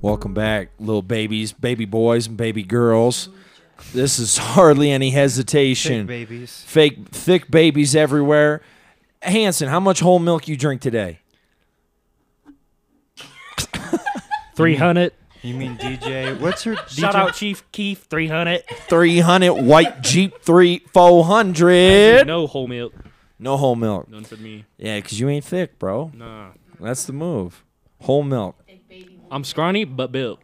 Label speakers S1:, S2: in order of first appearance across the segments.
S1: Welcome back, little babies, baby boys, and baby girls. This is hardly any hesitation.
S2: Thick babies.
S1: Fake, thick babies everywhere. Hanson, how much whole milk you drink today?
S3: 300.
S2: You mean DJ? What's your DJ?
S3: Mm-hmm. Shout out Chief Keith, 300.
S1: 300 white Jeep 3 400.
S3: No whole milk.
S1: No whole milk.
S3: None for me.
S1: Yeah, because you ain't thick, bro.
S3: Nah.
S1: That's the move. Whole milk.
S3: I'm scrawny, but built.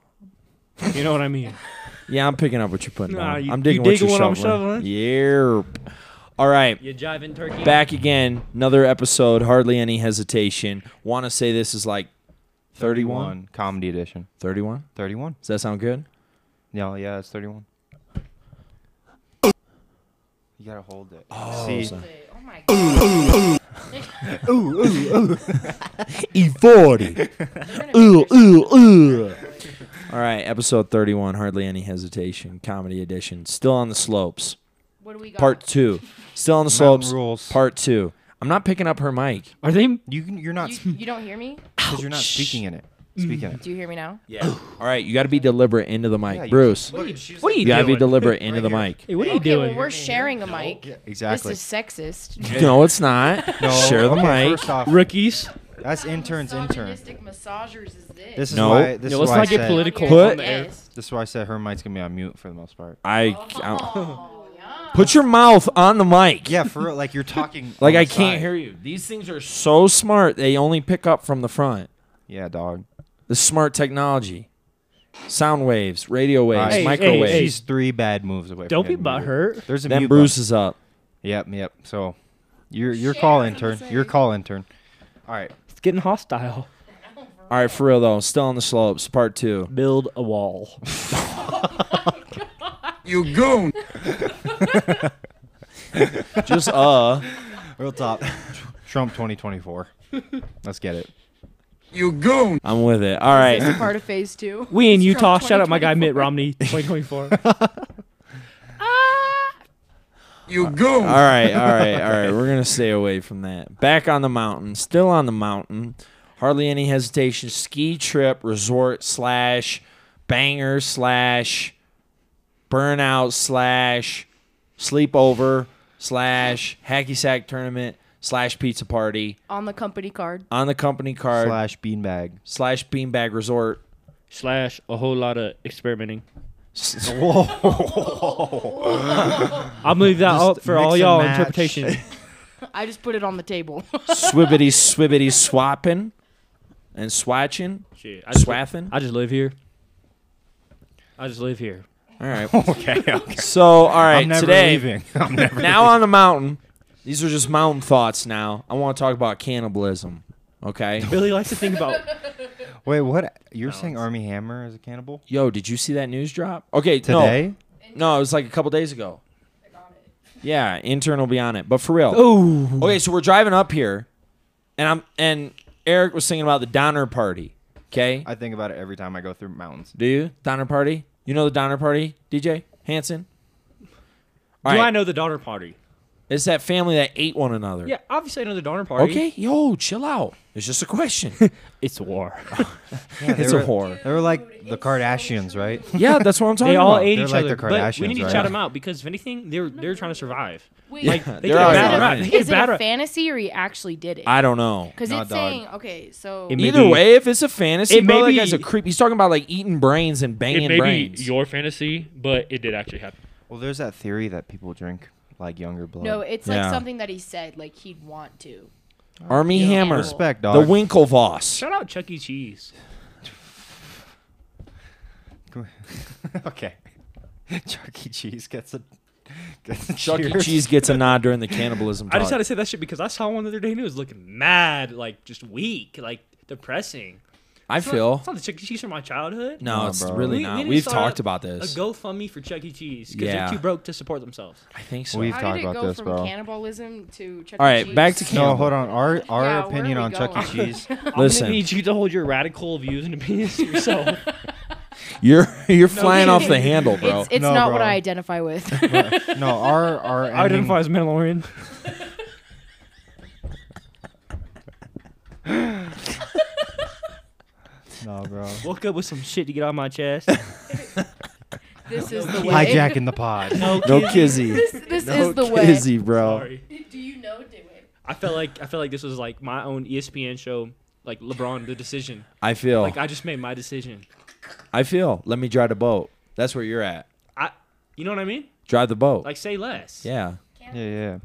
S3: You know what I mean?
S1: Yeah, I'm picking up what you're putting
S3: Nah,
S1: down.
S3: you-
S1: I'm digging
S3: you
S1: what
S3: digging
S1: you're
S3: what I'm
S1: shoveling. Yeah. All right.
S3: You jiving turkey?
S1: Back again. Another episode. Hardly any hesitation. Want to say this is like 31?
S2: Comedy edition.
S1: 31?
S2: 31.
S1: Does that sound good?
S2: No, yeah, it's 31. You gotta hold it.
S1: Oh,
S2: See,
S1: so-
S4: Oh my god.
S1: E40.
S4: They're gonna make their shit
S1: All right. Episode 31. Hardly any hesitation. Comedy edition. Still on the slopes.
S4: What do we got?
S1: Part two. Still on the
S2: Mountain
S1: slopes.
S2: rules.
S1: Part two. I'm not picking up her mic.
S3: Are they?
S2: you can, you're not
S4: You, you don't hear me?
S2: because you're not speaking in it. Speaking in it.
S4: Do you hear me now?
S1: Yeah. All right. You got to be deliberate into the mic,
S2: Yeah, you-
S1: Bruce.
S2: Look,
S3: What are you
S1: You gotta be
S3: doing?
S1: deliberate into the mic.
S3: Hey, what are you
S4: okay,
S3: doing?
S4: well, we're sharing a mic.
S2: exactly.
S4: This is sexist.
S1: No, it's not.
S2: No,
S1: Share the
S2: okay,
S1: mic.
S2: First off,
S3: Rookies.
S2: that's interns. Intern.
S4: Misogynistic massagers is this.
S2: This is
S1: No.
S2: why. This
S3: No,
S2: is
S3: let's
S2: why I
S3: not get
S2: said,
S3: politi- political
S1: Put-
S3: on the air.
S4: Yes.
S2: This is why I said her mic's gonna be on mute for the most part.
S1: I, I
S4: Oh,
S1: put your mouth on the mic.
S2: Yeah, for real. Like you're talking.
S1: Like
S2: on
S1: I
S2: the
S1: can't
S2: side.
S1: hear you. These things are so smart. They only pick up from the front.
S2: Yeah, dog.
S1: The smart technology, sound waves, radio waves,
S2: Hey, hey,
S1: microwaves.
S3: hey.
S2: She's three bad moves away.
S3: Don't
S2: from
S3: be
S2: getting muted.
S3: butthurt.
S2: There's a
S1: Then
S2: mute
S1: Bruce
S2: button.
S1: is up.
S2: Yep, yep. So, your your call
S4: Shares, I'm
S2: intern.
S4: saying.
S2: Your call intern. All right.
S3: It's getting hostile.
S1: All right, for real though. Still on the slopes. Part two.
S3: Build a wall.
S1: Just uh.
S2: Real top. Trump 2024. Let's get it.
S1: I'm with it. All
S4: This is
S1: right.
S4: part of phase two.
S3: We in
S4: It's from
S3: Utah. Shout out my guy
S4: 2024.
S3: Mitt Romney, 2024.
S4: Ah!
S1: All right. All right. All right. We're gonna stay away from that. Back on the mountain. Still on the mountain. Hardly any hesitation. Ski trip resort slash banger slash burnout slash sleepover slash hacky sack tournament slash pizza party
S4: On the company card.
S1: on the company card slash,
S2: Slash beanbag.
S1: beanbag resort.
S3: Slash a whole lot of experimenting.
S1: S-
S3: I'll move that
S2: Just
S3: up for
S2: mix
S3: all
S2: and
S3: y'all
S2: match.
S3: interpretation.
S4: I just put it on the table.
S1: Swibbity swibbity swapping and swatching.
S3: Shit, I just-
S1: Swaffing.
S3: I just live here. I just live here.
S1: All right.
S2: okay. Okay.
S1: So all right,
S2: I'm never
S1: today
S2: leaving. I'm never.
S1: now on the mountain. These are just mountain thoughts now. I want to talk about cannibalism. Okay.
S3: Billy likes to think about.
S2: Wait, what? You're saying Army Hammer is a cannibal
S1: Yo, did you see that news drop? Okay, no.
S2: today?
S1: No, it was like a couple days ago. Yeah, intern will be on it. But for real.
S3: Oh,
S1: Okay, so we're driving up here and I'm and Eric was singing about the Donner Party. Okay?
S2: I think about it every time I go through mountains.
S1: Do you? Donner Party? You know the Donner Party, DJ? Hanson? All
S3: do
S1: right.
S3: I know the daughter party?
S1: It's that family that ate one another.
S3: Yeah, obviously I know the daughter party.
S1: Okay, yo, chill out. It's just a question.
S3: it's war.
S1: it's a
S2: were-
S1: whore.
S2: They were like the Kardashians, right?
S1: Yeah, that's what I'm talking
S3: They all
S1: about.
S3: ate
S2: They're
S3: each
S2: like
S3: other,
S2: the
S3: but we
S2: Kardashians,
S3: need to
S2: right?
S3: shout them out because if anything, they're they're trying to survive.
S4: Wait,
S3: Like
S1: Yeah,
S3: they
S1: they're
S3: get a
S1: already
S3: bad
S1: on
S3: rap.
S1: it.
S3: They get a
S4: is it
S3: bad
S4: a
S3: rap.
S4: fantasy or he actually did it?
S1: I don't know.
S4: Because
S2: Nah,
S4: it's
S2: dog.
S4: saying, okay, so
S3: It may-
S1: Either
S3: Maybe-
S1: way, if it's a fantasy,
S3: It
S1: bro,
S3: may
S1: that
S3: be-
S1: guy's a creep. He's talking about like eating brains and banging brains.
S3: fantasy, but it did actually happen.
S2: Well, there's that theory that people drink like younger blood.
S4: no, it's
S1: Yeah.
S4: like something that he said, like he'd want to.
S1: Army
S4: Yeah.
S1: Hammer,
S2: respect,
S1: the
S2: dog.
S1: Winklevoss.
S3: Shout out Chuck E. Cheese.
S2: okay. Chuck E. Cheese gets a. Gets a
S1: Chuck E.
S2: cheers.
S1: Cheese gets a nod during the cannibalism. Talk.
S3: I just had to say that shit because I saw one the other day and it was looking mad, like just weak, like depressing.
S1: I
S3: It's not-
S1: feel
S3: it's not the Chuck E. Cheese from my childhood.
S1: no,
S2: Nah,
S1: it's
S2: bro.
S1: really
S3: We-
S1: not.
S3: we need to
S1: We've
S3: start
S1: talked
S3: a-
S1: about
S3: A
S1: this.
S3: GoFundMe for Chuck E. Cheese because
S1: Yeah.
S3: they're too broke to support themselves.
S1: I think so.
S2: We've-
S4: How
S2: talked
S4: did it
S2: about
S4: go
S2: this,
S4: from
S2: bro.
S4: cannibalism to Chuck E.
S1: All right, back
S4: Cheese?
S1: to
S2: No,
S1: Cannibal.
S2: hold on. Our our
S4: Yeah, where are
S2: opinion
S4: we
S2: on Chuck E.
S4: going?
S2: Cheese.
S3: I'm
S1: Listen.
S3: gonna need you to hold your radical views and opinions to yourself.
S1: You're you're flying off the
S4: kidding.
S1: handle, bro.
S4: It's, it's
S2: No,
S4: not what
S2: bro.
S4: I identify with.
S2: no, our our ending,
S3: I identify as Mandalorian.
S2: No, bro.
S5: Woke up with some shit to get off my chest.
S4: This is the way.
S2: Hijacking the pod.
S5: No,
S1: No
S5: kidding.
S1: kizzy.
S4: This, this
S1: No
S4: is the way.
S1: kizzy, bro.
S3: Sorry.
S4: Do you know Dewey?
S3: I felt like I felt like this was like my own E ESPN show, like LeBron, the decision.
S1: I feel.
S3: Like I just made my decision.
S1: I feel. Let me drive the boat. That's where you're at.
S3: I, you know what I mean?
S1: Drive the boat.
S3: Like say less.
S1: yeah.
S2: Yeah, yeah.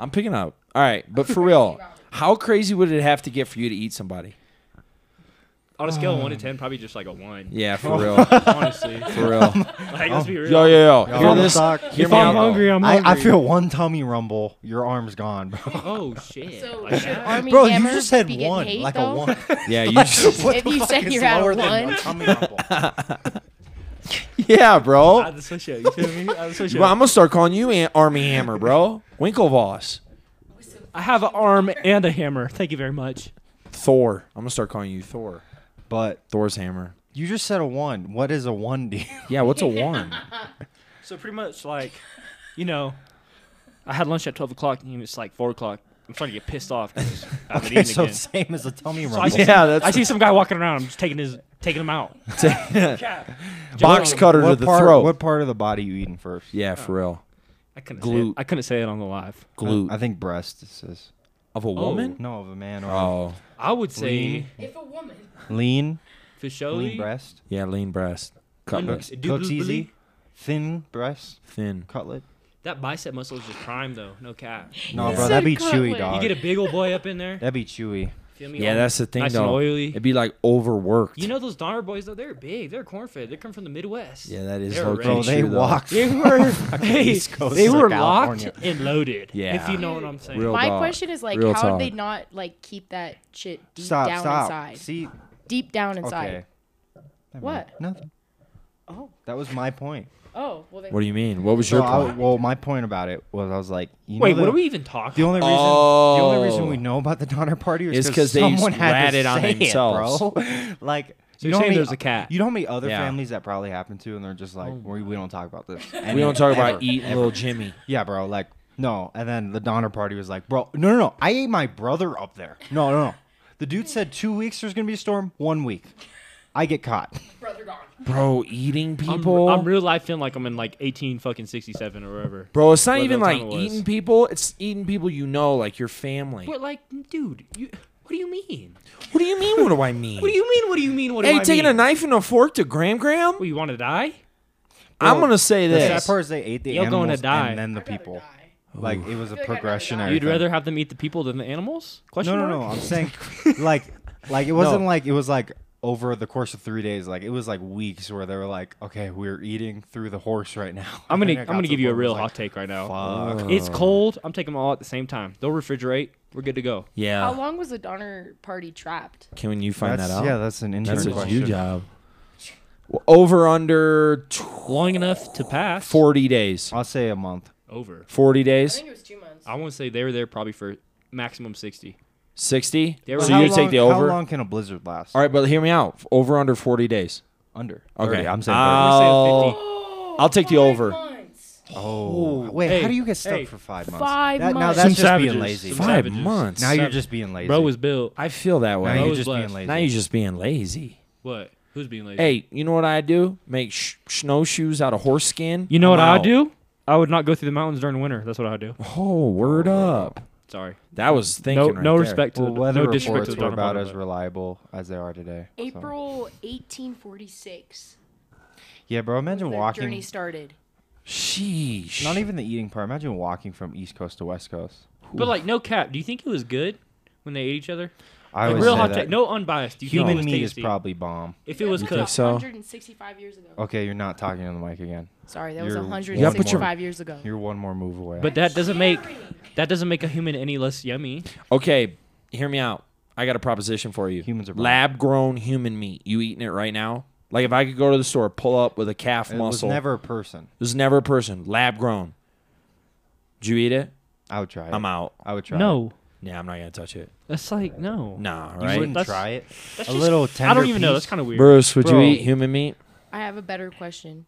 S1: I'm picking up. All right, but for real, how crazy would it have to get for you to eat somebody?
S3: On a scale of one to
S2: Um,
S3: ten, probably just like a one.
S1: Yeah, for real.
S3: Honestly,
S1: For real.
S3: like
S2: Oh.
S3: let's be real.
S1: Yo, yo, yo.
S2: Yo,
S1: Hear
S2: I'm
S1: this?
S2: stuck.
S1: Hear
S5: If
S1: me out.
S5: I'm
S1: though.
S5: hungry, I'm hungry.
S2: I, I feel one tummy rumble. Your arm's gone, bro.
S3: Oh shit.
S4: So
S3: Like
S4: should
S3: that?
S4: Army
S2: Bro, you
S4: Hammer
S2: just said
S4: be getting
S2: one,
S4: hate,
S2: like
S4: though?
S2: a one.
S1: Yeah, you just,
S2: What
S4: If
S2: the
S4: you
S2: fuck
S4: said
S2: is
S4: you're at a
S2: lower than
S4: one?
S2: a tummy rumble?
S1: yeah, bro.
S3: Out of the social, you feel me? Out of the social.
S1: Bro, I'm gonna start calling you Aunt Army Hammer, bro. Winklevoss,
S3: I have an arm and a hammer. Thank you very much.
S1: Thor. I'm gonna start calling you Thor.
S2: But
S1: Thor's hammer.
S2: you just said a one. What is a one, dude?
S1: Yeah, what's a one?
S3: So pretty much like, you know, I had lunch at twelve o'clock and it's like four o'clock. I'm starting to get pissed off. 'cause I haven't
S2: Okay,
S3: eaten
S2: so
S3: again.
S2: same as a tummy
S3: So I
S2: rumble.
S3: see,
S1: Yeah,
S3: some,
S1: that's-
S3: I see some guy walking around. I'm just taking his taking him out.
S1: Box cutter to
S2: what
S1: the
S2: part?
S1: throat.
S2: What part of the body you eating first?
S1: Yeah, for real.
S3: I couldn't say
S1: Glute.
S3: it. I couldn't say it on the live.
S1: Glute
S2: I, I think breast. It says
S1: of a woman.
S2: no of a man or a
S1: Oh,
S3: I would say
S2: Lean.
S4: If a woman.
S2: lean,
S3: for
S2: lean
S3: sure.
S2: breast,
S1: yeah, lean breast, cutlet,
S2: Cooks easy. thin breast,
S1: thin.
S2: cutlet.
S3: That bicep muscle is just prime though, no cap.
S2: No,
S1: Yeah.
S2: bro,
S1: Said
S2: that'd be
S4: cutlet. You
S2: chewy,
S3: You
S2: dog.
S3: get a big old boy up in there.
S2: That'd be chewy.
S3: Feel me?
S1: Yeah,
S3: All
S1: that's the thing
S3: nice and
S1: though.
S3: oily.
S1: It'd be like overworked.
S3: You know those Donner boys though? They're big. They're corn fed. They come from the Midwest.
S1: yeah, that is
S3: They're
S1: low-key
S3: Bro,
S2: Bro, they
S1: true, though.
S2: walk.
S3: They were they,
S2: East Coast
S3: they
S2: to
S3: were
S2: California.
S3: locked and loaded.
S1: Yeah.
S3: If you know what I'm saying.
S1: Real
S4: My
S1: dog.
S4: question is like,
S1: Real
S4: how
S1: talk.
S4: did they not like keep that shit deep
S2: Stop,
S4: down
S2: stop.
S4: inside?
S2: See,
S4: Deep down inside.
S2: okay. Never
S4: What?
S2: mind. Nothing.
S4: Oh,
S2: That was my point.
S4: oh, well then.
S1: What do you mean? What was
S2: So
S1: your
S2: I-
S1: point?
S2: well, my point about it was I was like, you
S3: Wait,
S2: know
S3: what
S2: the,
S3: are we even talking?
S2: The only reason, the only reason we
S1: Oh.
S2: know about the Donner Party is
S1: It's 'cause they
S2: someone had
S1: ratted
S2: to
S1: on
S2: say it,
S1: themselves.
S2: bro. like,
S3: you're
S2: know how
S3: saying
S2: many-
S3: there's a cat.
S2: You know how many other
S1: Yeah. Oh
S2: families that probably happened to, and they're just like, we, we don't talk about this.
S1: We don't talk about
S2: eating.
S1: eating little Jimmy.
S2: Yeah, bro. Like, no. And then the Donner Party was like, bro, no, no, no. I ate my brother up there. No, no, no. The dude said two weeks there's gonna be a storm. One week, I get caught.
S4: Brother gone.
S1: Bro, eating
S3: I'm,
S1: people.
S3: I'm real life feeling like I'm in like 18 fucking 67 or whatever.
S1: Bro, it's not
S3: Whether
S1: even
S3: the
S1: like
S3: tunnel was.
S1: eating people. It's eating people you know, like your family.
S3: But like, dude, you, what do you mean?
S1: What do you mean? What do I mean?
S3: What do you mean? What do you mean? What do
S1: hey,
S3: I
S1: taking
S3: mean?
S1: a knife and a fork to Graham Graham?
S3: Well, you want to die?
S1: I'm gonna say
S2: The sad
S1: this.
S2: part is they ate the
S3: You're gonna
S2: animals
S3: die.
S2: and then the people. Like it was a
S4: feel like I'd rather
S2: progression.
S4: die.
S2: and
S3: You'd
S2: everything.
S3: rather have them eat the people than the animals? Question
S2: No, no, no.
S3: mark?
S2: I'm saying, like, like it wasn't like it was like over the course of three days. Like it was like weeks where they were like, okay, we're eating through the horse right now.
S3: I'm
S2: And
S3: gonna
S2: then
S3: I'm
S2: it got
S3: gonna
S2: to
S3: give
S2: the
S3: you a
S2: point where
S3: real
S2: it was
S3: hot take right now.
S2: like, Fuck.
S3: It's cold. I'm taking them all at the same time. They'll refrigerate. We're good to go.
S4: How
S1: yeah.
S4: long was the Donner Party trapped?
S1: Can you find
S2: That's-
S1: that out?
S2: Yeah, that's an intern
S1: that's a
S2: question.
S1: you job. W- Over under t-
S3: Long enough to pass.
S1: forty days.
S2: I'll say a month.
S3: Over.
S1: Forty
S4: I
S1: days.
S4: think it was two months.
S3: I want to say they were there probably for maximum 60.
S1: Sixty.
S3: They were-
S1: So
S3: How
S1: you would take the
S2: How
S1: over.
S2: long can a blizzard last?
S1: All right, but hear me out. F- Over under forty days.
S2: Under.
S1: Okay, Uh,
S2: 30. I'm saying.
S1: I'll-
S3: I'm gonna say a 50.
S1: I'll take the
S4: Five
S1: over.
S4: months.
S2: 30. Oh, wait.
S3: Hey,
S2: how do you get stuck
S3: hey.
S2: for five months?
S4: Five
S2: That- Now
S4: months.
S2: that's
S4: Some
S2: just
S3: savages.
S2: being lazy.
S3: Some
S2: bro.
S1: Five
S3: Savages.
S1: months.
S2: Now you're
S3: savage.
S2: just being lazy.
S3: Bro was built.
S1: I feel that
S2: Now
S1: way.
S2: you're
S3: was
S2: just
S3: blessed.
S2: being lazy.
S1: now you're just being lazy.
S3: What? Who's being lazy?
S1: Hey, you know what I do? Make sh- snowshoes out of horse skin.
S3: you know what
S1: I'm
S3: I
S1: out.
S3: would do? I would not go through the mountains during winter. That's what I would do.
S1: Oh, word up.
S3: Sorry.
S1: That was thinking.
S3: No,
S1: right
S3: no
S1: there.
S3: respect to
S2: well,
S3: the
S2: weather
S3: no disrespect
S2: reports
S3: to the
S2: were
S3: Donner
S2: about
S3: Party,
S2: as
S3: but-
S2: reliable as they are today. so.
S4: April 1846.
S2: Yeah, bro. Imagine
S4: Their
S2: walking.
S4: journey started.
S1: Sheesh.
S2: Not even the eating part. Imagine walking from East Coast to West Coast.
S3: But like, no cap. Do you think it was good when they ate each other?
S2: I
S3: Like,
S2: would
S3: real
S2: say
S3: hot
S2: that
S3: take. No unbiased. Do you think it
S2: human
S3: was
S2: meat is
S3: tasty?
S2: probably bomb.
S3: If it was
S1: think
S3: cooked.
S1: so?
S4: 165 years ago.
S2: Okay, you're not talking on the mic again.
S4: Sorry, that was
S2: You're-
S1: You gotta put your-
S4: 165 years ago.
S2: You're one more move away.
S3: But that doesn't make that doesn't make a human any less yummy.
S1: Okay, hear me out. I got a proposition for you.
S2: Humans are brown.
S1: lab grown human meat. You eating it right now? Like if I could go to the store, pull up with a calf
S2: it was
S1: muscle.
S2: never a person.
S1: There's never a person. Lab grown. Did you eat it?
S2: I would try it.
S1: I'm out.
S2: I would try.
S3: No,
S1: Yeah, I'm not gonna touch it.
S3: that's like no.
S1: Nah,
S2: it. you
S1: right?
S2: wouldn't
S3: That's-
S2: try it.
S3: That's
S2: a
S3: just-
S2: little
S3: I
S2: tender
S3: don't even know.
S2: piece?
S3: That's kind of weird.
S1: Bruce, would
S2: Bro.
S1: you eat human meat?
S4: I have a better question.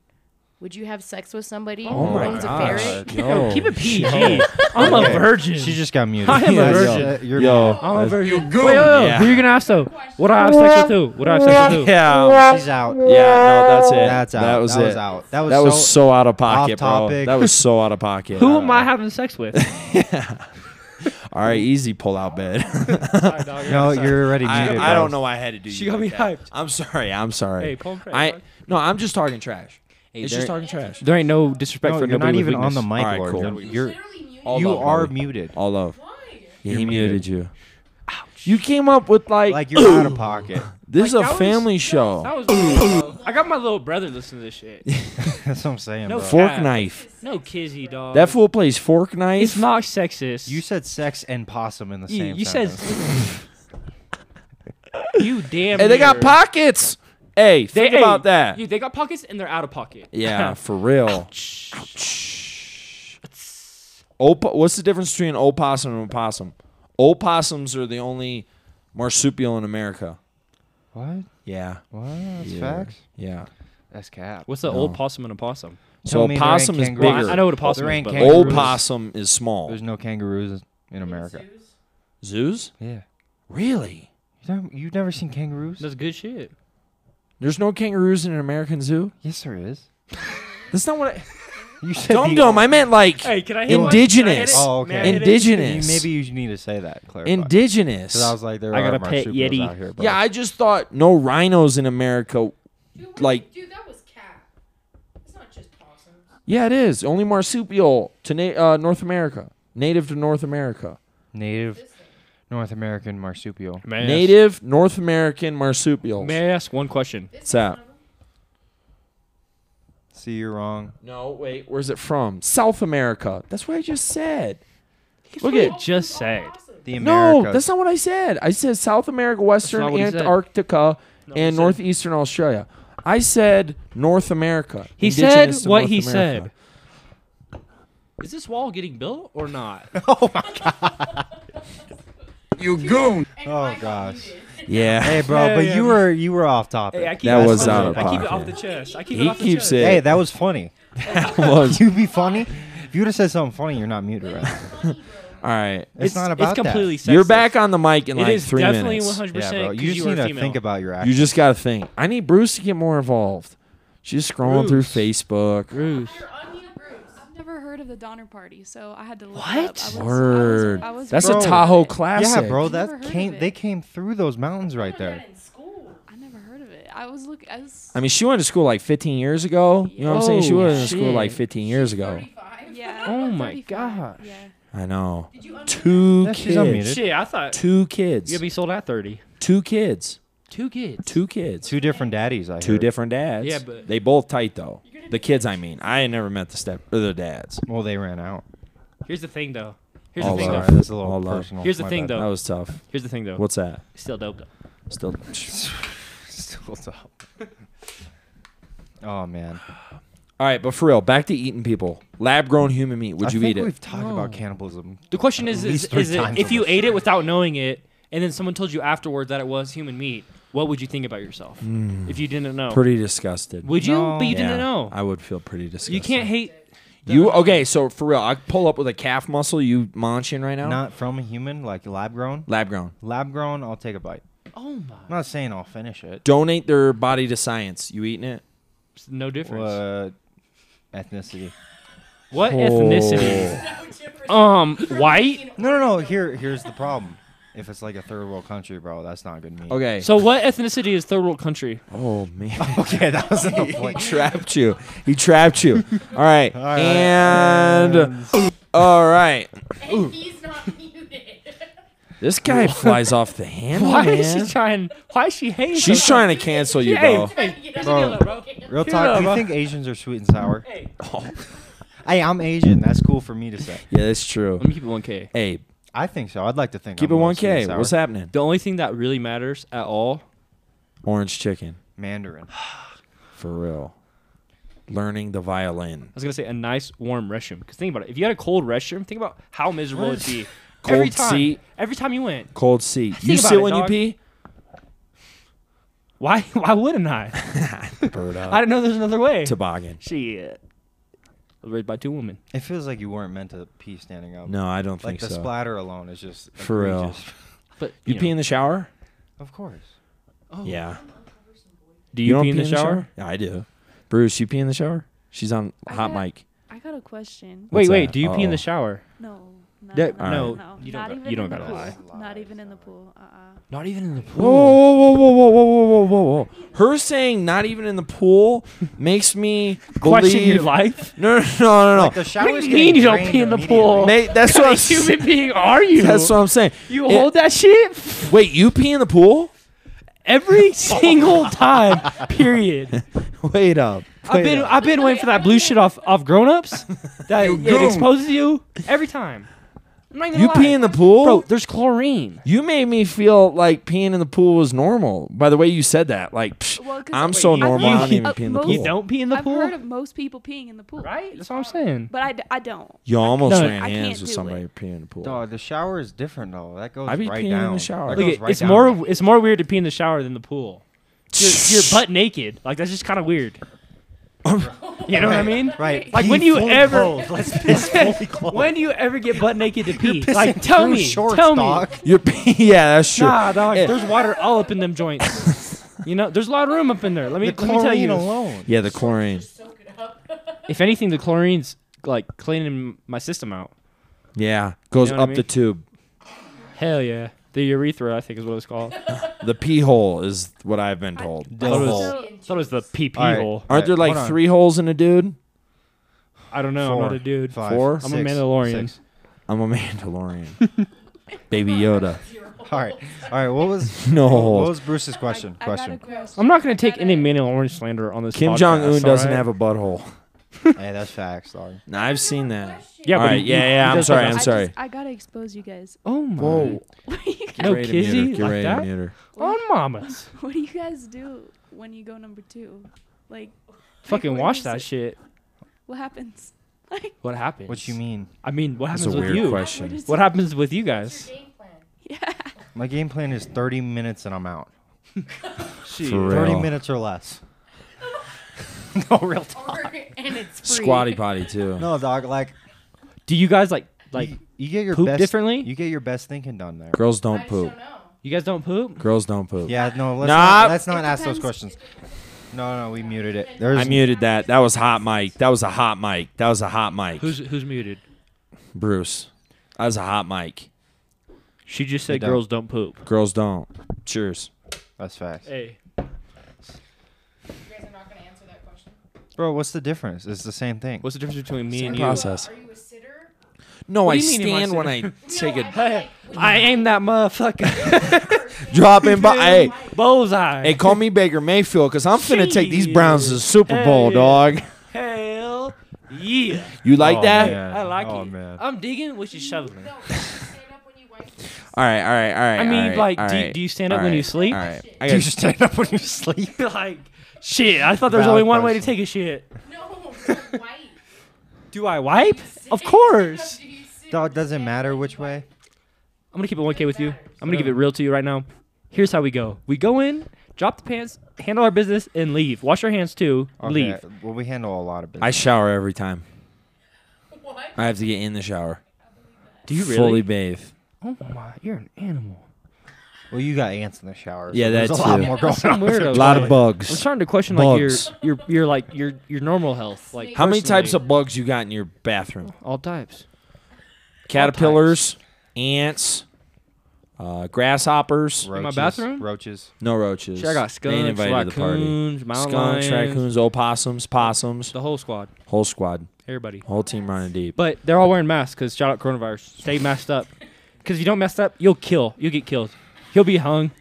S4: Would you have sex with somebody
S1: Oh
S4: who
S1: my
S4: owns a
S1: gosh.
S4: ferret?
S1: Yo.
S6: Keep it PG. I'm a
S2: Okay.
S6: virgin.
S2: She just got muted.
S6: I am a
S2: Yeah,
S6: virgin.
S2: You're,
S1: Yo.
S6: I'm a virgin.
S1: You goon.
S3: Wait, wait, wait.
S1: Yeah.
S3: Who you gonna ask though? Would I have sex with who? Would I have sex with who?
S1: Yeah.
S2: she's out.
S1: Yeah, no, that's it.
S2: That's out.
S1: That was it.
S2: out. That was,
S1: That
S2: so,
S1: was so out of pocket, bro.
S2: off-topic.
S1: That was so out of pocket.
S3: Who am I having sex with?
S1: All right, easy pull out bed.
S6: Sorry, dog, I'm
S2: No,
S6: sorry.
S2: you're already muted.
S1: I, I
S2: bro.
S1: don't know why I had to do.
S3: She
S1: you
S3: got
S1: like
S3: me
S1: that.
S3: hyped.
S1: I'm sorry. I'm sorry.
S3: Hey, pull 'em crack,
S1: I
S3: dog.
S1: no, I'm just talking trash. it's
S3: there-
S1: just talking trash.
S3: There ain't no disrespect
S2: No,
S3: for
S2: you're
S3: nobody
S2: not even
S3: with
S2: on the
S3: weakness.
S2: mic,
S1: All right,
S2: Lord.
S1: cool.
S2: You're, you're,
S4: Literally muted.
S1: All
S2: you
S1: love,
S2: are
S1: brother.
S2: muted.
S1: All love.
S4: Why?
S1: Yeah,
S2: You're
S1: he
S2: muted.
S1: muted you. You came up with like,
S2: Like you're out of pocket.
S1: this
S6: Like,
S1: is
S6: that
S1: a
S6: was-
S1: family show.
S6: That was bro. I got my little brother listening to this shit.
S2: That's what I'm saying,
S6: No
S2: bro.
S6: fuck.
S1: fork
S6: Yeah.
S1: knife.
S3: No kizzy dog.
S1: That fool plays fork knife.
S3: It's not sexist.
S2: You said sex and possum in the
S3: you,
S2: same.
S3: you said
S2: sentence.
S3: you damn.
S1: Hey, they got
S3: near.
S1: pockets. Hey,
S6: They-
S1: think
S6: hey,
S1: about that.
S6: you- they got pockets and they're out of pocket.
S1: Yeah, for real. Op- what's the difference between an opossum and a possum? Opossums are the only marsupial in America.
S2: what?
S1: Yeah.
S2: What? That's
S1: Yeah.
S2: facts.
S1: Yeah.
S2: That's cap.
S3: What's the old possum and a possum?
S1: So
S2: Tell me there ain't
S1: opossum is
S2: kangaroos.
S1: bigger.
S3: I know what a possum
S2: there
S3: is,
S2: ain't
S3: but-
S2: kangaroos.
S1: Opossum is small.
S2: There's no kangaroos in America.
S1: Zoos?
S2: Yeah.
S1: Really?
S2: You don't- You've never seen kangaroos?
S3: That's good shit.
S1: There's no kangaroos in an American zoo?
S2: Yes, there is.
S1: That's not what I.
S2: You said
S1: Dum
S2: the-
S1: dum, I meant like
S3: Hey, can I hit one?
S1: indigenous.
S3: Can I hit it?
S2: Oh, okay.
S3: Man, it is-
S1: Indigenous.
S2: You- Maybe you need to say that. Clarify.
S1: Indigenous.
S2: Because I was like, there
S3: I
S2: are
S3: got a pet
S2: marsupials
S3: Yeti.
S2: out here. Bro.
S1: yeah, I just thought no rhinos in America.
S4: Dude,
S1: Like-
S4: dude, that was cat. It's not just possums.
S1: Yeah, it is. Only marsupial to na- uh, North America. Native to North America.
S2: Native North American marsupial.
S3: May I ask-
S1: Native North American marsupials.
S3: May I ask one question?
S1: What's that?
S2: See, you're wrong.
S1: No, wait. Where's it from? South America. That's what I just said. Look
S3: It
S1: at.
S3: just said.
S2: The Americas.
S1: No, that's not what I said. I said South America, Western
S3: not what he said.
S1: Antarctica,
S3: he
S1: and
S3: said.
S1: Northeastern Australia. I said North America.
S3: He
S1: indigenous
S3: said
S1: to
S3: what
S1: North
S3: he
S1: America.
S3: said. Is this wall getting built or not?
S2: Oh
S1: You goon.
S4: And
S2: Oh,
S4: I got
S2: gosh.
S4: muted.
S1: Yeah.
S2: Hey, um, bro,
S3: Yeah,
S2: but
S3: yeah.
S2: you were you were off topic.
S6: Hey, I keep
S1: That
S6: it-
S1: was
S6: I
S1: out of
S6: keep it off the
S1: pocket.
S6: chest. I keep
S1: He
S6: it off the
S1: keeps
S6: chest.
S1: it-
S2: hey, that was funny.
S1: was.
S2: you be funny. If you would have said something funny, you're not muted right now.
S1: All right.
S2: It's, not about
S3: It's completely
S2: that.
S3: sexist.
S1: You're back on the mic in
S3: It
S1: like
S3: is
S1: three
S3: definitely
S1: minutes.
S3: 100%
S2: Yeah, bro.
S3: because
S2: You just
S3: are
S2: need to
S3: female.
S2: think about your
S1: You
S2: action.
S1: just got to think. I need Bruce to get more involved. She's scrolling through Facebook.
S3: Bruce.
S7: I've never heard of the Donner Party, so I had to look
S3: What?
S7: it up. I was- I was-
S1: Word.
S7: I was
S1: That's
S2: Bro.
S1: a Tahoe
S2: yeah,
S1: classic.
S2: bro.
S7: I've never
S2: That
S7: heard of
S2: came.
S7: it.
S2: They came through those mountains right there.
S4: In school.
S7: I never heard of it. I was looking. I was.
S1: I mean, she went to school like 15 years ago. You know what I'm saying? She
S3: Oh,
S1: was in school
S3: shit.
S1: like 15 years ago.
S4: 35.
S7: yeah.
S3: Oh my
S7: 35,
S3: gosh.
S7: Yeah.
S1: I know.
S4: Did you under-
S1: Two
S2: Yeah, she's
S1: kids.
S2: unmuted.
S3: Shit, I thought
S1: Two kids.
S3: you'd be sold at 30.
S1: Two kids.
S3: Two kids.
S1: Two kids.
S2: Two different daddies. I
S1: Two
S2: heard.
S1: different dads.
S3: Yeah, but-
S1: they both tight though.
S4: You're gonna
S1: The
S4: be-
S1: kids, I mean. I ain't never met the step or the dads.
S2: Well, they ran out.
S3: Here's the thing, though. Here's
S1: All
S3: the thing,
S1: right.
S3: though.
S2: That's a little
S1: All love.
S2: personal.
S3: Here's the
S2: My
S3: thing,
S2: bad.
S1: That
S3: though.
S1: was tough.
S3: Here's the thing, though.
S1: What's that?
S3: Still dope, though.
S1: Still.
S2: Still up. Oh man.
S1: All right, but for real, back to eating people. Lab grown human meat. Would
S2: I
S1: you
S2: think
S1: eat it?
S2: We've talked about cannibalism.
S3: The question is,
S2: least
S3: is,
S2: three
S3: is it,
S2: times
S3: if you
S2: over.
S3: ate it without knowing it, and then someone told you afterward that it was human meat, what would you think about yourself if you didn't know?
S1: Hmm. Pretty disgusted.
S3: would you?
S2: No.
S3: But you
S1: Yeah,
S3: didn't know.
S1: I would feel pretty disgusted.
S3: You can't hate.
S1: You okay? So for real, I pull up with a calf muscle. You munching right now?
S2: Not from a human, like lab grown.
S1: Lab grown.
S2: Lab grown, I'll take a bite.
S3: Oh my!
S2: I'm not saying I'll finish it.
S1: Donate their body to science. You eating it?
S3: It's no difference.
S2: Uh, ethnicity.
S3: What ethnicity?
S1: Oh.
S4: No difference.
S3: Um, white.
S2: No, no, no. Here, here's the problem. If it's like a third world country, bro, that's not good meat.
S1: Okay.
S3: So what ethnicity is third world country?
S1: oh man,
S2: okay, that was the
S1: he
S2: point.
S1: trapped you. He trapped you. All right.
S2: right.
S1: And all right.
S4: And he's not muted.
S1: This guy flies off the handle.
S3: Why
S1: Oh, man.
S3: is she trying? Why is she hating?
S1: She's
S3: so-
S1: trying to cancel you,
S3: Hey,
S1: bro.
S3: hey,
S4: Yeah.
S2: Bro, real
S3: up,
S2: talk. Do
S3: bro.
S2: you think Asians are sweet and sour?
S3: hey.
S2: Hey, I'm Asian. That's cool for me to say.
S1: Yeah, that's true.
S3: Let me keep it one k.
S1: Hey,
S2: I think so. I'd like to think.
S1: keep it
S2: I'm a little sweet and
S1: 1K.
S2: sour.
S1: What's happening?
S3: The only thing that really matters at all.
S1: Orange chicken.
S2: Mandarin.
S1: For real. Learning the violin.
S3: I was gonna say a nice warm restroom. Because think about it. If you had a cold restroom, think about how miserable it'd be. every
S1: Cold
S3: time,
S1: seat.
S3: Every time you went.
S1: Cold seat. You
S3: about
S1: sit
S3: it,
S1: when
S3: dog.
S1: you pee?
S3: Why? Why wouldn't I?
S1: Bird up.
S3: I didn't know there's another way.
S1: Toboggan.
S3: Shit. I was Raised by two women.
S2: It feels like you weren't meant to pee standing up.
S1: No, I don't think
S2: like the
S1: so.
S2: splatter alone is just
S1: For real.
S2: egregious.
S3: But
S1: You,
S3: know,
S1: pee in the shower?
S2: Of course.
S1: Yeah.
S3: Do you,
S1: don't
S3: pee in the shower?
S1: Yeah, I do. Bruce, you pee in the shower? She's on
S7: I
S1: hot
S7: got-
S1: mic.
S7: I got a question.
S1: What's
S3: Wait, wait.
S1: that? Oh.
S3: Do you pee in
S1: Uh-oh.
S3: the shower?
S7: No. No,
S1: Yeah,
S7: no,
S1: all
S7: no,
S3: right.
S7: no,
S3: No, you don't
S7: not
S3: got-
S7: even
S3: you don't
S7: in the
S3: gotta
S7: pool.
S3: lie.
S7: Not even in the pool. Uh-uh.
S3: Not even in the pool.
S1: Whoa, whoa, whoa, whoa, whoa, whoa, whoa, whoa, whoa. Her saying not even in the pool makes me
S3: Question your
S1: believe.
S3: life.
S1: No, no, no, no,
S2: Like
S1: no.
S2: the shower's
S3: you
S2: getting
S3: mean you don't
S2: drained
S3: pee in the
S2: immediately.
S3: pool?
S1: Mate, that's what I'm saying.
S3: Human being, are you?
S1: That's what I'm saying.
S3: you
S1: It-
S3: hold that shit
S1: Wait, you pee in the pool?
S3: every single time. Period.
S1: Wait up.
S3: I've been I've been waiting for that blue shit off off grown ups. That it
S1: goon.
S3: exposes you every time. I'm not even
S1: You
S3: gonna
S1: pee
S3: lie.
S1: in the pool?
S3: bro. There's chlorine.
S1: you made me feel like peeing in the pool was normal. By the way, you said that. Like, psh,
S7: Well, 'cause-
S1: I'm
S7: Wait,
S1: so
S7: I've
S1: normal.
S3: heard-
S1: I don't even
S7: uh,
S1: pee in the
S7: most-
S1: pool.
S3: You don't pee in the
S7: I've
S3: pool,
S7: heard of most people peeing in the pool.
S3: right? That's what I'm saying.
S7: But I, d- I don't.
S1: You almost
S3: No,
S1: ran
S7: I can't
S1: hands with
S7: do
S1: somebody
S7: it.
S1: peeing in the pool.
S2: Dog, the shower is different though. That goes
S1: I be
S2: right
S1: peeing in the
S2: down.
S1: shower.
S2: That
S1: Look,
S2: goes
S3: Look,
S2: right
S3: it's
S2: down.
S3: more it's more weird to pee in the shower than the pool. You're, you're butt naked. Like that's just kind of weird. you know what I mean?
S2: Right.
S3: Like,
S2: Pee
S3: when do you
S2: fully
S3: ever-
S2: clothed. Let's piss fully clothed.
S3: When do you ever get butt naked to pee?
S2: Pissing
S3: Like tell
S2: through
S3: me,
S2: shorts,
S3: tell
S2: dog.
S3: me.
S1: You're peeing. Yeah, that's true.
S3: Nah, dog.
S1: Yeah.
S3: There's water all up in them joints. you know, there's a lot of room up in there. Let me,
S2: The
S3: let me tell
S2: chlorine
S3: you.
S2: alone.
S1: Yeah, the chlorine.
S4: Soak it up.
S3: If anything, the chlorine's like cleaning my system out.
S1: Yeah, goes
S3: You know what I
S1: up the
S3: mean?
S1: tube.
S3: Hell yeah. The urethra, I think, is what it's called.
S1: The pee hole is what I've been told.
S2: Dill
S3: it was-
S1: Oh.
S2: hole.
S3: thought
S7: So,
S3: it was the PP
S2: All right.
S3: hole.
S1: Aren't there like
S2: Hold on.
S1: three holes in a dude?
S3: I don't know.
S2: Four,
S3: I'm not a dude.
S2: five,
S1: Four?
S3: I'm a
S2: six,
S3: Mandalorian.
S2: six.
S1: I'm a Mandalorian. Baby Yoda.
S2: All right, all right. What was
S1: No
S3: Oh.
S2: What
S1: holes.
S2: was Bruce's question?
S7: I, I
S2: question.
S7: got a question.
S3: I'm not going to take
S7: I
S3: any
S7: gotta-
S3: Mandalorian slander on this
S1: Kim
S3: podcast,
S1: Jong Un doesn't
S3: alright?
S1: have a butthole.
S2: hey, that's facts, dog.
S1: No, I've seen that.
S3: Yeah,
S1: All
S3: but he-
S1: right, yeah,
S3: he-
S1: yeah,
S3: he
S1: I'm
S3: does
S1: sorry,
S3: have
S1: I'm
S3: a-
S7: I
S1: sorry.
S7: Just, I gotta expose you guys.
S3: Oh, my.
S7: What do you guys,
S3: No
S1: Get ready to
S3: kizzy
S1: mute her. Get
S3: like
S1: ready to
S3: that?
S1: mute her.
S3: On mamas.
S7: what do you guys do when you go number two? Like,
S3: Fucking
S7: what
S3: watch
S7: is
S3: that
S7: it?
S3: shit.
S7: What happens? Like,
S3: What happens?
S2: What you mean?
S3: I mean, what
S1: That's
S3: happens
S1: a
S3: with
S1: weird
S3: you?
S1: question.
S7: is
S3: What
S7: it?
S3: happens with you guys?
S4: Your game plan.
S7: Yeah.
S2: My game plan is 30 minutes and I'm out.
S3: Shit.
S1: For
S2: 30
S1: real.
S2: minutes or less. no real talk.
S4: and it's free.
S1: Squatty potty too.
S2: No, dog. Like,
S3: Do you guys like like
S2: you, you get your
S3: poop
S2: best
S3: differently?
S2: You get your best thinking done there.
S1: Girls
S4: I
S1: don't
S4: just
S1: poop.
S4: don't know.
S3: you guys don't poop?
S1: Girls don't poop.
S2: Yeah, no. Let's
S1: Nah.
S2: not, let's not
S7: It
S2: ask those
S7: depends.
S2: questions. No, no, we muted it. There's
S1: I muted that. That was hot mic. That was a hot mic. That was a hot mic.
S3: Who's who's muted?
S1: Bruce? That was a hot mic.
S3: She just
S2: They
S3: said
S2: don't.
S3: girls don't poop.
S1: Girls don't. Cheers.
S2: That's facts,
S3: Hey.
S4: You guys are not going to answer that question.
S2: bro. What's the difference? It's the same thing.
S3: What's the difference between me and you?
S1: Process.
S4: Are you a sitter?
S1: No,
S3: What
S1: I
S3: do you mean am I
S1: stand when I take
S4: no, I mean,
S1: a
S4: like,
S3: I aim that motherfucker
S1: drop in. By, hey,
S3: bullseye.
S1: hey, call me Baker Mayfield because I'm finna take these
S3: Jeez.
S1: Browns to the Super Bowl,
S3: Hey.
S1: dog.
S3: Hell yeah!
S1: You like
S2: Oh,
S1: that?
S2: man.
S3: I like
S2: oh,
S3: it.
S2: Man.
S3: I'm digging what you're shoveling.
S4: no, you stand up when you wipe your
S1: All right, all right, all right.
S3: I
S1: all
S3: mean,
S1: right,
S3: like,
S1: all
S3: do,
S1: right,
S3: do you stand up
S1: all
S3: when you
S1: right,
S3: sleep?
S1: All right, I
S2: Do you
S1: got,
S2: just stand up when you sleep?
S3: like, shit. I thought there was
S2: Valid
S3: only one way to
S2: question.
S3: take a shit.
S4: No, don't wipe.
S3: Do I wipe? Of
S4: Sit.
S3: course.
S4: Do you sit?
S2: Dog doesn't matter which way.
S3: I'm gonna keep it 1K with you. I'm gonna give it real to you right now. Here's how we go. We go in, drop the pants, handle our business, and leave. Wash your hands too.
S2: Okay,
S3: Leave.
S2: Well, we handle a lot of business.
S1: I shower every time.
S4: What?
S1: I have to get in the shower,
S3: Do you really?
S1: fully bathe.
S3: oh my, you're an animal.
S2: well, you got ants in the shower. so
S1: Yeah,
S2: there's
S1: that
S2: a lot
S1: too.
S2: more going
S3: Some
S2: on.
S3: weirdo.
S1: A lot of
S3: I'm
S1: bugs.
S3: starting to question
S1: Bugs.
S3: like your your your like your your normal health. Like
S1: How many
S3: personally.
S1: types of bugs you got in your bathroom?
S3: all types?
S1: Caterpillars, ants, uh, grasshoppers.
S2: Roaches,
S3: bathroom?
S2: Roaches.
S1: No roaches.
S3: Shit, I got
S1: They ain't
S3: skunks,
S1: invited to the party.
S3: raccoons, mountain
S1: Skunks,
S3: lions,
S1: raccoons, opossums, possums,
S3: the whole squad,
S1: whole squad,
S3: everybody.
S1: whole team running deep.
S3: But they're all wearing masks because shout out coronavirus. Stay masked up. Because if you don't mess up, you'll kill. You'll get killed. You'll be hung.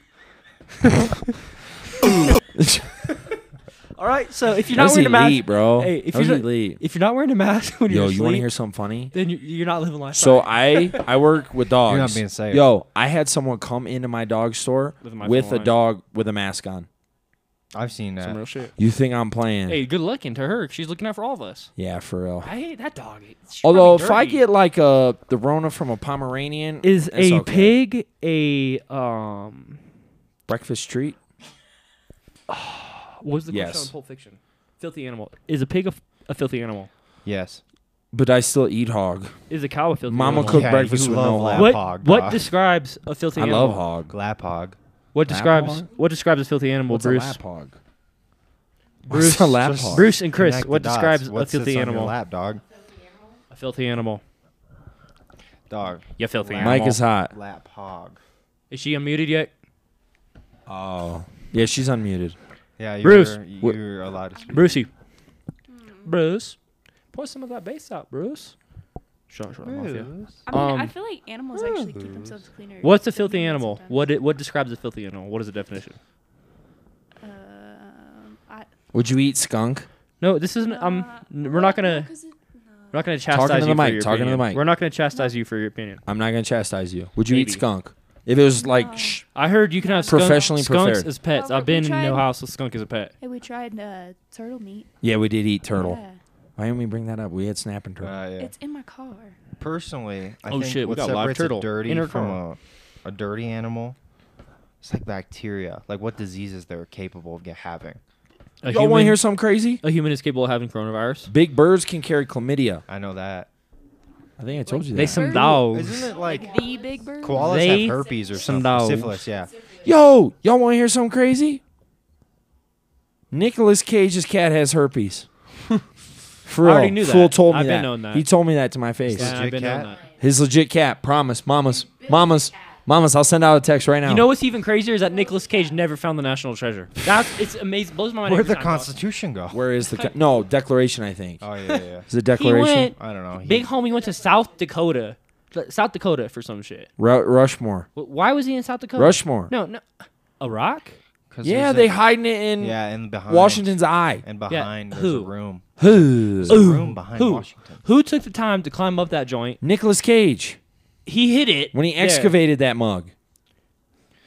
S3: all right. So if you're
S1: That
S3: not
S1: was
S3: wearing a mask,
S1: elite, bro.
S3: Hey, if
S1: That was
S3: you're not-
S1: elite.
S3: if you're not wearing a mask when you're
S1: Yo,
S3: asleep,
S1: you want to hear something funny?
S3: then you're, you're not living life.
S1: So
S3: right.
S1: I I work with dogs.
S2: not being safe.
S1: Yo, I had someone come into my dog store
S3: With my
S1: with
S3: phone
S1: a
S3: line.
S1: dog with a mask on.
S2: I've seen that.
S3: some real shit.
S1: You think I'm playing?
S3: Hey, good looking to her. She's looking out for all of us.
S1: Yeah, for real.
S3: I hate that dog. It's
S1: Although
S3: probably
S1: if I
S3: dirty.
S1: get like a the Rona from a Pomeranian,
S3: is
S1: that's
S3: a
S1: okay.
S3: pig a um
S1: breakfast treat?
S3: What was the question
S1: Yes.
S3: on Pulp Fiction? Filthy animal. Is a pig a, f- a filthy animal?
S2: Yes.
S1: But I still eat hog.
S3: Is a cow a filthy
S1: Mama
S3: animal?
S1: cooked
S2: Yeah,
S1: breakfast
S2: you
S1: with
S2: love
S1: no
S2: lap
S1: hog.
S3: What
S2: hog,
S3: what
S2: dog.
S3: describes a filthy
S1: I
S3: animal?
S1: love hog.
S2: Glap hog.
S3: What
S1: Lap
S3: describes
S1: hog?
S3: what describes a filthy animal,
S1: What's
S3: Bruce?
S1: a lap hog?
S3: Bruce,
S1: What's a lap
S2: just-
S1: hog?
S3: Bruce and Chris,
S2: Connect
S3: what
S2: the
S3: describes
S2: dots.
S3: a
S2: What
S3: filthy
S2: sits on your
S3: animal?
S2: lap dog.
S3: A filthy animal.
S2: Dog.
S3: You filthy
S2: Lap.
S3: animal.
S1: Mike is hot.
S2: Lap hog.
S3: Is she unmuted yet?
S1: Oh. Yeah, she's unmuted.
S2: Yeah, you're,
S3: Bruce.
S1: What-
S2: you're allowed to speak.
S3: Brucey. Hmm. Bruce. Pour some of that bass out, Bruce. Shut, shut him off, yeah.
S7: I mean, I
S3: Um,
S7: feel like animals actually keep themselves cleaner.
S3: What's a
S7: than
S3: filthy
S7: humans
S3: animal?
S7: sometimes.
S3: What it, what describes a filthy animal? What is the definition?
S7: Um, I,
S1: Would you eat skunk?
S3: No, this isn't. Um,
S7: uh,
S3: n- we're not
S7: well,
S3: gonna
S7: no, 'cause it-
S3: we're not gonna chastise
S1: Talking to
S3: you
S1: the
S3: for
S1: mic,
S3: your
S1: talking to the
S3: opinion.
S1: mic.
S3: We're not gonna chastise you for your opinion.
S1: I'm not gonna chastise you. Would you
S3: Maybe.
S1: eat skunk? If it was like, shh,
S3: I heard you can have skunk,
S1: Professionally
S3: skunks
S1: prepared.
S3: as pets.
S7: Well,
S3: I've
S7: we
S3: been in
S7: tried-
S3: no house with skunk as a pet.
S7: Hey, we tried uh, turtle meat.
S1: yeah, we did eat turtle.
S7: Yeah.
S1: Why didn't we bring that up? We had snap and
S2: Uh,
S1: turtle.
S2: yeah.
S7: It's in my car.
S2: Personally, I
S3: Oh,
S2: think
S3: shit, we
S2: what
S3: got live
S2: separates
S3: turtle
S2: a dirty
S3: in our
S2: from
S3: car.
S2: a, a dirty animal, it's like bacteria. Like what diseases they're capable of get- having.
S3: A
S1: Y'all want to
S3: human,
S1: hear something crazy?
S3: a human is capable of having coronavirus.
S1: Big birds can carry chlamydia.
S2: I know that.
S1: I think I told you
S3: They
S1: that.
S3: some
S7: Birds.
S3: dogs.
S2: Isn't it like
S7: The big bird.
S2: koalas
S3: They-
S2: have herpes or
S3: Some
S2: something?
S3: dogs.
S2: Syphilis, yeah.
S1: Yo, y'all want to hear something crazy? Nicolas Cage's cat has herpes. For
S3: I
S1: real,
S3: already knew that.
S1: Fool told me
S3: I've
S1: that.
S3: been knowing that.
S1: He told me that to my face.
S3: Yeah, I've
S2: Legit
S3: been
S2: cat?
S3: on that.
S1: His legit cat. Promise, mamas, mamas, mamas. I'll send out a text right now.
S3: You know what's even crazier is that Nicolas Cage never found the national treasure. That's it's amazing. Blows my mind.
S2: Where'd
S3: every
S2: the
S3: time, dog.
S2: Constitution go?
S1: where is the ca- no declaration? I think
S3: Uh,
S2: Oh yeah, yeah. yeah.
S1: is it
S3: He
S1: declaration.
S3: went.
S2: I don't know. He-
S3: Big homie went to South Dakota, Like, South Dakota for some shit.
S1: Ru- Rushmore.
S3: Wh- Why was he in South Dakota?
S1: Rushmore.
S3: No, no, Iraq.
S2: 'Cause
S1: Yeah,
S2: there's
S1: they
S2: a-
S1: hiding it in
S2: Yeah, and behind
S1: Washington's eye.
S2: and behind there's
S3: who?
S2: a room.
S1: Who?
S2: There's a room behind
S3: Who?
S2: Washington.
S3: Who took the time to climb up that joint?
S1: Nicolas Cage
S3: He hit it
S1: when he
S3: there.
S1: excavated that mug.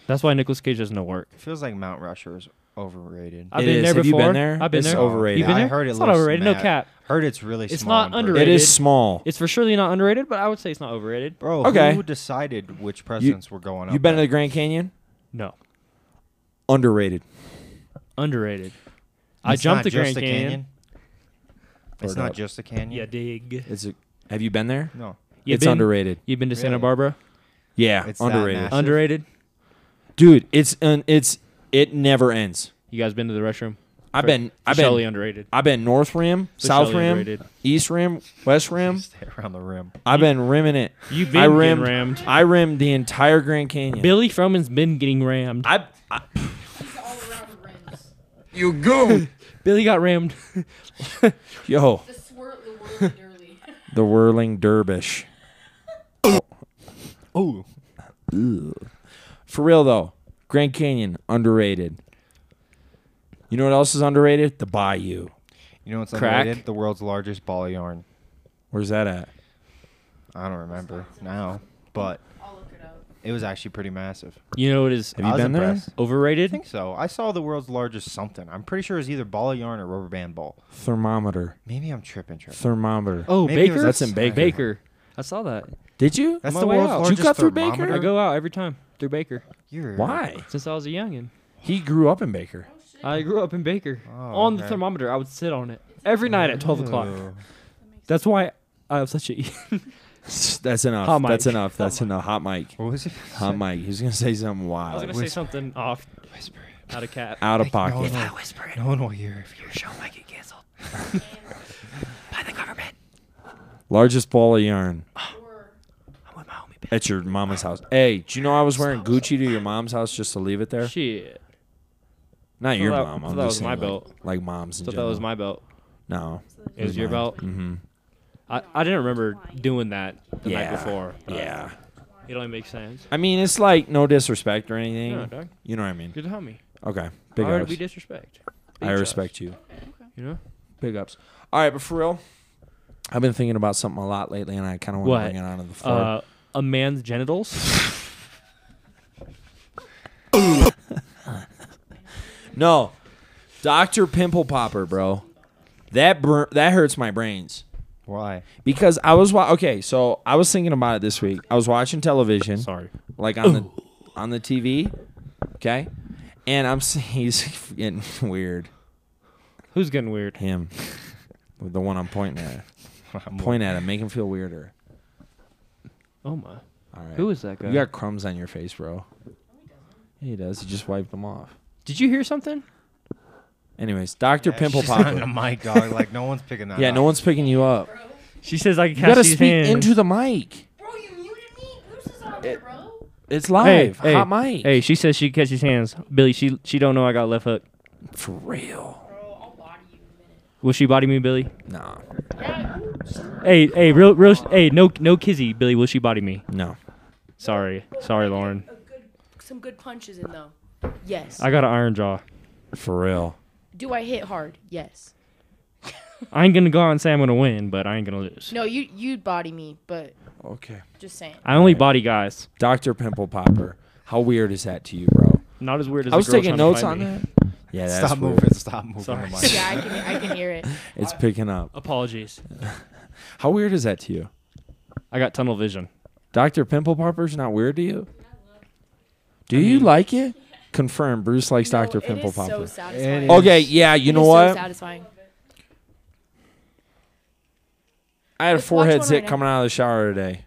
S3: That's why Nicolas Cage doesn't know work.
S2: Feels like Mount Rushmore is overrated.
S3: I've
S1: It
S3: been
S1: is.
S3: there
S1: Have you
S3: before.
S1: been there?
S3: I've been
S1: It's
S3: there.
S1: overrated.
S3: You've been
S2: I
S3: there?
S2: heard it
S3: it's not
S2: looks
S3: overrated. No
S2: mad.
S3: cap.
S2: Heard it's really
S3: It's
S2: small.
S3: not
S2: and pretty.
S1: It
S3: Rated.
S1: is small.
S3: It's for surely not underrated, but I would say it's not overrated.
S2: Bro,
S1: Okay.
S2: who decided which presidents were going up?
S1: You been to
S2: there?
S1: the Grand Canyon?
S3: No,
S1: Underrated.
S3: underrated. I
S2: It's
S3: jumped
S2: not
S3: the
S2: just
S3: Grand Canyon.
S2: It's
S1: Word
S2: not
S1: up.
S2: just a canyon.
S3: Yeah, dig.
S1: It's a, have you been there?
S2: No.
S3: You
S1: it's
S3: been-
S1: underrated.
S3: You've been to Santa
S2: Really?
S3: Barbara?
S1: Yeah,
S2: It's that
S1: underrated.
S2: massive.
S3: Underrated.
S1: Dude, it's an, it's it never ends.
S3: You guys been to the restroom?
S1: I've been I've been
S3: Shelley underrated.
S1: I've been North Rim, South
S3: Shelley
S1: Rim,
S3: underrated.
S1: East Rim, West Rim.
S2: Stay around the rim.
S1: I've been rimming it.
S3: You've
S1: I
S3: been getting
S1: rimmed,
S3: rammed.
S1: I rimmed the entire Grand Canyon.
S3: Billy Froman's been getting rammed.
S1: I, I
S4: He's all around rims.
S1: you go.
S3: Billy got rammed.
S1: Yo,
S4: The swirl, the whirly dirly.
S1: the whirling dervish.
S2: Ooh.
S1: For real though, Grand Canyon underrated. You know what else is underrated? The Bayou.
S2: You know what's
S3: Crack.
S2: underrated? The world's largest ball of yarn.
S1: Where's that at?
S2: I don't remember now, but
S4: I'll look it up.
S2: it was actually pretty massive.
S3: You know what is
S1: Have you
S2: I was
S1: been
S2: impressed.
S1: there?
S2: I
S3: overrated?
S2: think so. I saw the world's largest something. I'm pretty sure it was either ball of yarn or rubber band ball.
S1: Thermometer.
S2: Maybe I'm tripping, tripping.
S1: Thermometer.
S3: Oh,
S2: Maybe it
S3: Baker.
S2: was
S1: That's in Baker.
S3: Baker. I saw that.
S1: Did you?
S2: That's
S3: On
S2: the
S3: my way
S2: world's
S3: out.
S1: Did
S2: largest
S1: you cut through Baker?
S2: thermometer?
S3: I go out every time through Baker
S2: You're-
S1: Why?
S3: since I was a youngin.
S1: He grew up in Baker.
S3: I grew up in Baker.
S2: Oh,
S3: on the
S2: okay.
S3: thermometer, I would sit on it every night at 12 o'clock.
S2: Ooh.
S3: That's why I have such a.
S1: That's enough.
S3: Hot mic.
S1: That's enough. That's enough. Hot mic.
S2: What was it?
S1: Hot mic. He's gonna say something
S3: I was
S1: wild.
S3: gonna say something off
S2: Whisper it.
S3: out of cap.
S1: Out of
S2: No one
S1: pocket.
S2: will-
S3: whisper
S2: no one will hear if you're showing.
S3: I get canceled by the government.
S1: Largest ball of yarn
S4: Or
S3: I'm with my homie. Bill.
S1: at your mama's house. Hey, do you know I was wearing Gucci to your mom's house just to leave it there?
S3: Shit.
S1: Not your
S3: that-
S1: mom.
S3: I
S1: I'm
S3: thought that
S1: just
S3: was my
S1: saying, like-
S3: belt.
S1: Like moms in
S3: So that was
S1: general.
S3: my belt.
S1: No.
S3: It was your
S1: mine.
S3: belt.
S1: Mhm.
S3: I, I didn't remember doing that the
S1: yeah.
S3: night before. but
S1: Yeah.
S3: It only makes sense.
S1: I mean, it's like no disrespect or anything.
S3: No, dog.
S1: You know what I mean?
S3: You're the homie.
S1: Okay. Big
S3: Why would
S1: ups.
S3: we disrespect?
S1: I
S3: each
S1: respect you.
S3: other, You know.
S1: Big ups. All right, but for real, I've been thinking about something a lot lately, and I kind of want
S3: What?
S1: to bring it onto the floor.
S3: Uh, a man's genitals.
S1: no, Doctor Pimple Popper, bro. That br- that hurts my brains
S2: Why?
S1: because I was wa- okay. So I was thinking about it this week. I was watching television.
S3: Sorry.
S1: like on the on the TV. Okay. And I'm s- he's getting weird.
S3: Who's getting weird?
S1: Him, the one I'm pointing at.
S2: I'm
S1: Point at him. Make him feel weirder.
S3: Oh my.
S1: All right.
S3: Who is that guy?
S1: You got crumbs on your face, bro. Yeah, he does. He just wiped them off.
S3: Did you hear something?
S1: Anyways, Doctor
S2: Yeah,
S1: Pimple
S2: she's on
S1: Popper.
S2: the mic, dog. Like no one's picking that.
S1: Yeah,
S2: up.
S1: no one's picking you up.
S4: Bro,
S3: She says I can
S1: You gotta
S3: catch these
S1: speak
S3: hands.
S1: into the mic.
S4: bro, you muted me. Bruce is on here, bro.
S1: It's
S3: hey,
S1: live.
S3: hey,
S1: Hot mic.
S3: Hey, she says she can catch these hands. Billy, she she don't know I got left hook.
S1: For real.
S4: Bro, I'll body you in
S3: Will she body me, Billy?
S1: Nah.
S4: a minute. Yeah,
S3: Hey, hey, real, real, hey, no, no kizzy, Billy. Will she body me?
S1: No.
S3: Sorry, sorry, Lauren.
S4: A good, some good punches in though. Yes.
S3: I got an iron jaw.
S1: For real.
S4: Do I hit hard? Yes.
S3: I ain't gonna go out and say I'm gonna win, but I ain't gonna lose.
S4: No, you you'd body me, but
S1: Okay.
S4: just saying.
S3: I only body guys.
S1: Doctor Pimple Popper. How weird is that to you, bro?
S3: Not as weird as
S1: I
S3: a
S1: was
S3: girl
S1: taking
S3: trying to
S1: notes
S3: fight
S1: on
S3: me.
S1: that. Yeah, that's
S2: Stop
S1: weird.
S2: moving. Stop moving.
S3: Sorry.
S2: The mic.
S4: yeah, I can I can hear it.
S1: It's picking up.
S3: Apologies.
S1: How weird is that to you?
S3: I got tunnel vision.
S1: Doctor Pimple Popper's not weird to you? Do you like it? Confirm. Bruce likes Doctor
S4: No, it
S1: Pimple
S4: is so
S1: Popper.
S4: satisfying.
S2: It
S3: Oh,
S2: is.
S1: okay. Yeah. You
S4: It
S1: know
S4: is so
S1: what?
S4: satisfying.
S1: I had a
S4: Let's watch
S1: forehead
S4: one
S1: zit
S4: right now. Uh-huh.
S1: coming out of the shower today.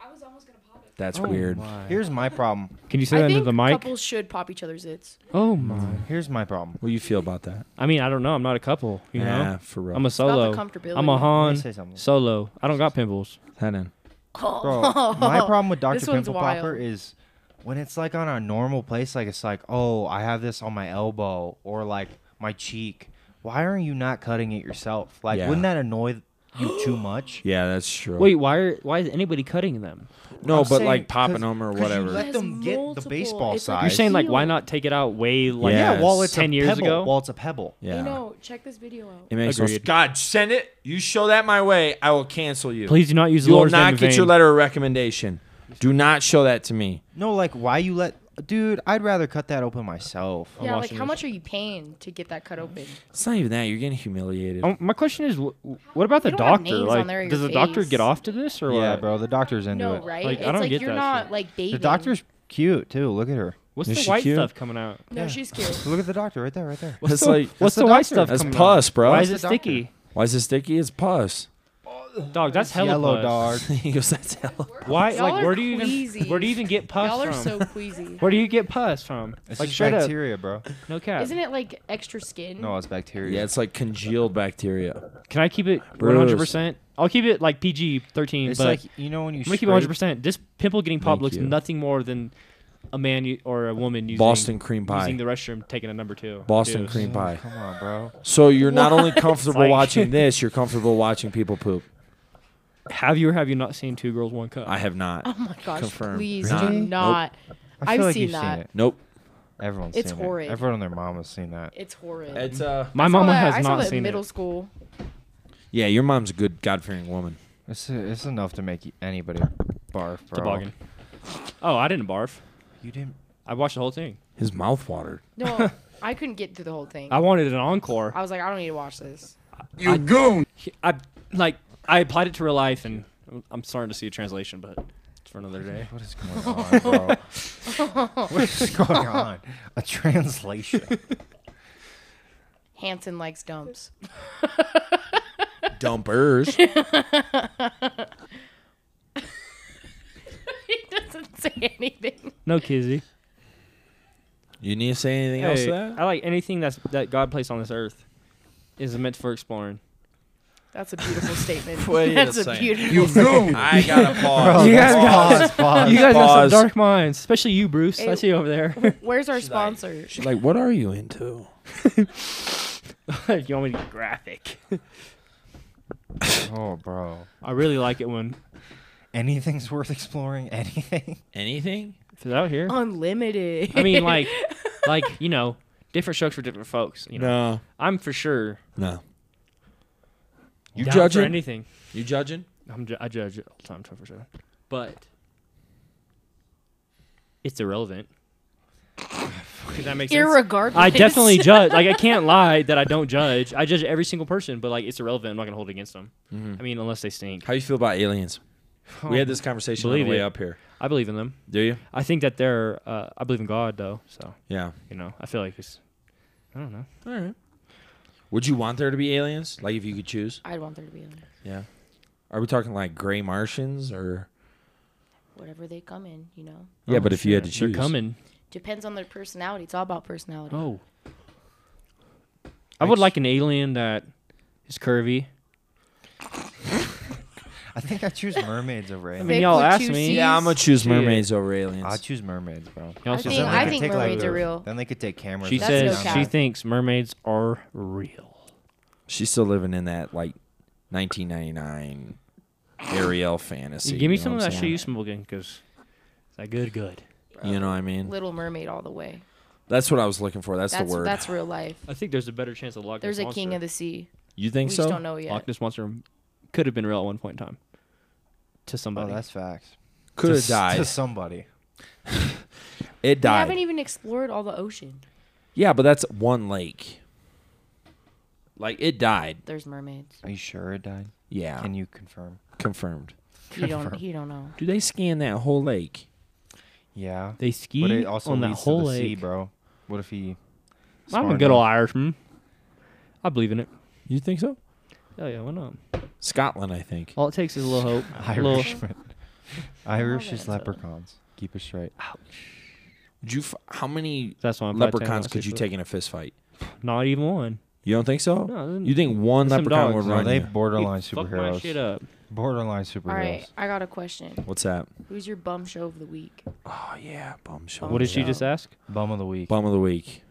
S7: I was almost gonna pop it.
S1: That's weird.
S2: Here's my problem.
S3: Oh Can you say
S4: I
S3: that
S4: think
S3: into the mic?
S4: couples should pop each other's zits.
S3: Oh my.
S2: Here's my problem.
S1: What do you feel about that?
S3: I mean, I don't know. I'm not a couple. You
S1: yeah,
S3: know,
S1: for real.
S3: I'm a solo.
S4: comfortability.
S3: I'm a Han
S2: Let me say something.
S3: solo. I don't got pimples.
S1: Head in.
S4: Oh,
S2: Bro, my problem with Dr.
S4: This one's
S2: Pimple
S4: wild.
S2: Popper is when it's like on a normal place, like it's like, oh, I have this on my elbow or like my cheek. Why are you not cutting it yourself? Like,
S1: Yeah.
S2: wouldn't that annoy you too much?
S1: Yeah, that's true.
S3: Wait, why are why is anybody cutting them?
S1: no,
S2: I'm
S1: but
S2: saying
S1: like
S2: 'cause-
S1: popping them or
S2: 'cause you
S1: whatever.
S2: let
S4: It
S2: them
S4: has
S2: get the
S4: multiple-
S2: baseball
S4: it's like a
S2: size.
S3: You're saying like why
S4: Seal.
S3: not take it out way like
S1: Yeah.
S2: yeah, while it's
S3: ten
S2: a
S3: years
S2: pebble,
S3: ago?
S2: while it's a pebble.
S1: yeah.
S4: You know, check this video out.
S1: It makes no
S3: Agreed.
S1: sense. God, send it. You show that my way, I will cancel you.
S3: Please do not use the
S1: You will
S3: Lord's name
S1: not
S3: in
S1: get your
S3: vain.
S1: letter of recommendation. Do not show that to me.
S2: No, like why you let, dude? I'd rather cut that open myself.
S3: I'm
S4: yeah, like
S3: watching
S4: how
S3: this.
S4: much are you paying to get that cut open?
S1: It's not even that. You're getting humiliated.
S3: Um, my question is, wh- what about the
S4: They don't have
S3: doctor?
S4: names on
S3: Like,
S4: there or
S3: does the
S4: your
S3: doctor
S4: face.
S3: get off to this or
S2: Yeah,
S3: what?
S2: bro, the doctor's into
S4: no,
S2: it.
S4: right?
S3: Like, I
S4: it's
S3: don't
S4: like
S3: get
S4: you're
S3: that
S4: not
S3: shit.
S4: like dating.
S2: The doctor's cute too. Look at her.
S3: What's
S1: Is
S3: the
S1: she
S3: white
S1: cute?
S3: stuff coming out?
S4: No, she's cute.
S2: Look at the doctor right there, right there.
S3: What's
S1: That's
S3: the,
S1: like-
S2: that's
S3: what's the,
S2: the
S3: white
S2: doctor.
S3: stuff
S1: that's
S3: coming
S1: pus,
S3: out?
S1: bro.
S3: Why
S1: That's
S3: is
S2: the
S3: it
S2: doctor.
S3: sticky?
S1: Why is it sticky? It's pus.
S3: Dog, that's hella
S2: yellow
S3: pus.
S2: dog.
S1: he goes, that's hell.
S3: Why?
S4: Y'all
S3: like,
S4: are
S3: where do you even
S4: queasies.
S3: where do you even get pus
S4: Y'all are
S3: from?
S4: so queasy.
S3: where do you get pus from?
S2: It's
S3: like,
S2: like
S3: shut up.
S2: bacteria, bro.
S3: No cap.
S4: Isn't it like extra skin?
S2: No, it's bacteria.
S1: Yeah, it's like congealed bacteria.
S3: Can I keep it
S1: Bruce.
S3: 100? percent I'll keep it like PG 13,
S2: It's
S3: but
S2: like you know when you.
S3: I'm gonna keep it
S2: scrape-
S3: 100. percent This pimple getting pop
S1: Thank
S3: looks
S1: you.
S3: nothing more than a man u- or a woman using
S1: Boston cream pie.
S3: using the restroom, taking a number two.
S1: Boston
S3: Deuce.
S1: cream pie.
S2: Come on, bro.
S1: So you're not only comfortable
S3: Like-
S1: watching this, you're comfortable watching people poop.
S3: Have you or have you not seen Two Girls One Cup?
S1: I have not.
S3: Uh-huh.
S4: Oh my gosh!
S1: Confirmed.
S4: Please
S1: Not.
S4: do
S1: Nope.
S4: not.
S2: I feel
S4: I've
S2: like
S4: seen
S2: you've
S4: that.
S2: Seen it.
S1: Nope.
S2: Everyone's
S4: It's
S2: seen
S4: horrid.
S2: it. Everyone and their mom has seen that.
S4: It's horrid.
S1: It's uh.
S3: My
S4: I saw
S3: mama
S4: that-
S3: has
S4: I saw
S3: not
S4: that
S3: seen
S4: middle
S3: it.
S4: school.
S1: Yeah, your mom's a good, God-fearing woman.
S2: It's it's enough to make you- anybody barf, bro.
S3: Toboggan. Oh, I didn't barf.
S2: You didn't.
S3: I watched the whole thing.
S1: His mouth watered.
S4: No, I couldn't get through the whole thing.
S3: I wanted an encore.
S4: I was like, I don't need to watch this.
S1: You goon.
S3: I like I applied it to real life, and I'm starting to see a translation, but it's for another day.
S2: What is going on, bro? what is going on? A translation.
S4: Hanson likes dumps.
S1: Dumpers.
S4: he doesn't say anything.
S3: No kizzy.
S1: you need to say anything else to that?
S3: I like anything that's that God placed on this earth is meant for exploring.
S4: That's a beautiful statement.
S1: Wait a
S4: That's a
S1: second.
S4: beautiful.
S1: goon. I gotta pause.
S3: You guys
S1: Pause.
S2: pause, pause.
S3: You guys have
S1: Pause.
S3: some dark minds, especially you, Bruce. I
S4: Ew.
S3: see you over there.
S4: Where's our
S1: She's like-
S4: sponsor?
S1: She's like, what are you into?
S3: you want me to get graphic?
S2: oh, bro.
S3: I really like it when
S2: Anything's worth exploring. Anything.
S1: Anything?
S3: if it's out here.
S4: Unlimited.
S3: I mean, like, like you know, different strokes for different folks. You know,
S1: No.
S3: I'm for sure.
S1: No. You
S3: down
S1: judging?
S3: for anything?
S1: You judging?
S3: I'm ju- I judge it all the time, twenty four seven. But it's irrelevant. 'Cause that makes sense.
S4: irregardless.
S3: I definitely judge. Like I can't lie that I don't judge. I
S1: Mm-hmm.
S3: judge every single person, but like it's irrelevant. I'm not gonna hold it against them. I mean, unless they stink.
S1: How you feel about aliens? We had this conversation on the
S3: Believe
S1: way
S3: it.
S1: up here.
S3: I believe in them.
S1: Do you?
S3: I think that they're. Uh, I believe in God though. So
S1: Yeah.
S3: you know, I feel like it's. I don't know.
S1: All right. Would you want there to be aliens? Like if you could choose?
S4: I'd want there to be aliens.
S1: Yeah. Are we talking like gray Martians or?
S4: Whatever they come in, you know.
S1: Yeah,
S3: Oh,
S1: but if you had to
S3: shit.
S1: choose,
S3: they're coming.
S4: Depends on their personality. It's all about personality.
S3: Oh. I would like an alien that is curvy.
S2: I think I choose mermaids over
S3: I
S2: aliens.
S3: mean,
S4: They
S3: y'all
S4: put
S3: asked
S4: two
S3: me.
S4: Cs.
S1: Yeah, I'm gonna choose
S3: Shit.
S1: mermaids over aliens.
S2: I choose mermaids, bro.
S3: Y'all
S4: I
S3: said
S4: think-
S3: something.
S4: I
S2: they
S4: think
S2: could take,
S4: mermaids are real.
S2: Then they could take cameras.
S3: She
S2: and
S4: That's
S3: says
S4: no
S3: she
S4: cap.
S3: thinks mermaids are real.
S1: She's still living in that like 1999 Ariel fantasy.
S3: Give me
S1: you know
S3: some of
S1: what I'm
S3: that shit
S1: saying?
S3: you smoking, cause it's that good, good.
S1: You know what I mean?
S3: Uh,
S4: Little Mermaid all the way.
S1: That's what I was looking for. That's,
S4: That's
S1: the word.
S4: that's real life.
S3: I think there's a better chance of Loch Ness
S4: There's a
S3: monster.
S4: king of the sea.
S1: you
S4: We
S1: think
S4: just
S1: so?
S4: don't know yet.
S3: Loch Ness monster could have been real at one point in time. To
S2: Oh,
S3: somebody.
S2: that's facts.
S1: Could
S2: To
S1: have
S2: s- To
S1: died.
S2: somebody.
S1: It
S4: We
S1: died.
S4: haven't even explored all the ocean.
S1: yeah, but that's one lake. Like it died.
S4: There's mermaids.
S2: Are you sure it died?
S1: Yeah,
S2: Can you confirm?
S1: confirmed.
S4: You don't you don't know.
S1: Do they scan that whole lake?
S2: Yeah.
S3: they
S2: But
S3: ski
S2: it also
S3: on that
S2: leads
S3: whole
S2: to the sea,
S3: lake.
S2: bro. What if he?
S3: I'm a
S2: smart
S3: good old
S2: enough-
S3: Irishman. I believe in it.
S1: You think so?
S3: Oh yeah, why not?
S1: Scotland, I think.
S3: All it takes is a little hope. a little,
S2: Irishman. Irish is
S4: that's a-
S2: leprechauns. Keep it straight.
S1: Would you? F- how many
S3: that's why I'm probably taking
S1: leprechauns
S3: that
S1: could you
S3: seriously.
S1: take in a fist fight?
S3: Not even one. You
S1: You don't think so?
S3: No, then-
S1: you think one
S3: There's some
S1: leprechaun would
S3: dogs. No,
S1: run?
S2: they
S1: you?
S2: borderline
S3: fuck my shit
S2: superheroes.
S3: up.
S2: Borderline superheroes.
S4: All right, I got a question.
S1: What's that?
S4: Who's your bum show of the week?
S1: Oh yeah, bum show.
S3: What did she
S4: yeah.
S3: just ask?
S2: Bum of the week.
S1: Bum of the week.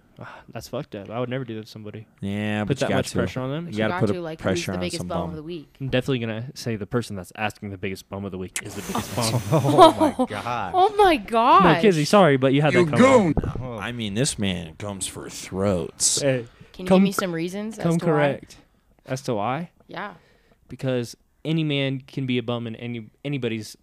S3: That's fucked up. I would never do that to somebody.
S1: Yeah,
S3: Put
S1: but you
S3: that
S1: got
S3: much
S1: to.
S3: pressure on them.
S1: You gotta
S4: got
S1: put a
S4: to, like, who's
S1: pressure
S4: the
S1: on
S4: biggest
S1: some
S4: bum,
S1: bum.
S4: of the week.
S3: I'm definitely gonna say the person that's asking the biggest bum of the week is the biggest bum.
S2: Oh my god.
S4: Oh my god.
S3: No, Kizzy, sorry, but you had that coming.
S2: Oh.
S1: I mean, this man comes for throats.
S3: Hey,
S4: Can you
S3: Come-
S4: give me some reasons? as
S3: come
S4: to why?
S3: correct. As to why?
S4: Yeah.
S3: Because any man can be a bum in any anybody's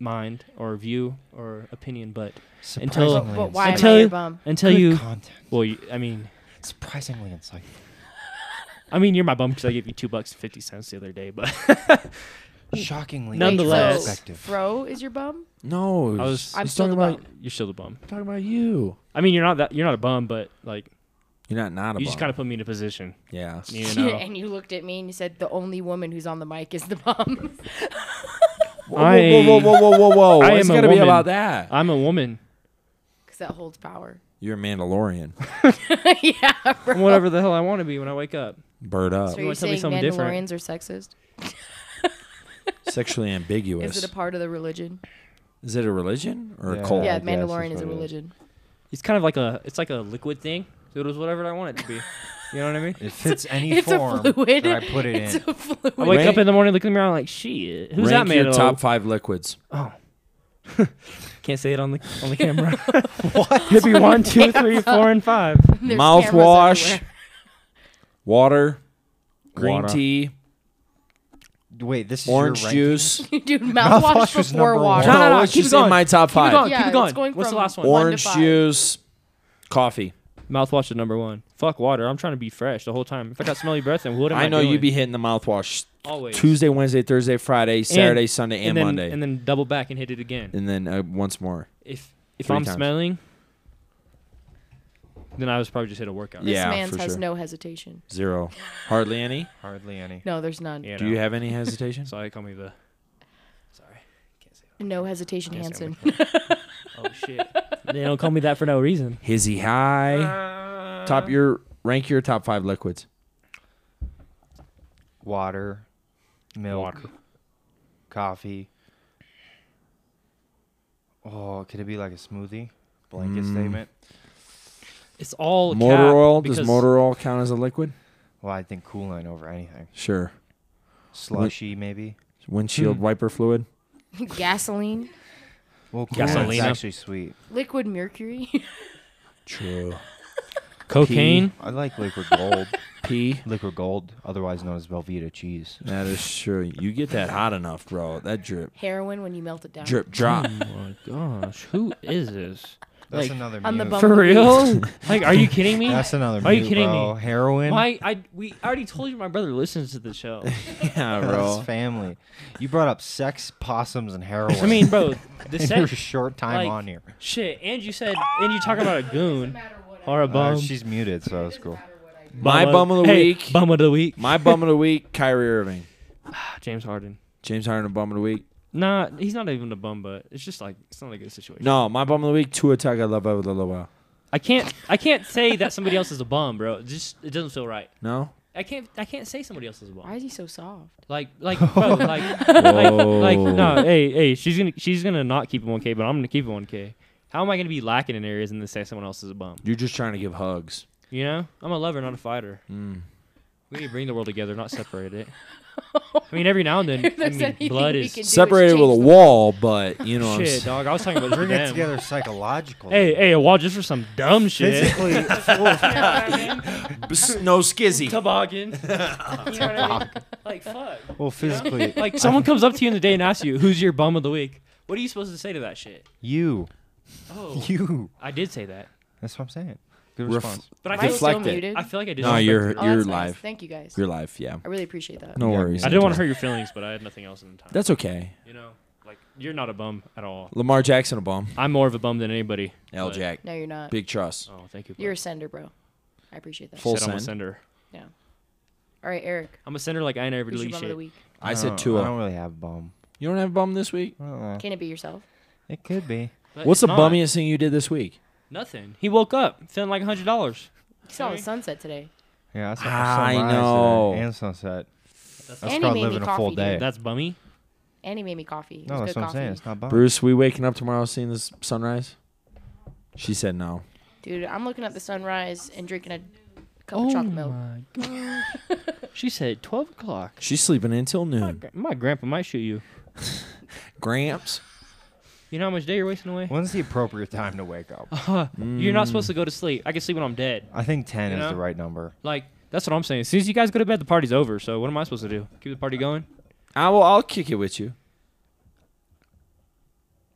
S3: mind or view or opinion, but Until-
S4: But,
S2: Surprisingly
S4: but
S2: insightful.
S4: why am
S3: Until
S4: I
S3: you-
S4: your bum?
S3: until
S2: Good
S3: you,
S2: content.
S3: well, you, I mean,
S2: Surprisingly insightful.
S3: I mean, you're my bum because I gave you two bucks and fifty cents the other day, but
S2: Shockingly
S3: Nonetheless.
S2: introspective.
S4: Fro is your bum?
S1: No,
S3: I was-
S1: he's
S4: I'm still
S1: talking
S4: the
S1: about
S4: bum.
S3: you're still the bum.
S1: talking about you.
S3: I mean, you're not that you're not a bum, but like
S1: You're not not a
S3: you just
S1: bum.
S3: kind of put me in a position,
S1: yeah.
S3: you know.
S4: and you looked at me and you said, the only woman who's on the mic is the bum.
S1: Whoa, whoa, whoa, whoa, whoa, whoa!
S3: I
S1: it's
S3: am a
S1: got to be
S3: woman.
S1: about that.
S3: I'm a woman.
S4: Because that holds power.
S1: You're a Mandalorian.
S4: yeah, bro.
S3: I'm whatever the hell I want to be when I wake up.
S1: Bird up.
S4: So
S3: Uh,
S4: you're
S3: wanna tell me
S4: saying
S3: something different?
S4: Mandalorians are sexist?
S1: Sexually ambiguous.
S4: Is it a part of the religion?
S1: Is it a religion or
S2: Yeah.
S1: a cult?
S4: yeah,
S2: I guess
S4: Mandalorian
S2: that's
S4: is a
S2: what it is.
S4: religion.
S3: It's kind of like a it's like a liquid thing. So it was whatever I want it to be. You know what I mean?
S2: It fits any
S4: it's a
S2: form
S4: fluid.
S2: that I put it
S4: it's
S2: in.
S4: a fluid.
S3: I wake
S1: Rank-
S3: up in the morning, look in the mirror, I'm like, shit, who's
S1: Rank
S3: that man?
S1: your
S3: at
S1: top
S3: all?
S1: five liquids.
S3: Can't say it on the on the camera. It'd be one, two, three, four, and five.
S4: There's cameras
S1: Mouthwash,
S4: everywhere.
S1: water, green
S2: Water.
S1: tea,
S2: Wait, this is
S1: orange
S2: your ranking?
S1: juice.
S4: Dude, mouthwash,
S2: Mouthwash was
S4: before
S2: number
S4: water.
S2: one.
S3: No, no, no,
S1: it's
S3: keep
S1: just
S3: going.
S1: in my top
S3: Keep it
S1: five.
S3: going.
S4: Yeah,
S3: keep it going.
S4: it's going
S3: What's the
S4: from
S3: last one?
S4: one- to
S1: Orange
S4: five.
S1: juice, coffee.
S3: Mouthwash is number one. Fuck water. I'm trying to be fresh the whole time. If I got smelly breath, then what am I
S1: I know
S3: doing?
S1: you'd be hitting the mouthwash
S3: always
S1: Tuesday, Wednesday, Thursday, Friday, Saturday, Sunday, and,
S3: and then,
S1: Monday,
S3: and then double back and hit it again.
S1: and then uh, once more.
S3: if if
S1: Three
S3: I'm
S1: times.
S3: smelling, then I was probably just hit a workout.
S4: This
S1: Yeah,
S4: man
S1: for
S4: has
S1: sure.
S4: no hesitation.
S1: Zero, hardly any.
S2: Hardly any.
S4: No, there's none.
S3: You
S1: Do
S3: know.
S1: you have any hesitation?
S3: Sorry, call me the. Sorry, can't say.
S4: No hesitation,
S3: Yes,
S4: Hanson.
S3: that. Oh shit! they don't call me that for no reason.
S1: Hizzy high.
S3: Uh,
S1: top your rank your top five liquids.
S2: Water, milk,
S3: Water.
S2: coffee. Oh, could it be like a smoothie? Blanket statement.
S3: It's all a
S1: motor
S3: cap
S1: oil. Does
S3: because-
S1: motor oil count as a liquid?
S2: Well, I think coolant over anything.
S1: Sure.
S2: Slushy, maybe.
S3: Hmm.
S1: Windshield wiper fluid.
S4: Gasoline,
S2: Well, coolant's
S3: Gasolina.
S2: actually sweet.
S4: liquid mercury.
S1: True.
S3: cocaine?
S2: I like liquid gold.
S1: P.
S2: liquid gold, otherwise known as Velveeta cheese.
S1: That is true. You get that hot enough, bro. That drip,
S3: Hmm.
S4: Heroin when you melt it down.
S1: drip, drop.
S3: Oh my gosh, who is this?
S2: That's
S3: Like,
S2: another
S8: on the
S2: mute.
S8: bum-
S3: For real? like, are you kidding me?
S2: That's another.
S3: Are you
S2: mute,
S3: kidding
S2: bro.
S3: me?
S2: Heroin.
S3: Why? I we I already told you my brother listens to the show.
S1: yeah,
S2: That's
S1: bro.
S2: family. You brought up sex, possums, and heroin.
S3: I mean, bro, the
S2: in your
S3: sex
S2: short time
S3: like-
S2: on here.
S3: shit. And you said, and you talk about a goon
S4: matter what I
S3: or a
S2: Uh,
S3: bum.
S2: she's muted, so that's cool.
S4: matter what I do.
S1: My bum of the
S3: Hey,
S1: week.
S3: Bum of the week. Ah,
S1: My bum of the week, Kyrie Irving.
S3: James Harden.
S1: James Harden, bum of the week.
S3: Nah, he's not even a bum, but it's just like it's not a good situation.
S1: No, my bum of the week, Tua Tagovailoa.
S3: I can't. I can't say that somebody else is a bum, bro. It just it doesn't feel right.
S1: No?
S3: I can't. I can't say somebody else is a bum.
S8: Why is he so soft?
S3: Like, like, bro, like, like, like,
S1: Whoa.
S3: no, hey, hey, she's gonna, she's gonna not keep it 1K, but I'm gonna keep it 1K. How am I gonna be lacking in areas and then say someone else is a bum?
S1: You're just trying to give hugs.
S3: You know, I'm a lover, not a fighter.
S1: Mm.
S3: We need to bring the world together, not separate it. I mean, every now and then,
S8: If
S3: I
S8: there's
S3: mean,
S8: anything
S3: blood
S8: we
S3: is
S8: can do,
S1: Separated
S8: it's
S1: with a
S8: change the-
S1: wall, but you know what I'm
S3: shit,
S1: saying.
S3: dog. I was talking about
S2: Bring it
S3: just them.
S2: together psychologically.
S3: Hey, hey, a wall just for some dumb shit.
S2: Physically, well,
S1: Bs- No skizzy.
S3: Toboggan. you know what I mean? Like fuck.
S2: well, physically,
S3: Like someone comes up to you in the day and asks you, "Who's your bum of the week?" What are you supposed to say to that shit?
S2: you,
S3: Oh,
S2: you.
S3: I did say that,
S2: That's what I'm saying. Good
S1: Ref-
S2: response.
S3: but I
S8: Am I
S3: feel,
S1: Reflect-
S8: still
S1: Deflect it.
S8: muted?
S3: I feel like I did.
S1: No, you're
S8: Oh,
S1: you're
S8: that's nice.
S1: live.
S8: Thank you guys.
S1: You're live. Yeah.
S8: I really appreciate that.
S1: No
S2: Yeah.
S1: worries.
S3: I didn't want to hurt your feelings, but I had nothing else in the time.
S1: That's okay.
S3: you know, like you're not a bum at all.
S1: Lamar Jackson a bum.
S3: I'm more of a bum than anybody.
S1: L
S3: but-
S1: Jack.
S8: No, you're not.
S1: Big trust.
S3: Oh, thank you.
S8: You're a sender, bro. I appreciate that.
S1: Full-
S3: said I'm a
S1: send.
S3: sender.
S8: All right, Eric.
S3: I'm a sender like I never
S8: Who's your
S3: leave
S8: bum of
S3: shit.
S8: the week?
S1: I
S2: don't-
S1: said
S2: I
S1: Tua. Uh-uh.
S2: don't really have a bum.
S1: You don't have a bum this week?
S2: I don't know.
S8: Can it be yourself?
S2: It could be.
S3: But
S1: What's
S3: it's
S1: the
S3: not.
S1: bummiest thing you did this week?
S3: Nothing. He woke up feeling like hundred dollars.
S8: You saw the
S3: Sorry.
S8: sunset today.
S2: Yeah, that's
S1: I
S2: sunrise today
S1: know.
S2: And sunset. That's,
S8: And he
S2: called
S8: made me
S2: living a full
S8: coffee, dude.
S2: day.
S3: That's bummy.
S8: And he made me coffee. It
S2: no,
S8: was
S2: that's what
S8: good
S2: I'm
S8: coffee.
S2: saying. It's not bum.
S1: Bruce, we waking up tomorrow seeing this sunrise? She said no.
S8: Dude, I'm looking at the sunrise and drinking a cup
S2: Oh
S8: of chocolate milk.
S3: Oh she said twelve o'clock.
S1: She's sleeping until
S3: My,
S1: noon.
S3: gra- my grandpa might shoot you.
S1: Gramps.
S3: You know how much day you're wasting away?
S2: When's the appropriate time to wake up?
S3: You're not supposed to go to sleep. I can sleep when I'm dead.
S2: I think 10
S3: You
S2: is the
S3: know?
S2: right number.
S3: Like that's what I'm saying. As soon as you guys go to bed, the party's over. So what am I supposed to do? Keep the party going?
S1: I will. I'll kick it with you.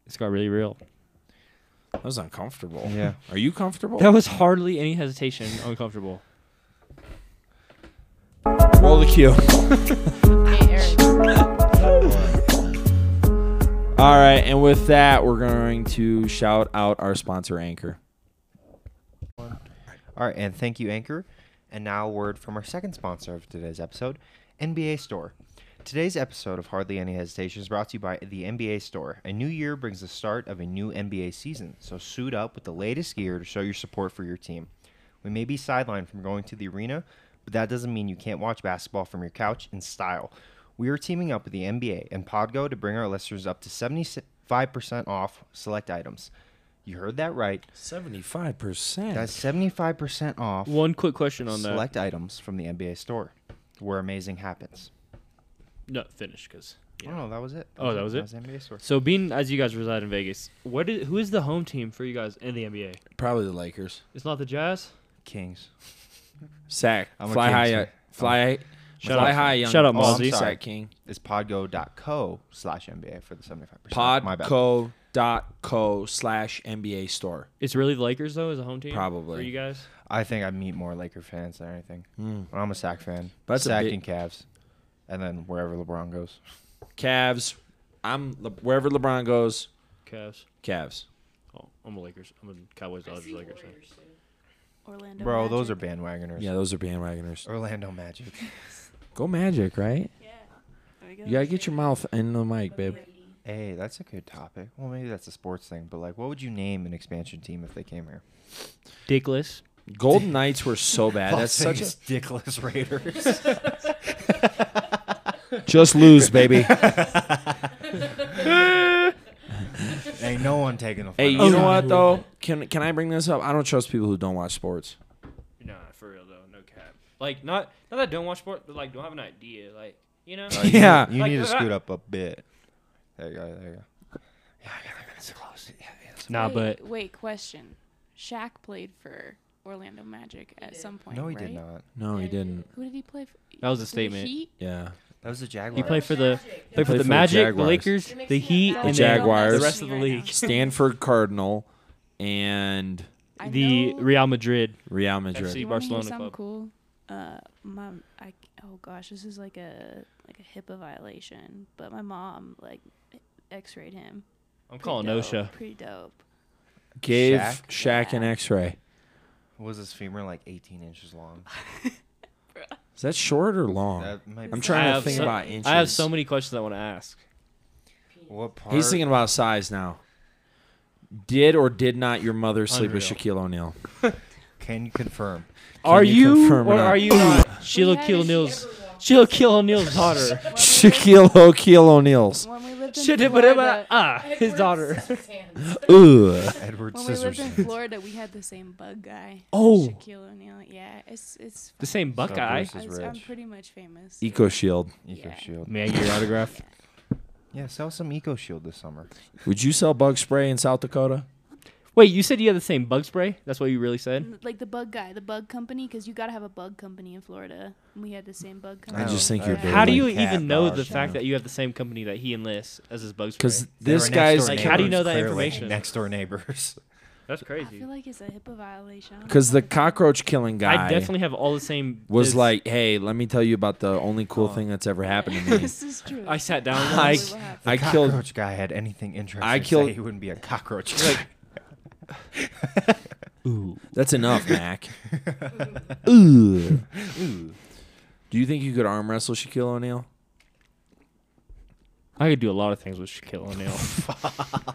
S3: It's got really real.
S1: That was uncomfortable.
S2: Yeah.
S1: Are you comfortable?
S3: That was hardly any hesitation. Uncomfortable.
S1: Roll the cue.
S8: Hey, Eric.
S1: All right, and with that, we're going to shout out our sponsor, Anchor.
S2: All right, and thank you, Anchor. And now, a word from our second sponsor of today's episode, NBA Store. Today's episode of Hardly Any Hesitation is brought to you by the NBA Store. A new year brings the start of a new NBA season, so suit up with the latest gear to show your support for your team. We may be sidelined from going to the arena, but that doesn't mean you can't watch basketball from your couch in style. We are teaming up with the NBA and Podgo to bring our listeners up to 75% off select items. You heard that right.
S1: Seventy-five percent.
S2: That's 75% off
S3: One quick question on
S2: select items from the NBA store where amazing happens.
S3: that. No, finish, cause.
S2: Oh no, that was it.
S3: Oh, that was it?
S2: the NBA store.
S3: So, being as you guys reside in Vegas, what is, who is the home team for you guys in the NBA?
S1: probably the Lakers.
S3: It's not the Jazz.
S2: Kings.
S1: Sack.
S2: I'm a
S1: fly
S2: king,
S1: high.
S2: sir.
S1: uh, Fly.
S3: Shut
S1: fly
S3: up.
S1: high, young.
S3: Shut up,
S1: oh, I'm
S3: Mozzie.
S1: sorry,
S2: Sorry.
S1: King.
S2: It's podgo.co slash NBA for the 75%. My bad.
S1: Podco.co slash NBA store.
S3: It's really the Lakers though as a home team. for
S1: Probably.
S3: you guys.
S2: I think I meet more Laker fans than anything. I'm a Sac fan.
S1: Hmm. That's a
S2: Sac
S1: big-
S2: and Cavs. And then wherever LeBron goes.
S1: Cavs. I'm Le- wherever LeBron goes.
S3: Cavs.
S1: Cavs.
S3: Oh, I'm a Lakers. I'm a Cowboys, Dodgers, Lakers. fan.
S7: Orlando.
S2: Bro, those are
S7: Magic.
S2: bandwagoners.
S1: Yeah, those are bandwagoners.
S2: Orlando Magic.
S1: Go Magic, right?
S7: Yeah. There we go.
S1: You gotta get your mouth in the mic, babe.
S2: Hey, that's a good topic. Well, maybe that's a sports thing, but like, what would you name an expansion team if they came here?
S3: Dickless.
S1: Golden Knights were so bad. That's
S2: Las
S1: such a
S2: Vegas Dickless Raiders.
S1: just lose, baby.
S2: Ain't no one taking the.
S1: Hey,
S2: fun
S1: you
S2: out
S1: know
S2: of it.
S1: what though? Can can I bring this up? I don't trust people who don't watch sports.
S3: Nah, for real though, no cap. Like not not that I don't watch sport, but like don't have an idea. Like you know.
S1: Like, Yeah.
S2: You
S3: Like,
S2: need to
S3: uh,
S2: scoot up a bit. There you go. There you go.
S3: Nah,
S7: wait,
S3: but
S7: wait, question. Shaq played for Orlando Magic at some point.
S2: No, he
S7: right?
S2: did not.
S1: No, he didn't.
S7: Who did he play for?
S3: That was a
S7: The
S3: statement.
S7: Heat?
S1: Yeah.
S2: That was the Jaguars.
S3: he played for the played for
S1: played
S3: the
S1: for the
S3: Magic, the
S1: Jaguars.
S3: Lakers, the Heat,
S1: The
S3: and then
S1: Jaguars.
S3: the rest of the league.
S1: Stanford Cardinal, and
S7: I
S3: the
S7: know-
S3: Real Madrid.
S1: Real Madrid.
S3: FC.
S7: you wanna hear
S3: Barcelona
S7: something
S3: club.
S7: cool. Uh, my I oh gosh, this is like a like a HIPAA violation, but my mom like X-rayed him.
S3: I'm
S7: Pretty
S3: calling
S7: dope,
S3: OSHA.
S7: Pretty dope.
S1: Gave
S2: Shaq?
S1: Shaq, an
S7: Yeah.
S1: X-ray.
S2: Was his femur like 18 inches long?
S1: Is that short or long?
S2: That might
S1: I'm
S2: be-
S1: trying
S3: I
S1: to
S3: have
S1: think
S3: so-
S1: about inches.
S3: I have so many questions I want to ask.
S2: What part?
S1: He's thinking about size now. Did or did not your mother sleep with
S3: Unreal.
S1: Shaquille O'Neal?
S2: Can you confirm?
S3: Are
S1: you
S3: you,
S1: confirm or
S3: or
S1: not?
S3: are you not? Sheila
S7: had
S3: Kill
S7: a
S3: O'Neal's Sheila Kill O'Neal's daughter.
S1: Shaquille O'Neal O'Neal's.
S7: When we lived in
S3: She did whatever.
S7: Florida,
S3: Ah, his daughter.
S1: Ugh.
S2: Edward
S7: when we lived in
S2: Scissorhands.
S7: Florida, we had the same bug guy.
S1: Oh.
S7: Shaquille O'Neal. Yeah, it's it's.
S3: The same Buckeye.
S2: Bruce
S7: I
S2: is
S7: was, I'm
S2: rich.
S7: pretty much famous.
S1: Eco Shield.
S2: Eco
S7: Yeah.
S2: Shield.
S3: May I get your autograph?
S2: Yeah, sell some Eco Shield this summer.
S1: Would you sell bug spray in South Dakota?
S3: Wait, you said you had the same bug spray? That's what you really said?
S7: N- Like the bug guy, the bug company, because you gotta have a bug company in Florida. And we had the same bug company.
S1: just think
S2: that-
S1: you're big.
S3: How do
S1: like
S3: you
S2: cat
S3: even know
S2: dog,
S3: the
S2: you
S3: fact
S2: know.
S3: that you have the same company that he enlists as his bug spray?
S1: Because
S2: They were
S1: this
S2: next
S1: guy's
S2: door
S3: Like, how do
S2: neighbors,
S3: you know that
S2: clearly.
S3: information?
S2: Next door neighbors.
S3: That's
S7: I
S3: crazy.
S7: feel like it's a HIPAA violation. I don't
S1: Because
S7: know.
S1: the cockroach killing guy
S3: I definitely have all the same.
S1: was
S3: it's-
S1: like, "Hey, let me tell you about the only
S2: Oh.
S1: cool thing that's ever happened to me.
S7: this is true.
S3: I sat down
S1: I-
S3: once.
S1: I
S2: cockroach
S1: killed
S2: guy had anything interesting.
S1: I
S2: to say,
S1: killed-
S2: He wouldn't be a cockroach. guy.
S1: That's enough, Mac. Ooh. Do you think you could arm wrestle Shaquille O'Neal?
S3: I could do a lot of things with Shaquille O'Neal.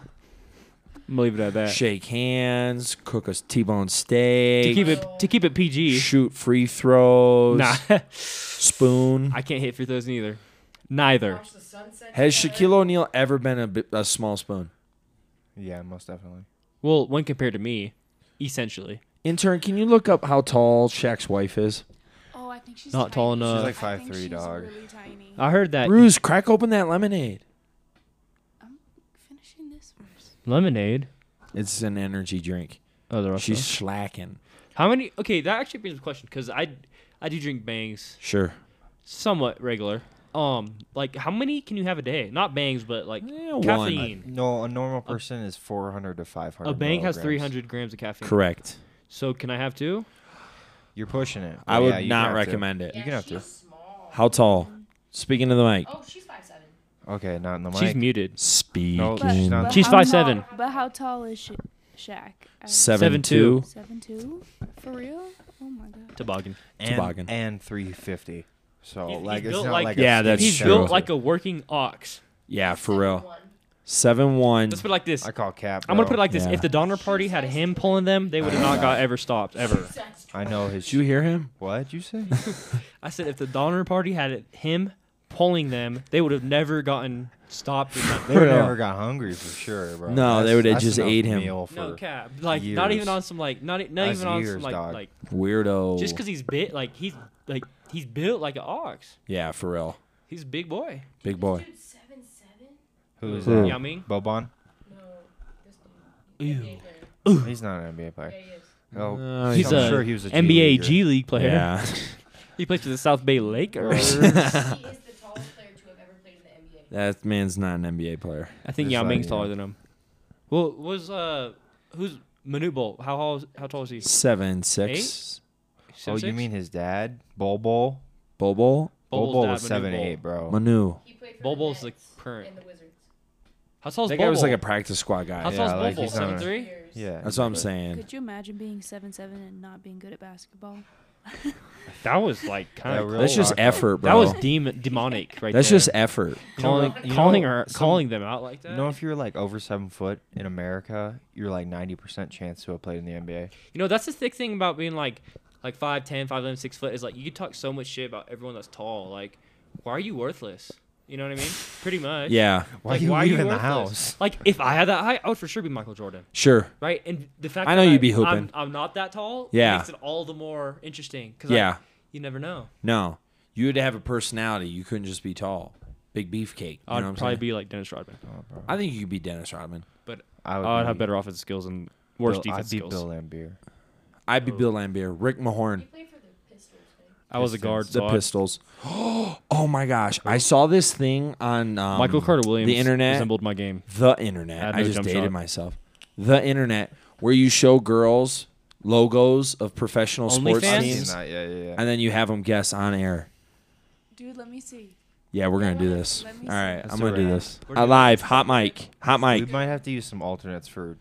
S3: I'm gonna leave it at that.
S1: Shake hands, cook a T-bone
S3: To keep
S1: steak,
S3: it to keep it PG.
S1: shoot free throws,
S3: Nah,
S1: spoon.
S3: I can't hit free throws neither. Neither.
S4: Watch the sunset.
S1: Has
S4: together.
S1: Shaquille O'Neal ever been a, bi- a small spoon?
S2: yeah, most definitely.
S3: Well, when compared to me, essentially.
S1: Intern, can you look up how tall Shaq's wife is?
S7: oh, I think she's
S3: Not tall
S7: tiny.
S3: enough. Uh, She's
S2: like
S7: I think
S2: 5'3",
S7: she's
S2: dog.
S7: Really tiny.
S3: I heard that
S1: Ruse, crack open that lemonade.
S7: I'm finishing this first.
S3: lemonade.
S1: It's an energy drink.
S3: Oh, the
S1: She's
S3: She's
S1: slacking.
S3: how many? Okay, that actually brings up a question because I I do drink bangs
S1: Sure.
S3: somewhat regular. Um, like how many can you have a day? Not bangs, but like
S1: Eh, one.
S3: caffeine.
S2: No, a normal person is 400 to 500.
S3: A bang has
S2: milligrams.
S3: 300 grams of caffeine.
S1: Correct.
S3: So can I have two?
S2: You're pushing it.
S1: I
S2: Well,
S1: would
S2: yeah, you
S1: not
S2: have to.
S1: recommend it.
S4: Yeah,
S2: You can have to.
S4: she's small.
S1: How tall? Speaking to the mic.
S4: Oh, she's five seven.
S2: Okay, not in the mic.
S3: She's muted.
S1: Speaking.
S2: No,
S7: But,
S2: she's
S7: but
S2: not.
S3: She's
S7: how
S3: 5'7".
S7: tall- But how tall is Sha- Shaq? I don't-
S1: Seven,
S3: Seven
S1: two.
S3: two.
S7: Seven two? For real? Oh my god.
S3: Toboggan.
S2: and,
S1: Toboggan.
S2: and 350. So
S3: He- he's
S2: Oh, like it's
S3: built
S2: not
S3: like-
S2: like, a
S1: Yeah, that's
S3: He's
S1: true.
S3: built like a working ox.
S1: Yeah, for real.
S4: One.
S1: Seven one.
S3: Let's put it like this.
S2: I call cap.
S3: I'm gonna put
S2: bro.
S3: it like this:
S1: Yeah.
S3: If the Donner Party had him pulling them, they would have not got ever stopped ever.
S4: Sex
S2: I know his.
S1: Did you hear him?
S2: What'd you say?
S3: I said if the Donner Party had it, him pulling them, they would have never gotten stopped. or nothing.
S2: They
S1: real.
S2: never got hungry for sure,
S1: No,
S2: bro.
S1: they
S2: That's-
S1: would've
S2: that's
S1: just
S2: enough
S1: ate him.
S2: meal for-
S3: no cap, like not even
S2: years.
S3: on some like not e- not
S2: That's
S3: even on some
S2: years,
S3: like
S2: dog.
S3: like
S1: Weirdo.
S3: just because he's bit like he's like he's built like an ox.
S1: Yeah, for real.
S3: He's a big boy.
S1: Big boy.
S4: Dude, seven seven.
S2: Who is
S3: You know
S2: that?
S3: what I mean?
S2: Boban?
S4: No, this dude.
S3: Ew.
S2: He's not an NBA
S4: Yeah,
S2: player.
S4: he is.
S2: Oh,
S1: No,
S3: He's
S2: I'm
S3: a
S2: sure he was a G
S3: NBA
S2: leaguer.
S3: G League player.
S1: Yeah.
S3: He plays for the South Bay Lakers.
S4: He is the tallest player to have ever played in the NBA.
S1: that man's not an NBA player.
S3: I think
S2: Just letting
S3: Yaming's
S2: you
S3: taller
S2: know.
S3: than him. Well, was uh, who's Manu Bol? How tall? Is, how tall is he?
S1: Seven six.
S2: Oh, you
S3: 7'6"?
S2: mean his dad? Bol Bol?
S1: Bobo.
S2: Bol
S3: Bol's
S2: Bol
S3: dad,
S2: was
S3: Manu
S2: 7
S3: Bol.
S2: 8, bro.
S1: Manu.
S4: He played for
S3: Bol
S4: the
S3: Bol's the
S4: Nets
S3: current.
S4: and the Wizards.
S3: How tall is
S1: That
S3: Bol
S1: guy was like
S3: Bol?
S1: a practice squad
S3: How
S1: guy.
S3: tall is
S2: Yeah,
S3: Bol
S2: like,
S3: Bol?
S2: he's not
S3: Seven
S2: a-
S3: three.
S4: Years.
S2: Yeah.
S1: That's what I'm saying.
S7: Could you imagine being seven seven and not being good at basketball?
S3: That was like kind
S2: kinda
S3: of.
S2: Yeah, real
S1: That's just
S2: locked up.
S1: effort,
S3: that
S1: bro.
S3: was demon demonic right
S1: That's
S3: there.
S1: just effort.
S3: calling
S2: You know,
S3: calling her
S2: some-
S3: calling them out like that.
S2: You know, if you're like over seven foot in America, you're like 90% chance to have played in the NBA.
S3: You know, that's the thick thing about being like like 5'10", 5'11", 6 foot is like you could talk so much shit about everyone that's tall. Like, why are you worthless? You know what I mean? Pretty much.
S1: Yeah.
S2: Why
S3: Like,
S2: you
S3: why are
S2: leaving
S3: you
S2: the
S3: worthless?
S2: house?
S3: Like, if I had that height, I would for sure be Michael Jordan,
S1: Sure.
S3: right? And the fact
S1: I know
S3: that
S1: you'd be hooping.
S3: I'm, I'm not that tall.
S1: Yeah.
S3: makes it all the more interesting. Cause
S1: Yeah.
S3: I, you never know.
S1: No. You would have a personality. You couldn't just be tall. Big beefcake. You know
S3: I'd
S1: what I'm
S3: probably
S1: saying?
S3: be like Dennis Rodman,
S2: Oh, bro.
S1: I think you could be Dennis Rodman.
S3: but
S2: I would
S3: I would Oh, have
S2: be
S3: better offensive skills and worse
S2: Bill-
S3: defense
S2: I'd be
S3: skills.
S2: Bill Lambier.
S1: I'd be Bill Lambier, Rick Mahorn,
S4: He played for the Pistons. Right?
S3: I was a guard.
S1: the
S3: so I-
S1: Pistols. oh my gosh. I saw this thing on um,
S3: Michael Carter Williams
S1: the internet.
S3: resembled my game.
S1: the internet.
S3: Had
S1: I
S3: no
S1: just
S3: jump
S1: dated
S3: shot.
S1: myself. The internet where you show girls logos of professional sports
S3: OnlyFans?
S2: Seen
S1: teams,
S2: that, yeah, yeah, yeah.
S1: and then you have them guess on air.
S7: Dude, let me see.
S1: Yeah, we're gonna do
S7: Let me-
S1: this. All
S7: let me see.
S1: right,
S2: Let's
S1: I'm
S2: do
S1: gonna
S2: it.
S1: do this.
S2: We're
S1: Uh,
S2: doing
S1: Live, hot mic, hot
S2: We
S1: mic.
S2: might have to use some alternates for.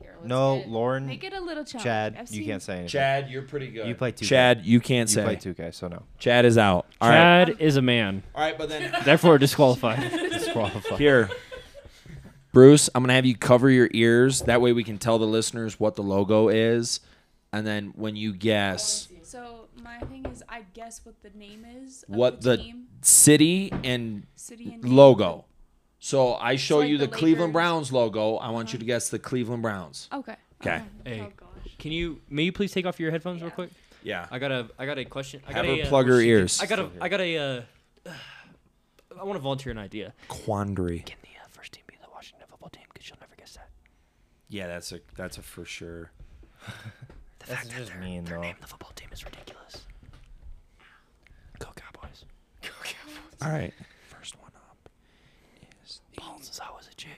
S8: Here, let's
S2: No,
S8: get-
S2: Lauren,
S7: Make it a little challenge.
S2: Chad,
S7: I've
S2: you
S7: seen-
S2: can't say anything.
S1: Chad, you're pretty good.
S2: you play 2K.
S1: Chad, you can't
S2: you
S1: say.
S2: play 2K, so no.
S1: Chad is out. All right.
S3: Chad is a man,
S1: All right, but then
S3: therefore disqualified.
S2: Disqualified.
S1: here, Bruce, I'm gonna have you cover your ears. That way, we can tell the listeners what the logo is, and then when you guess
S7: So my thing is, I guess what the name is. Of
S1: what
S7: the,
S1: the
S7: team,
S1: city and
S7: city and name.
S1: logo. So I show
S7: like
S1: you the,
S7: the
S1: Cleveland
S7: Lakers. Oh,
S1: Browns logo. I want you to guess the Cleveland Browns.
S7: Okay.
S1: Okay.
S3: Hey.
S7: Oh gosh.
S3: Can you may you please take off your headphones real
S7: Yeah.
S3: quick?
S1: Yeah.
S3: I got a I got a question. I
S1: Have
S3: got
S1: her
S3: a, uh,
S1: plug her ears.
S3: I got a I got a uh, I want to volunteer an idea.
S1: quandary.
S3: Can the uh, first team be the Washington football team? Because you'll never guess that.
S1: Yeah, that's a that's a for sure.
S3: The
S2: That's just mean, though.
S3: the football team is ridiculous. Go Cowboys.
S1: All right. First one up is the
S3: Bones is always a jit.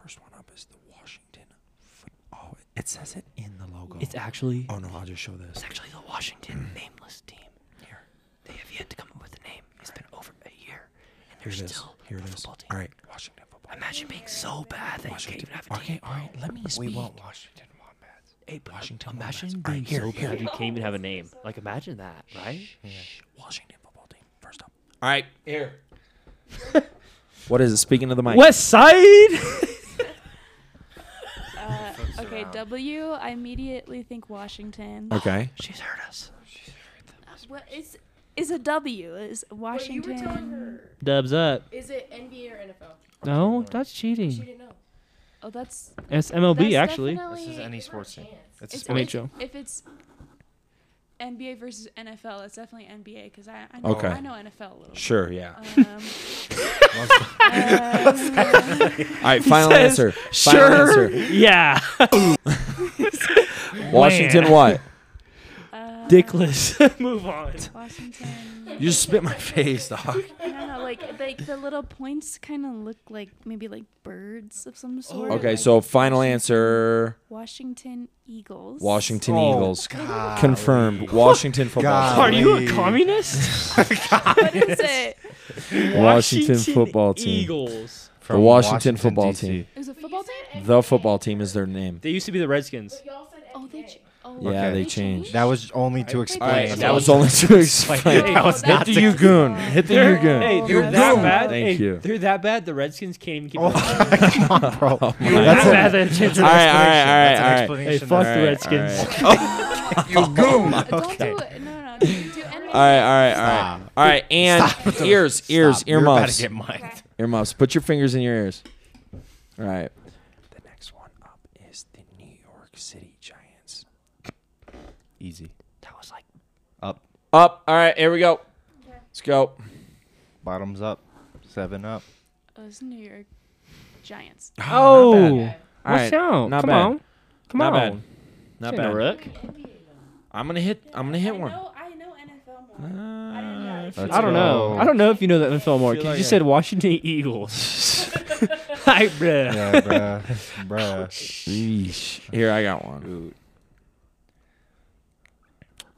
S1: first one up is the Washington. Foot- oh, it says it in the logo.
S3: It's actually
S1: oh no, I'll just show this.
S3: it's actually the Washington nameless team. Here, they have yet to come up with a name. It's been over a year, and they're
S1: Here it is.
S3: still
S1: Here
S3: a
S1: it is.
S3: football team.
S1: All right. Washington football.
S3: Imagine being so bad that you can't even have a
S1: Okay,
S3: team.
S1: all right. Let me
S2: We
S1: speak.
S2: want Washington Wombats.
S3: Hey, but
S1: Washington
S3: Imagine
S1: Wombats. All
S3: being
S1: right, here,
S3: so
S1: here.
S3: bad you can't even have a name. Like, imagine that, right?
S1: Washington football team. First up. All right. Here. what is it? Speaking of the mic.
S3: West Side.
S7: Uh, okay. W. I immediately think Washington.
S1: Okay.
S3: She's heard us.
S7: What is is a W? Is
S8: Wait, you
S7: Washington?
S8: were telling her.
S3: Dubs up.
S8: Is it NBA or NFL?
S3: No, that's
S8: She
S3: cheating.
S8: didn't know.
S7: Oh, that's
S3: It's MLB
S7: that's
S3: actually.
S2: This is
S7: definitely-
S2: any sports team. It's
S7: It's
S2: a
S3: I
S2: sports
S3: mean-
S7: if-
S3: NHL.
S7: If it's NBA versus NFL, it's definitely NBA because I, I know
S1: Okay.
S7: I know NFL a little. Bit.
S1: Sure. Yeah.
S7: Um, uh,
S1: All right. Final
S3: says,
S1: answer. Final answer.
S3: Yeah.
S1: Washington. What?
S7: uh,
S3: Dickless. Move on.
S7: Washington.
S1: You just spit my face, dog.
S7: I don't know, like like the little points kind of look like maybe like birds of
S8: Oh.
S7: some sort.
S1: Okay.
S7: like
S1: So final answer.
S7: Washington Eagles.
S1: Washington
S3: Oh,
S1: Eagles. Confirmed. Washington football.
S3: Are
S1: Team.
S3: you a
S2: Golly.
S3: communist?
S7: What is it?
S1: Washington football team.
S3: Eagles.
S1: The
S2: From
S1: Washington football
S2: DC.
S1: team.
S7: It was a
S8: But you
S7: football team.
S8: said NBA.
S1: The football team is their name.
S3: They used to be the Redskins.
S8: But y'all said
S7: Oh, they.
S8: NBA.
S7: Ch- oh,
S1: Yeah,
S2: Okay.
S1: they changed.
S2: That was only to
S1: All
S2: explain.
S1: right,
S3: Wait,
S1: that
S3: so-
S1: was only to explain.
S3: Hey, that was
S1: Hit
S3: not
S1: the
S3: to-
S1: U goon. Hit the U
S3: Hey,
S1: goon.
S7: Oh,
S3: they're
S7: that's
S3: that
S7: bad.
S3: bad.
S1: Thank
S3: hey,
S1: you.
S3: They're that bad. The Redskins can't even keep.
S2: Oh,
S3: up.
S2: come on, bro.
S1: Oh my
S3: That
S1: God.
S3: bad. that it's-
S1: All right, all right, all right,
S2: That's an
S1: all right.
S3: Hey,
S2: explanation
S3: fuck
S2: there.
S3: the Redskins.
S1: You goon. All
S7: Don't do it. No, no. Do, do NBA.
S1: right, all right, all right. All right, and ears, ears,
S2: Stop, You're about
S1: earmuffs,
S2: to get mine.
S1: earmuffs. Put your fingers in your ears. All right. The next one up is the New York City Giants.
S2: Easy.
S3: That was like
S2: Up.
S1: Up. All right, here we go. Let's go.
S2: Bottoms up. Seven up.
S7: Oh, it's New York Giants.
S3: Oh,
S1: All
S3: watch
S1: right,
S3: out!
S1: not
S3: Come
S1: bad.
S3: on, come
S1: Not
S3: on.
S1: bad. Not
S3: Ain't no
S1: bad.
S3: rook.
S1: I'm gonna hit. I'm gonna hit
S7: I
S1: one.
S7: Know, I know NFL more.
S1: Uh,
S7: Let's
S3: I don't know.
S2: go.
S3: I don't know if you know that NFL more
S1: feel
S3: because you
S1: like
S3: just
S1: I-
S3: said Washington Eagles. Hi, bruh.
S2: Yeah, bruh. bruh.
S1: Yeesh. Here, I got one.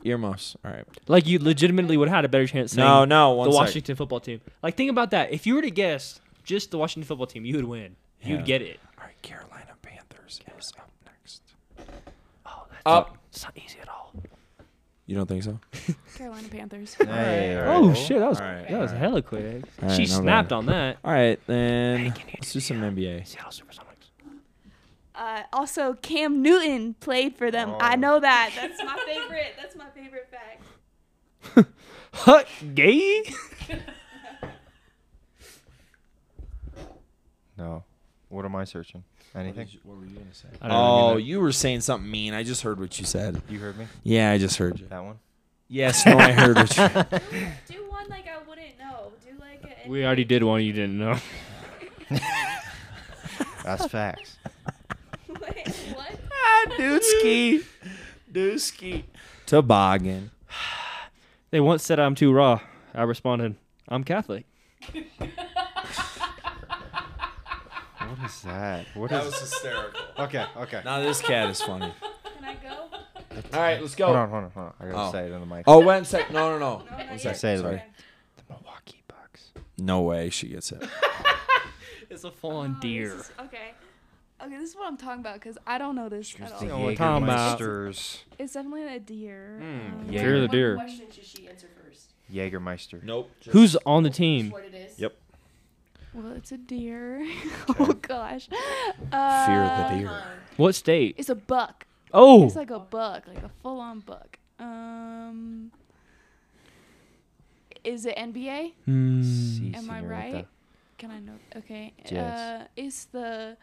S1: Earmuffs. All right.
S3: Like you legitimately would have had a better chance. Saying
S1: No, no. One
S3: the
S1: sec.
S3: Washington football team. Like think about that. If you were to guess just the Washington football team, you would win.
S1: Yeah.
S3: You'd get it.
S1: All right. Carolina Panthers is up next.
S3: Oh, that's
S1: Up.
S3: It's not easy at all.
S1: You don't think so?
S7: Carolina Panthers.
S2: Hey,
S3: Oh shit, that was
S1: All right,
S3: that was hella quick.
S1: All right,
S3: she
S1: not bad.
S3: snapped on that.
S1: All right, then
S3: can you
S1: let's
S3: do
S1: do some NBA.
S3: Seattle Supersonics.
S7: Uh, also, Cam Newton played for them. I know that. That's my favorite. That's my favorite fact.
S3: Huh, gay?
S2: No. What am I searching? Anything?
S3: I don't know,
S1: Oh,
S3: you
S1: you were saying something mean. I just heard what you said.
S2: You heard me?
S1: Yeah, I just heard you.
S2: That one?
S1: Yes, no, I heard what you.
S7: Do one like I wouldn't know. Do like
S3: know.
S7: a.
S3: we already did one you didn't know.
S2: That's facts.
S7: what?
S3: Ah,
S1: Dusky, Dusky, toboggan.
S3: They once said I'm too raw. I responded, I'm Catholic.
S2: What What is that? What
S1: That
S2: is?
S1: was hysterical.
S2: Okay, okay.
S1: now this cat is funny.
S7: Can I go?
S1: All right, let's go.
S2: Hold on, hold on, hold on. I gotta
S1: Oh.
S2: say it on the mic.
S1: Oh, wait a sec. No, no, no.
S7: No, not
S1: sec,
S7: yet.
S2: Say it, Larry.
S1: sorry.
S2: The Milwaukee Bucks.
S1: No way she gets it.
S3: It's a full on
S7: Oh, this
S3: deer.
S7: is- okay. Okay, this is what I'm talking about because I don't know this at all.
S2: The
S3: we're talking about-
S2: Jägermeisters.
S7: It's definitely a deer. um,
S2: yeah.
S3: Fear the deer.
S4: What question should she answer first?
S2: Jägermeister.
S1: Nope. Uh,
S3: Who's on the team?
S4: What it is?
S1: Yep.
S7: Well, it's a deer. oh gosh. Uh,
S1: deer.
S3: What state?
S7: It's a buck.
S3: Oh,
S7: It's like a buck, like a full-on buck. Um, is it NBA?
S3: Hmm.
S2: Si,
S7: Am I
S2: señorita.
S7: right? Can I know? Okay.
S2: Yes.
S7: Uh, is the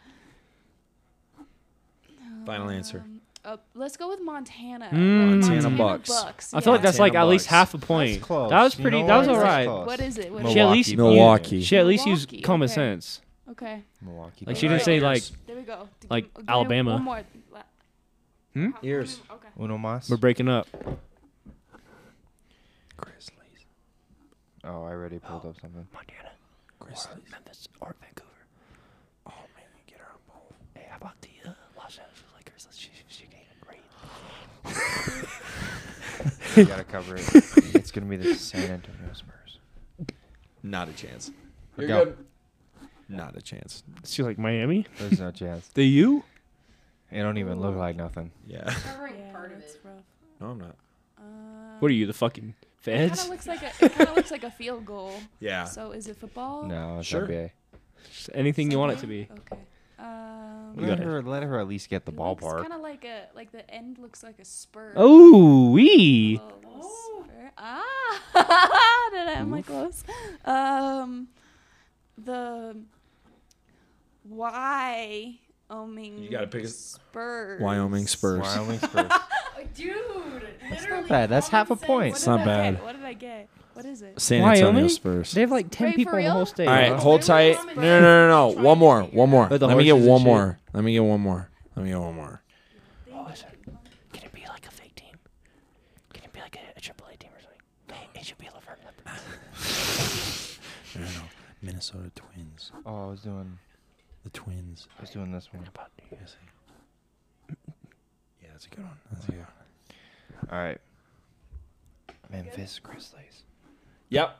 S1: Final answer.
S7: um, uh, let's go with Montana.
S3: Mm.
S1: Montana Bucks.
S3: I feel like that's like at least
S1: Montana Bucks.
S3: half a point.
S2: That's close.
S3: That was
S2: You
S3: pretty.
S2: know
S3: that was
S2: what?
S3: all
S2: That's
S3: right.
S2: close.
S7: What is it? What is
S3: She at
S7: it?
S3: least
S1: Milwaukee.
S3: She at least used
S7: Milwaukee,
S3: common
S7: okay.
S3: sense.
S7: Okay.
S2: Milwaukee.
S3: Like
S2: Bucks.
S3: she didn't say like
S1: Alright.
S7: There we go. D-
S3: Like
S7: give me
S3: Alabama.
S7: One more. La-
S3: Hmm?
S7: How-
S1: Ears.
S7: how many- Okay.
S2: Uno mas.
S3: we're breaking up.
S1: Grizzlies.
S2: Oh, I already pulled up something.
S3: Montana,
S1: Grizzlies.
S3: Memphis, or Vancouver.
S1: Oh man, get her on both.
S3: Hey, how about the uh, Los Angeles Lakers? Let's shoot, shoot, great.
S2: You gotta cover it. it's gonna be the San Antonio Spurs.
S1: Not a chance. You're
S2: Go.
S1: good. Not a chance.
S3: She like Miami.
S2: There's no chance.
S3: The U.
S2: It don't even look like nothing.
S1: Yeah.
S4: Covering
S7: Yeah,
S4: part of
S7: that's
S4: it.
S7: rough.
S1: No, I'm not.
S7: Um,
S3: What are you, the fucking
S7: It kind
S3: feds?
S7: of looks like a. It kind of looks like a field goal.
S1: Yeah.
S7: So is it football?
S2: No, it's
S1: Sure.
S2: NBA.
S3: Just Anything you want it to be.
S7: Okay. Um,
S3: You
S2: Let
S3: got it.
S2: her, let her at least get the ballpark.
S7: Kind of like a like the end looks like a spur.
S3: Oh, we.
S7: Oh, little spur. Ah, did I am I close? Um, the Wyoming.
S1: You gotta pick a-
S7: Spurs.
S1: Wyoming Spurs.
S2: Wyoming Spurs.
S4: Oh, dude,
S2: That's
S4: literally
S2: not bad. That's
S4: common
S2: half a
S4: sense.
S2: point.
S7: What
S1: It's
S7: did
S1: not
S7: I
S1: bad.
S7: Get? What did I get? What is it?
S1: San
S3: Wyoming?
S1: Antonio Spurs.
S3: They have like ten
S7: Wait, for
S3: people in the
S7: real?
S3: whole state.
S1: All right,
S3: bro.
S1: hold tight. No, no, no, no, no. One more. One more.
S3: But the
S1: Let me get
S3: horses
S1: one
S3: and
S1: more. Let me get one more. Let me get one more.
S3: Oh, Can it be like a fake team? Can it be like a, a AAA team or something? It, should be Laverne Leopards.
S1: No, no, no. Minnesota Twins.
S2: Oh, I was doing,
S1: The Twins.
S2: I was doing this one.
S1: Yeah, that's a good one. That's a good one.
S2: All right. Memphis Grizzlies.
S1: Yep.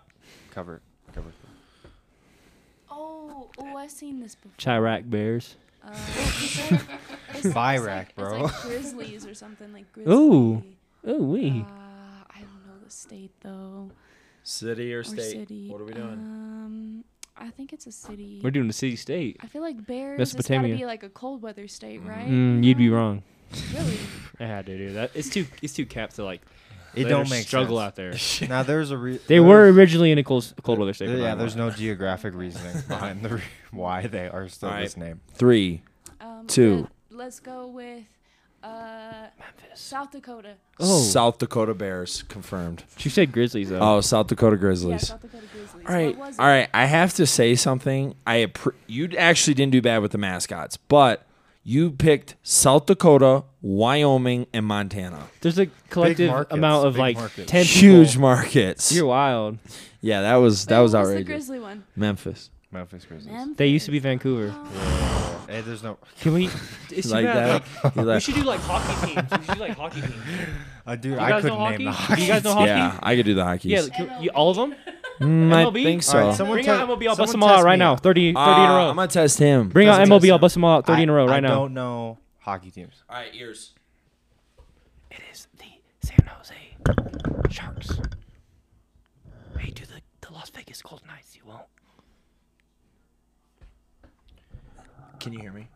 S2: Cover, cover.
S7: Oh, oh, I've seen this before.
S3: Chirac Bears.
S7: Um, it's like- it's
S2: Virac,
S7: like,
S2: bro.
S7: It's like Grizzlies or something like Grizzly.
S3: Ooh. Oh,
S7: Uh,
S3: we.
S7: I don't know the state though.
S1: City or
S7: Or
S1: state?
S7: city.
S1: What are we doing?
S7: Um, I think it's a city.
S3: We're doing the city state.
S7: I feel like bears. It's
S3: Mesopotamia.
S7: gotta be like a cold weather state, right?
S3: Mm, you'd be
S7: No?
S3: wrong.
S7: Really?
S3: I had to do that. It's too. It's too capped to like.
S2: It
S3: let
S2: don't
S3: her
S2: make
S3: struggle
S2: sense.
S3: out there.
S2: Now there's a re-
S3: They
S2: there's-
S3: were originally in a cold, cold weather state.
S2: there-
S3: but
S2: yeah,
S3: I'm
S2: there's
S3: wrong.
S2: no geographic reasoning behind the re- why they are still
S1: All right.
S2: this
S7: Uh,
S2: name.
S1: Three.
S7: Um,
S1: Two.
S7: Let, us go with uh,
S3: Memphis.
S7: South Dakota.
S3: Oh,
S1: South Dakota Bears confirmed.
S3: she said Grizzlies though.
S1: Oh, South Dakota
S7: Yeah,
S1: Grizzlies.
S7: South Dakota Grizzlies.
S1: All right,
S7: What was
S1: all right. I have to say something. I appre- you actually didn't do bad with the mascots, but you picked South Dakota, Wyoming, and Montana.
S3: There's a collective
S2: markets,
S3: amount of
S2: big
S3: like
S2: markets.
S3: ten
S1: Huge
S3: people.
S1: markets.
S3: You're wild.
S1: yeah, that was
S7: It?
S1: that
S7: Wait,
S1: was
S7: what the
S1: outrageous.
S7: Grizzly one?
S1: Memphis.
S2: Memphis Grizzlies.
S3: They used to be Vancouver.
S2: Hey, there's no.
S3: Can we? It's too
S1: like
S3: bad,
S1: that.
S3: like-
S1: He
S6: We
S1: like-
S6: should do like hockey teams. We should do like hockey teams.
S2: Uh, dude,
S3: You
S2: I
S3: guys
S2: couldn't
S3: know
S2: name the
S3: hockey?
S2: hockey.
S3: You guys know hockey?
S1: yeah, I could do the hockey.
S3: Yeah, can- you- all of them.
S1: mm, I
S3: MLB?
S1: think so.
S2: All right, someone
S3: Bring
S2: tell-
S3: out MLB. I'll bust them
S2: someone
S3: all out
S2: test
S3: right
S2: me
S3: now.
S2: out.
S3: 30, 30 in a
S2: Ah,
S1: Uh,
S3: row.
S1: I'm gonna test him.
S3: Bring out
S1: Doesn't
S3: MLB.
S1: test
S3: I'll
S1: him.
S3: bust them all out. 30 Oh, in a row
S2: I
S3: right now.
S2: don't know hockey teams.
S1: All right, ears.
S3: It is the San Jose Sharks. Hey, do the, the Las Vegas Golden Knights. You won't.
S1: Can you hear me?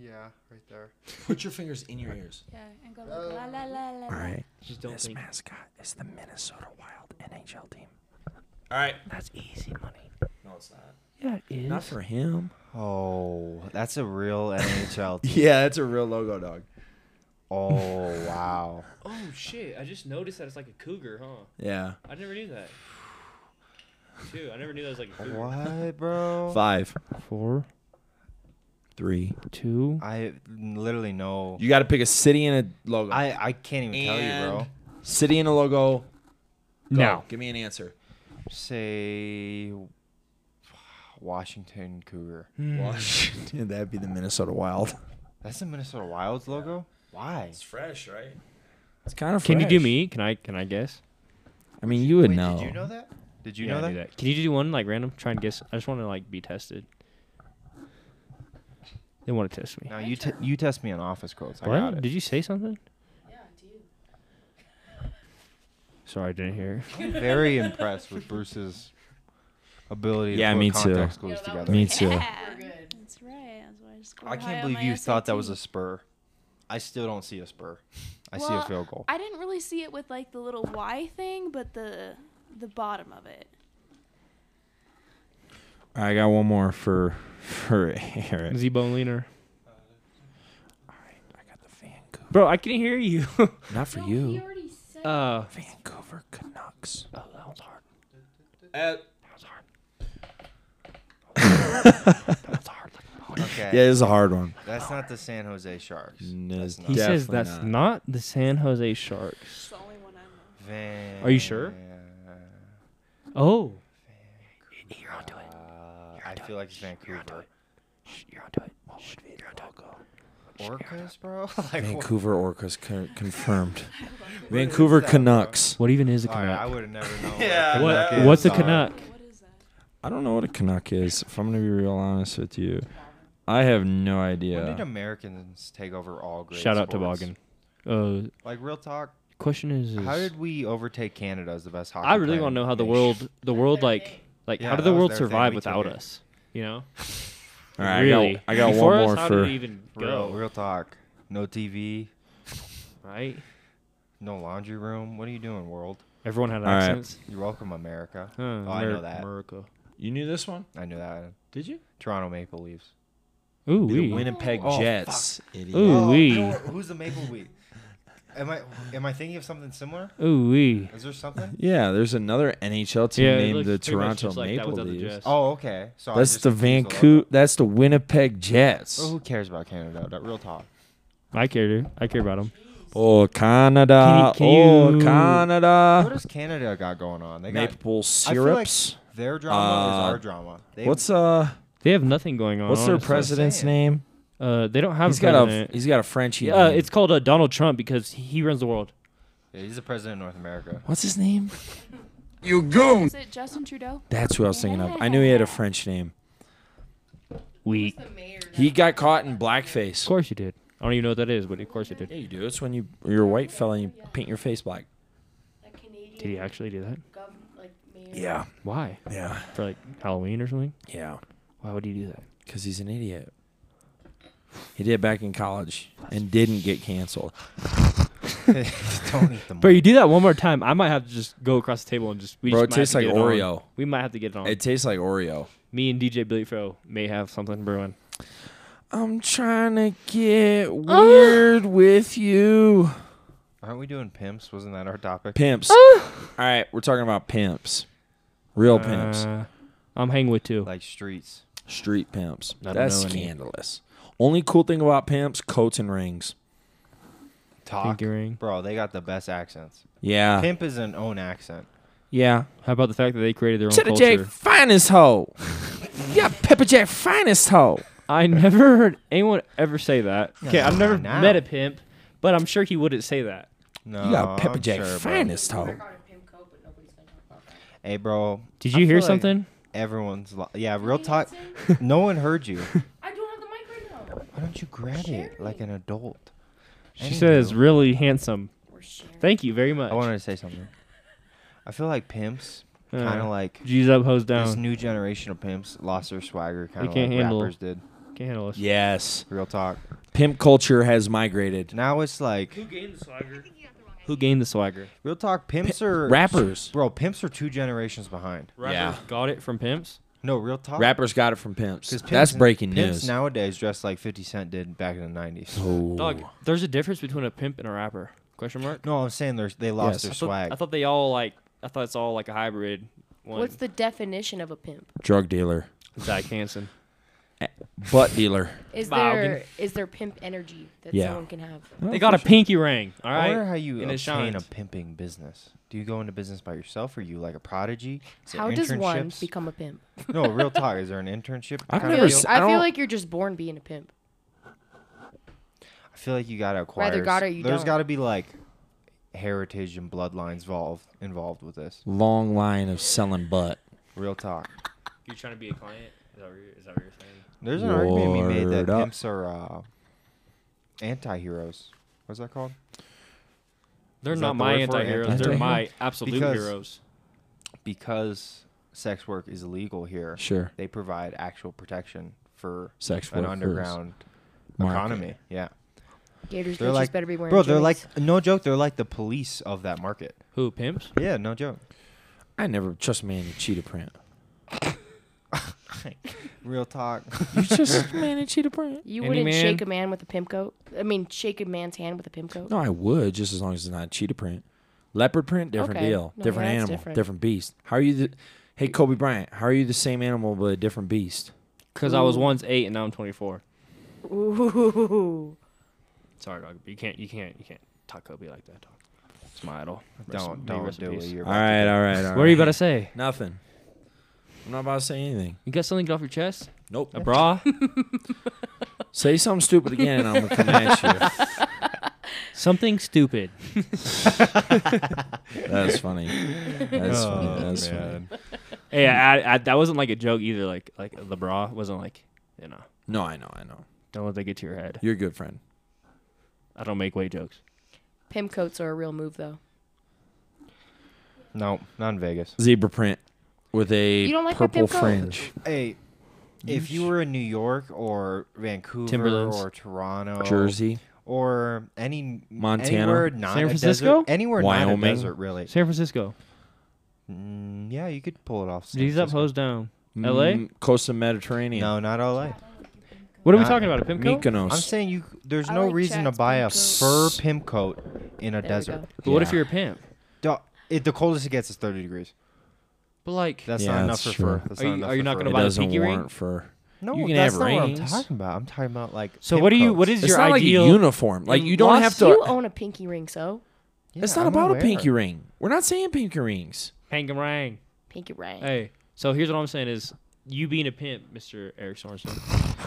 S2: Yeah, right there.
S1: Put your fingers in your ears.
S7: Yeah, and go like, la la la la.
S1: All right.
S3: Just don't
S1: This
S3: think.
S1: mascot is the Minnesota Wild NHL team. All right.
S3: That's easy money.
S1: No, it's not.
S3: Yeah, it is.
S1: Not for him.
S2: Oh, that's a real NHL. team.
S1: Yeah, that's a real logo, dog.
S2: Oh wow.
S3: oh shit! I just noticed that it's like a cougar, huh?
S1: Yeah.
S3: I never knew that. Too. I never knew that was like a cougar.
S2: What, bro?
S1: Five,
S3: Four,
S1: three.
S3: two.
S2: I literally know.
S1: You got to pick a city and a logo.
S2: I I can't even tell you, bro.
S1: And City and a logo. Go.
S3: Now.
S1: Give me an answer.
S2: Say Washington Cougar.
S1: Hmm. Washington. That'd be the Minnesota Wild.
S2: That's the Minnesota Wilds logo. Why?
S1: fresh, right? It's kind of.
S3: Can you do me? Can I? Can I guess?
S1: I mean, you would
S2: Wait,
S1: know.
S2: Did you know that? Did you
S3: Yeah,
S2: know
S3: I
S2: that?
S3: do Can you do one like random? Try and guess. I just want to like be tested. They want to test me.
S2: Now you t- you test me on office quotes. I got
S3: What?
S2: it.
S3: Did you say something?
S4: Yeah, do you?
S3: Sorry, I didn't hear.
S2: I'm very impressed with Bruce's ability to
S1: Yeah,
S2: put
S1: me too.
S2: context
S4: Yeah,
S2: clues
S4: that was
S2: together.
S1: Me too.
S4: We're good.
S7: That's right. That's why I scored
S2: I
S7: high
S2: can't
S7: on
S2: believe
S7: my
S2: you thought that was a
S7: SAT.
S2: spur. I still don't see a spur. I see
S7: Well,
S2: a field goal.
S7: I didn't really see it with like the little Y thing, but the the bottom of it.
S1: I got one more for for Eric.
S3: Z Bone Leaner.
S1: I got the Vancouver.
S3: Bro, I can hear you.
S1: Not for
S8: He
S1: you.
S8: already said
S3: uh,
S1: Vancouver Canucks.
S3: oh, that was hard. That was hard. that was hard.
S2: Okay.
S1: Yeah, it is a hard one.
S2: That's not the San Jose Sharks.
S1: No,
S2: That's
S1: it's
S2: not
S3: He says
S1: Definitely
S3: that's
S1: not.
S3: not. the San Jose Sharks.
S7: It's the only one I know.
S2: Van-
S3: Are you sure?
S2: Uh,
S3: Oh. You're onto it.
S2: I feel like it's Vancouver.
S3: Shh, You're onto it. You're onto it.
S2: Orcas, bro. like, what-
S1: Vancouver Orcas con- confirmed. Vancouver Canucks.
S3: What even is a
S2: Sorry, I
S3: Canuck?
S2: would have never known. what a
S1: Yeah,
S2: Canuck
S3: What?
S2: is.
S3: What's a
S2: Sorry.
S3: Canuck?
S7: What is that?
S1: I don't know what a Canuck is. If I'm gonna be real honest with you, I have no
S2: When did
S1: idea.
S2: Americans take over all great
S3: Shout out
S2: sports?
S3: Toboggan. Uh,
S2: Like real talk,
S3: question is, is
S2: how did we overtake Canada as the best hockey?
S3: I really
S2: want to
S3: know how the world, the world like, like
S2: Yeah,
S3: how did
S2: that
S3: the
S2: was
S3: world
S2: their thing.
S3: survive
S2: We
S3: without
S2: took it.
S3: us? You know,
S1: All right,
S3: really.
S1: I got, I got
S3: Before
S1: one
S3: us,
S1: more
S3: how
S1: for.
S3: did we even
S2: Real,
S3: go?
S2: real talk. No TV,
S3: Right?
S2: no laundry room. What are you doing, world?
S3: Everyone had
S1: All right.
S3: accents.
S2: You're welcome, America.
S3: Huh,
S2: oh, I know
S3: Amer-
S2: that.
S3: America.
S1: you knew this one?
S2: I knew that.
S1: Did you?
S2: Toronto Maple Leaves.
S3: Ooh
S1: The
S3: wee.
S1: Winnipeg
S2: Oh, fuck.
S1: Jets. Idiot.
S3: Ooh. wee.
S2: Oh, you know what? who's the Maple Leaf? Am I am I thinking of something similar?
S3: Ooh wee.
S2: Is there something?
S1: Yeah, there's another NHL team
S3: Yeah, it
S1: named
S3: looks
S1: the
S3: pretty much
S1: Toronto
S3: just like that
S1: Maple
S3: without the
S1: Leafs.
S3: Jets.
S2: Oh, okay. So I
S1: That's
S2: just
S1: the
S2: confused logo.
S1: Vancouver. That's the Winnipeg Jets.
S2: Well,
S3: Oh,
S2: who cares about Canada? That real talk.
S3: I care, dude. I care about him.
S1: Oh, Canada.
S3: Can you- can
S1: oh,
S3: you-
S2: What
S1: Canada.
S2: does Canada got going on? They got
S1: Maple
S2: I feel like
S1: syrups.
S2: their drama is
S1: Uh,
S2: our drama. They,
S1: what's uh?
S3: They have nothing going on.
S1: What's their
S3: honestly.
S1: president's
S2: saying.
S1: name?
S3: Uh, they don't have.
S1: He's
S3: a
S1: got a
S3: president.
S1: he's got a Frenchie.
S3: Yeah, uh,
S1: name.
S3: it's called uh, Donald Trump because he runs the world.
S2: Yeah, he's the president of North America.
S1: what's his name?
S7: Is it Justin Trudeau?
S1: That's who I was thinking of. I knew he had a French name.
S3: Weak.
S4: The mayor.
S1: He
S4: that-
S1: got caught in
S3: Of
S1: blackface.
S3: course you did. I don't even know what that is, but of course you did.
S1: Yeah, you do. It's when you you're a white fella and you paint your face black.
S4: that Canadian
S3: Did he actually do that?
S4: gov- like mayor.
S1: Yeah,
S3: Why?
S1: yeah,
S3: For like Halloween or something?
S1: yeah.
S3: Why would he do that?
S1: Because he's an idiot. He did back in college and didn't get canceled.
S2: Don't eat them.
S3: Bro, you do that one more time, I might have to just go across the table and just. We
S1: Bro,
S3: just
S1: it
S3: might have
S1: tastes
S3: to
S1: like
S3: get it on.
S1: Oreo.
S3: We might have to get it on.
S1: It tastes like Oreo.
S3: Me and DJ Billy Fro may have something brewing.
S1: I'm trying to get weird with you.
S2: Aren't we doing pimps? Wasn't that our topic?
S1: Pimps. All right, we're talking about pimps. Real pimps.
S3: Uh, I'm hanging with two.
S2: Like streets.
S1: Street pimps.
S3: I don't
S1: That's
S3: know any.
S1: scandalous. Only cool thing about pimps, coats and rings.
S2: Talk.
S3: ring.
S2: Bro, they got the best accents.
S1: Yeah.
S2: Pimp is an own accent.
S1: Yeah.
S3: How about the fact that they created their own
S1: Cheddar
S3: culture?
S1: Jack finest hoe. yeah, Pepper Jack finest hoe.
S3: I never heard anyone ever say that. Okay, I've never
S2: Now.
S3: met a pimp, but I'm sure he wouldn't say that.
S2: No,
S1: You got Pepper
S2: I'm
S1: Jack
S2: sure, bro.
S1: finest hoe.
S4: Called it Pimp Code, but nobody's gonna talk about that.
S2: Hey, bro.
S3: Did
S2: I
S3: you hear
S2: feel like
S3: something?
S2: Everyone's lo- yeah. Real
S4: Can you
S2: talk.
S4: listen?
S2: no one heard you.
S4: I don't have the mic right now.
S2: Why don't you grab it like an adult?
S3: She says,
S2: Anywho,
S3: really handsome.
S4: We're sharing.
S3: Thank you very much.
S2: I wanted to say something. I feel like pimps,
S3: Uh,
S2: kind of like
S3: G's up, hose
S2: this
S3: down.
S2: new generation of pimps, lost their swagger, kind of like
S3: can't handle-
S2: rappers did.
S3: Can't handle us.
S1: Yes.
S2: Real talk.
S1: Pimp culture has migrated.
S2: Now it's like
S3: Who gained the swagger?
S2: real talk. Pimps are
S1: Rappers.
S2: bro. Pimps are two generations behind.
S1: Yeah.
S3: Got it from pimps?
S2: No, real talk.
S1: Rappers got it from pimps.
S2: 'Cause pimps
S1: That's
S2: n-
S1: breaking
S2: pimps
S1: news.
S2: nowadays dress like 50 Cent did back in the 90s.
S1: Ooh.
S3: Dog, there's a difference between a pimp and a rapper. Question mark?
S2: No, I'm saying they're, they
S1: Yes.
S2: lost their
S3: I thought,
S2: swag.
S3: I thought they all like. I thought it's all like a hybrid. One.
S8: What's the definition of a pimp?
S1: Drug dealer.
S3: Zach Hansen?
S1: butt dealer.
S8: Is
S3: Wow,
S8: there is
S3: can-
S8: there pimp energy that
S1: Yeah.
S8: someone can have?
S3: They got a pinky ring. All
S2: I
S3: right.
S2: wonder how you
S3: And it
S2: obtain a
S3: shines.
S2: pimping business. Do you go into business by yourself? Are you like a prodigy? Is there
S8: How does one
S2: internships?
S8: become a pimp?
S2: no, real talk. Is there an internship?
S1: I've
S2: kind of
S1: never
S2: deal?
S1: s- I
S8: I feel
S1: don't-
S8: like you're just born being a pimp.
S2: I feel like you gotta acquire.
S8: got or
S2: s-
S8: you
S2: There's
S8: don't.
S2: gotta be like heritage and bloodlines involved involved with this.
S1: Long line of selling butt.
S2: Real talk.
S3: You're trying to be a client. Is that what you're, is that what you're saying?
S2: There's an argument we made that
S1: Word up.
S2: pimps are uh, anti-heroes. What's that called?
S3: They're
S2: Is that
S3: not
S2: the
S3: my
S2: word for it?
S3: anti-heroes.
S1: Anti-hero?
S3: They're my absolute
S2: Because-
S3: heroes.
S2: Because sex work is illegal here,
S1: Sure.
S2: they provide actual protection for
S1: Sex
S2: an
S1: workers.
S2: underground
S1: Market.
S2: economy. Yeah.
S8: Gators
S2: They're
S8: bitches
S2: like-
S8: better be wearing
S2: Bro, they're like
S8: jammies.
S2: no joke, they're like the police of that market.
S3: Who pimps?
S2: Yeah, no joke.
S1: I never trust me in a cheetah print.
S2: Real talk.
S1: You just man a cheetah print.
S8: you
S3: any
S8: wouldn't
S3: man-
S8: shake a man with a pimp coat. I mean, shake a man's hand with a pimp coat.
S1: No, I would just as long as it's not cheetah print. Leopard print, different
S8: Okay.
S1: deal,
S8: No,
S1: different
S8: that's
S1: animal, different.
S8: different.
S1: beast. How are you? The, hey, Kobe Bryant, how are you the same animal but a different beast?
S3: Because I was
S8: Ooh.
S3: once eight and now I'm 24.
S8: Ooh,
S3: Sorry, dog. You can't. You can't. You can't talk Kobe like that, dog. It's my idol. Rest-
S2: don't
S3: may he
S2: don't
S3: rest in
S2: do it.
S3: peace.
S2: You're
S1: All
S2: about to
S1: right,
S2: get-
S1: all right, all right.
S3: What are you about to say?
S1: Nothing. I'm not about to say anything.
S3: You got something to get off your chest?
S1: Nope.
S3: A bra?
S1: Say something stupid again, and I'm gonna come at
S3: something stupid.
S1: you. That's funny. That's funny.
S2: Oh,
S1: That's funny.
S2: man.
S3: Hey, I, I, that wasn't like a joke either. Like like the bra wasn't like you know.
S1: No, I know, I know.
S3: Don't let that get to your head.
S1: You're a good friend.
S3: I don't make weight jokes.
S8: pimp coats are a real move though.
S2: No, not in Vegas.
S1: Zebra print with a
S8: You don't like my
S1: purple
S8: pimp coat?
S1: fringe.
S2: Hey, if you were in New York or Vancouver
S3: Timberlands.
S2: or Toronto,
S1: Jersey.
S2: or any
S1: Montana.
S2: anywhere not
S3: San
S2: a
S3: Francisco?
S2: desert, anywhere
S1: Wyoming.
S2: not a desert, really.
S3: San Francisco.
S2: Mm, yeah, you could pull it off. San
S3: These up,
S2: Francisco.
S3: hose down. LA?
S1: Coast of Mediterranean.
S2: No, not LA.
S3: What are we
S2: Not-
S3: talking about? A pimp coat?
S1: Mykonos.
S2: I'm saying you. c- There's
S7: I
S2: no
S7: like
S2: reason to
S7: Chad's
S2: buy a
S7: pimp coat.
S2: fur pimp coat in a
S8: There we
S2: desert.
S8: go.
S3: But what if
S1: Yeah.
S3: you're a pimp?
S2: Duh, it, the coldest it gets is 30 degrees.
S3: But like,
S2: That's
S1: Yeah,
S2: not enough
S1: that's
S2: for
S1: true.
S2: fur. That's
S3: Are
S2: not
S3: you-
S2: enough
S3: are you
S2: for
S3: not
S2: fur.
S3: gonna
S1: it
S3: buy the
S1: doesn't
S3: pinky ring?
S1: warrant for.
S2: No,
S1: you can
S2: that's
S1: have
S2: not
S1: rings.
S2: what I'm talking about. I'm talking about like.
S3: so
S2: pimp
S3: what do you? What
S2: coats.
S3: is
S1: it's
S3: your
S1: not
S3: ideal?
S1: like a uniform. Like you don't
S3: lost-
S1: have
S8: you
S1: to.
S8: own a pinky ring, so
S2: Yeah,
S1: It's not
S2: I'm
S1: about a
S2: aware.
S1: pinky ring. We're not saying pinky rings.
S3: Pangarang.
S8: pinky ring.
S3: Hey, so here's what I'm saying is, you being a pimp, Mr. Eric Sorensen,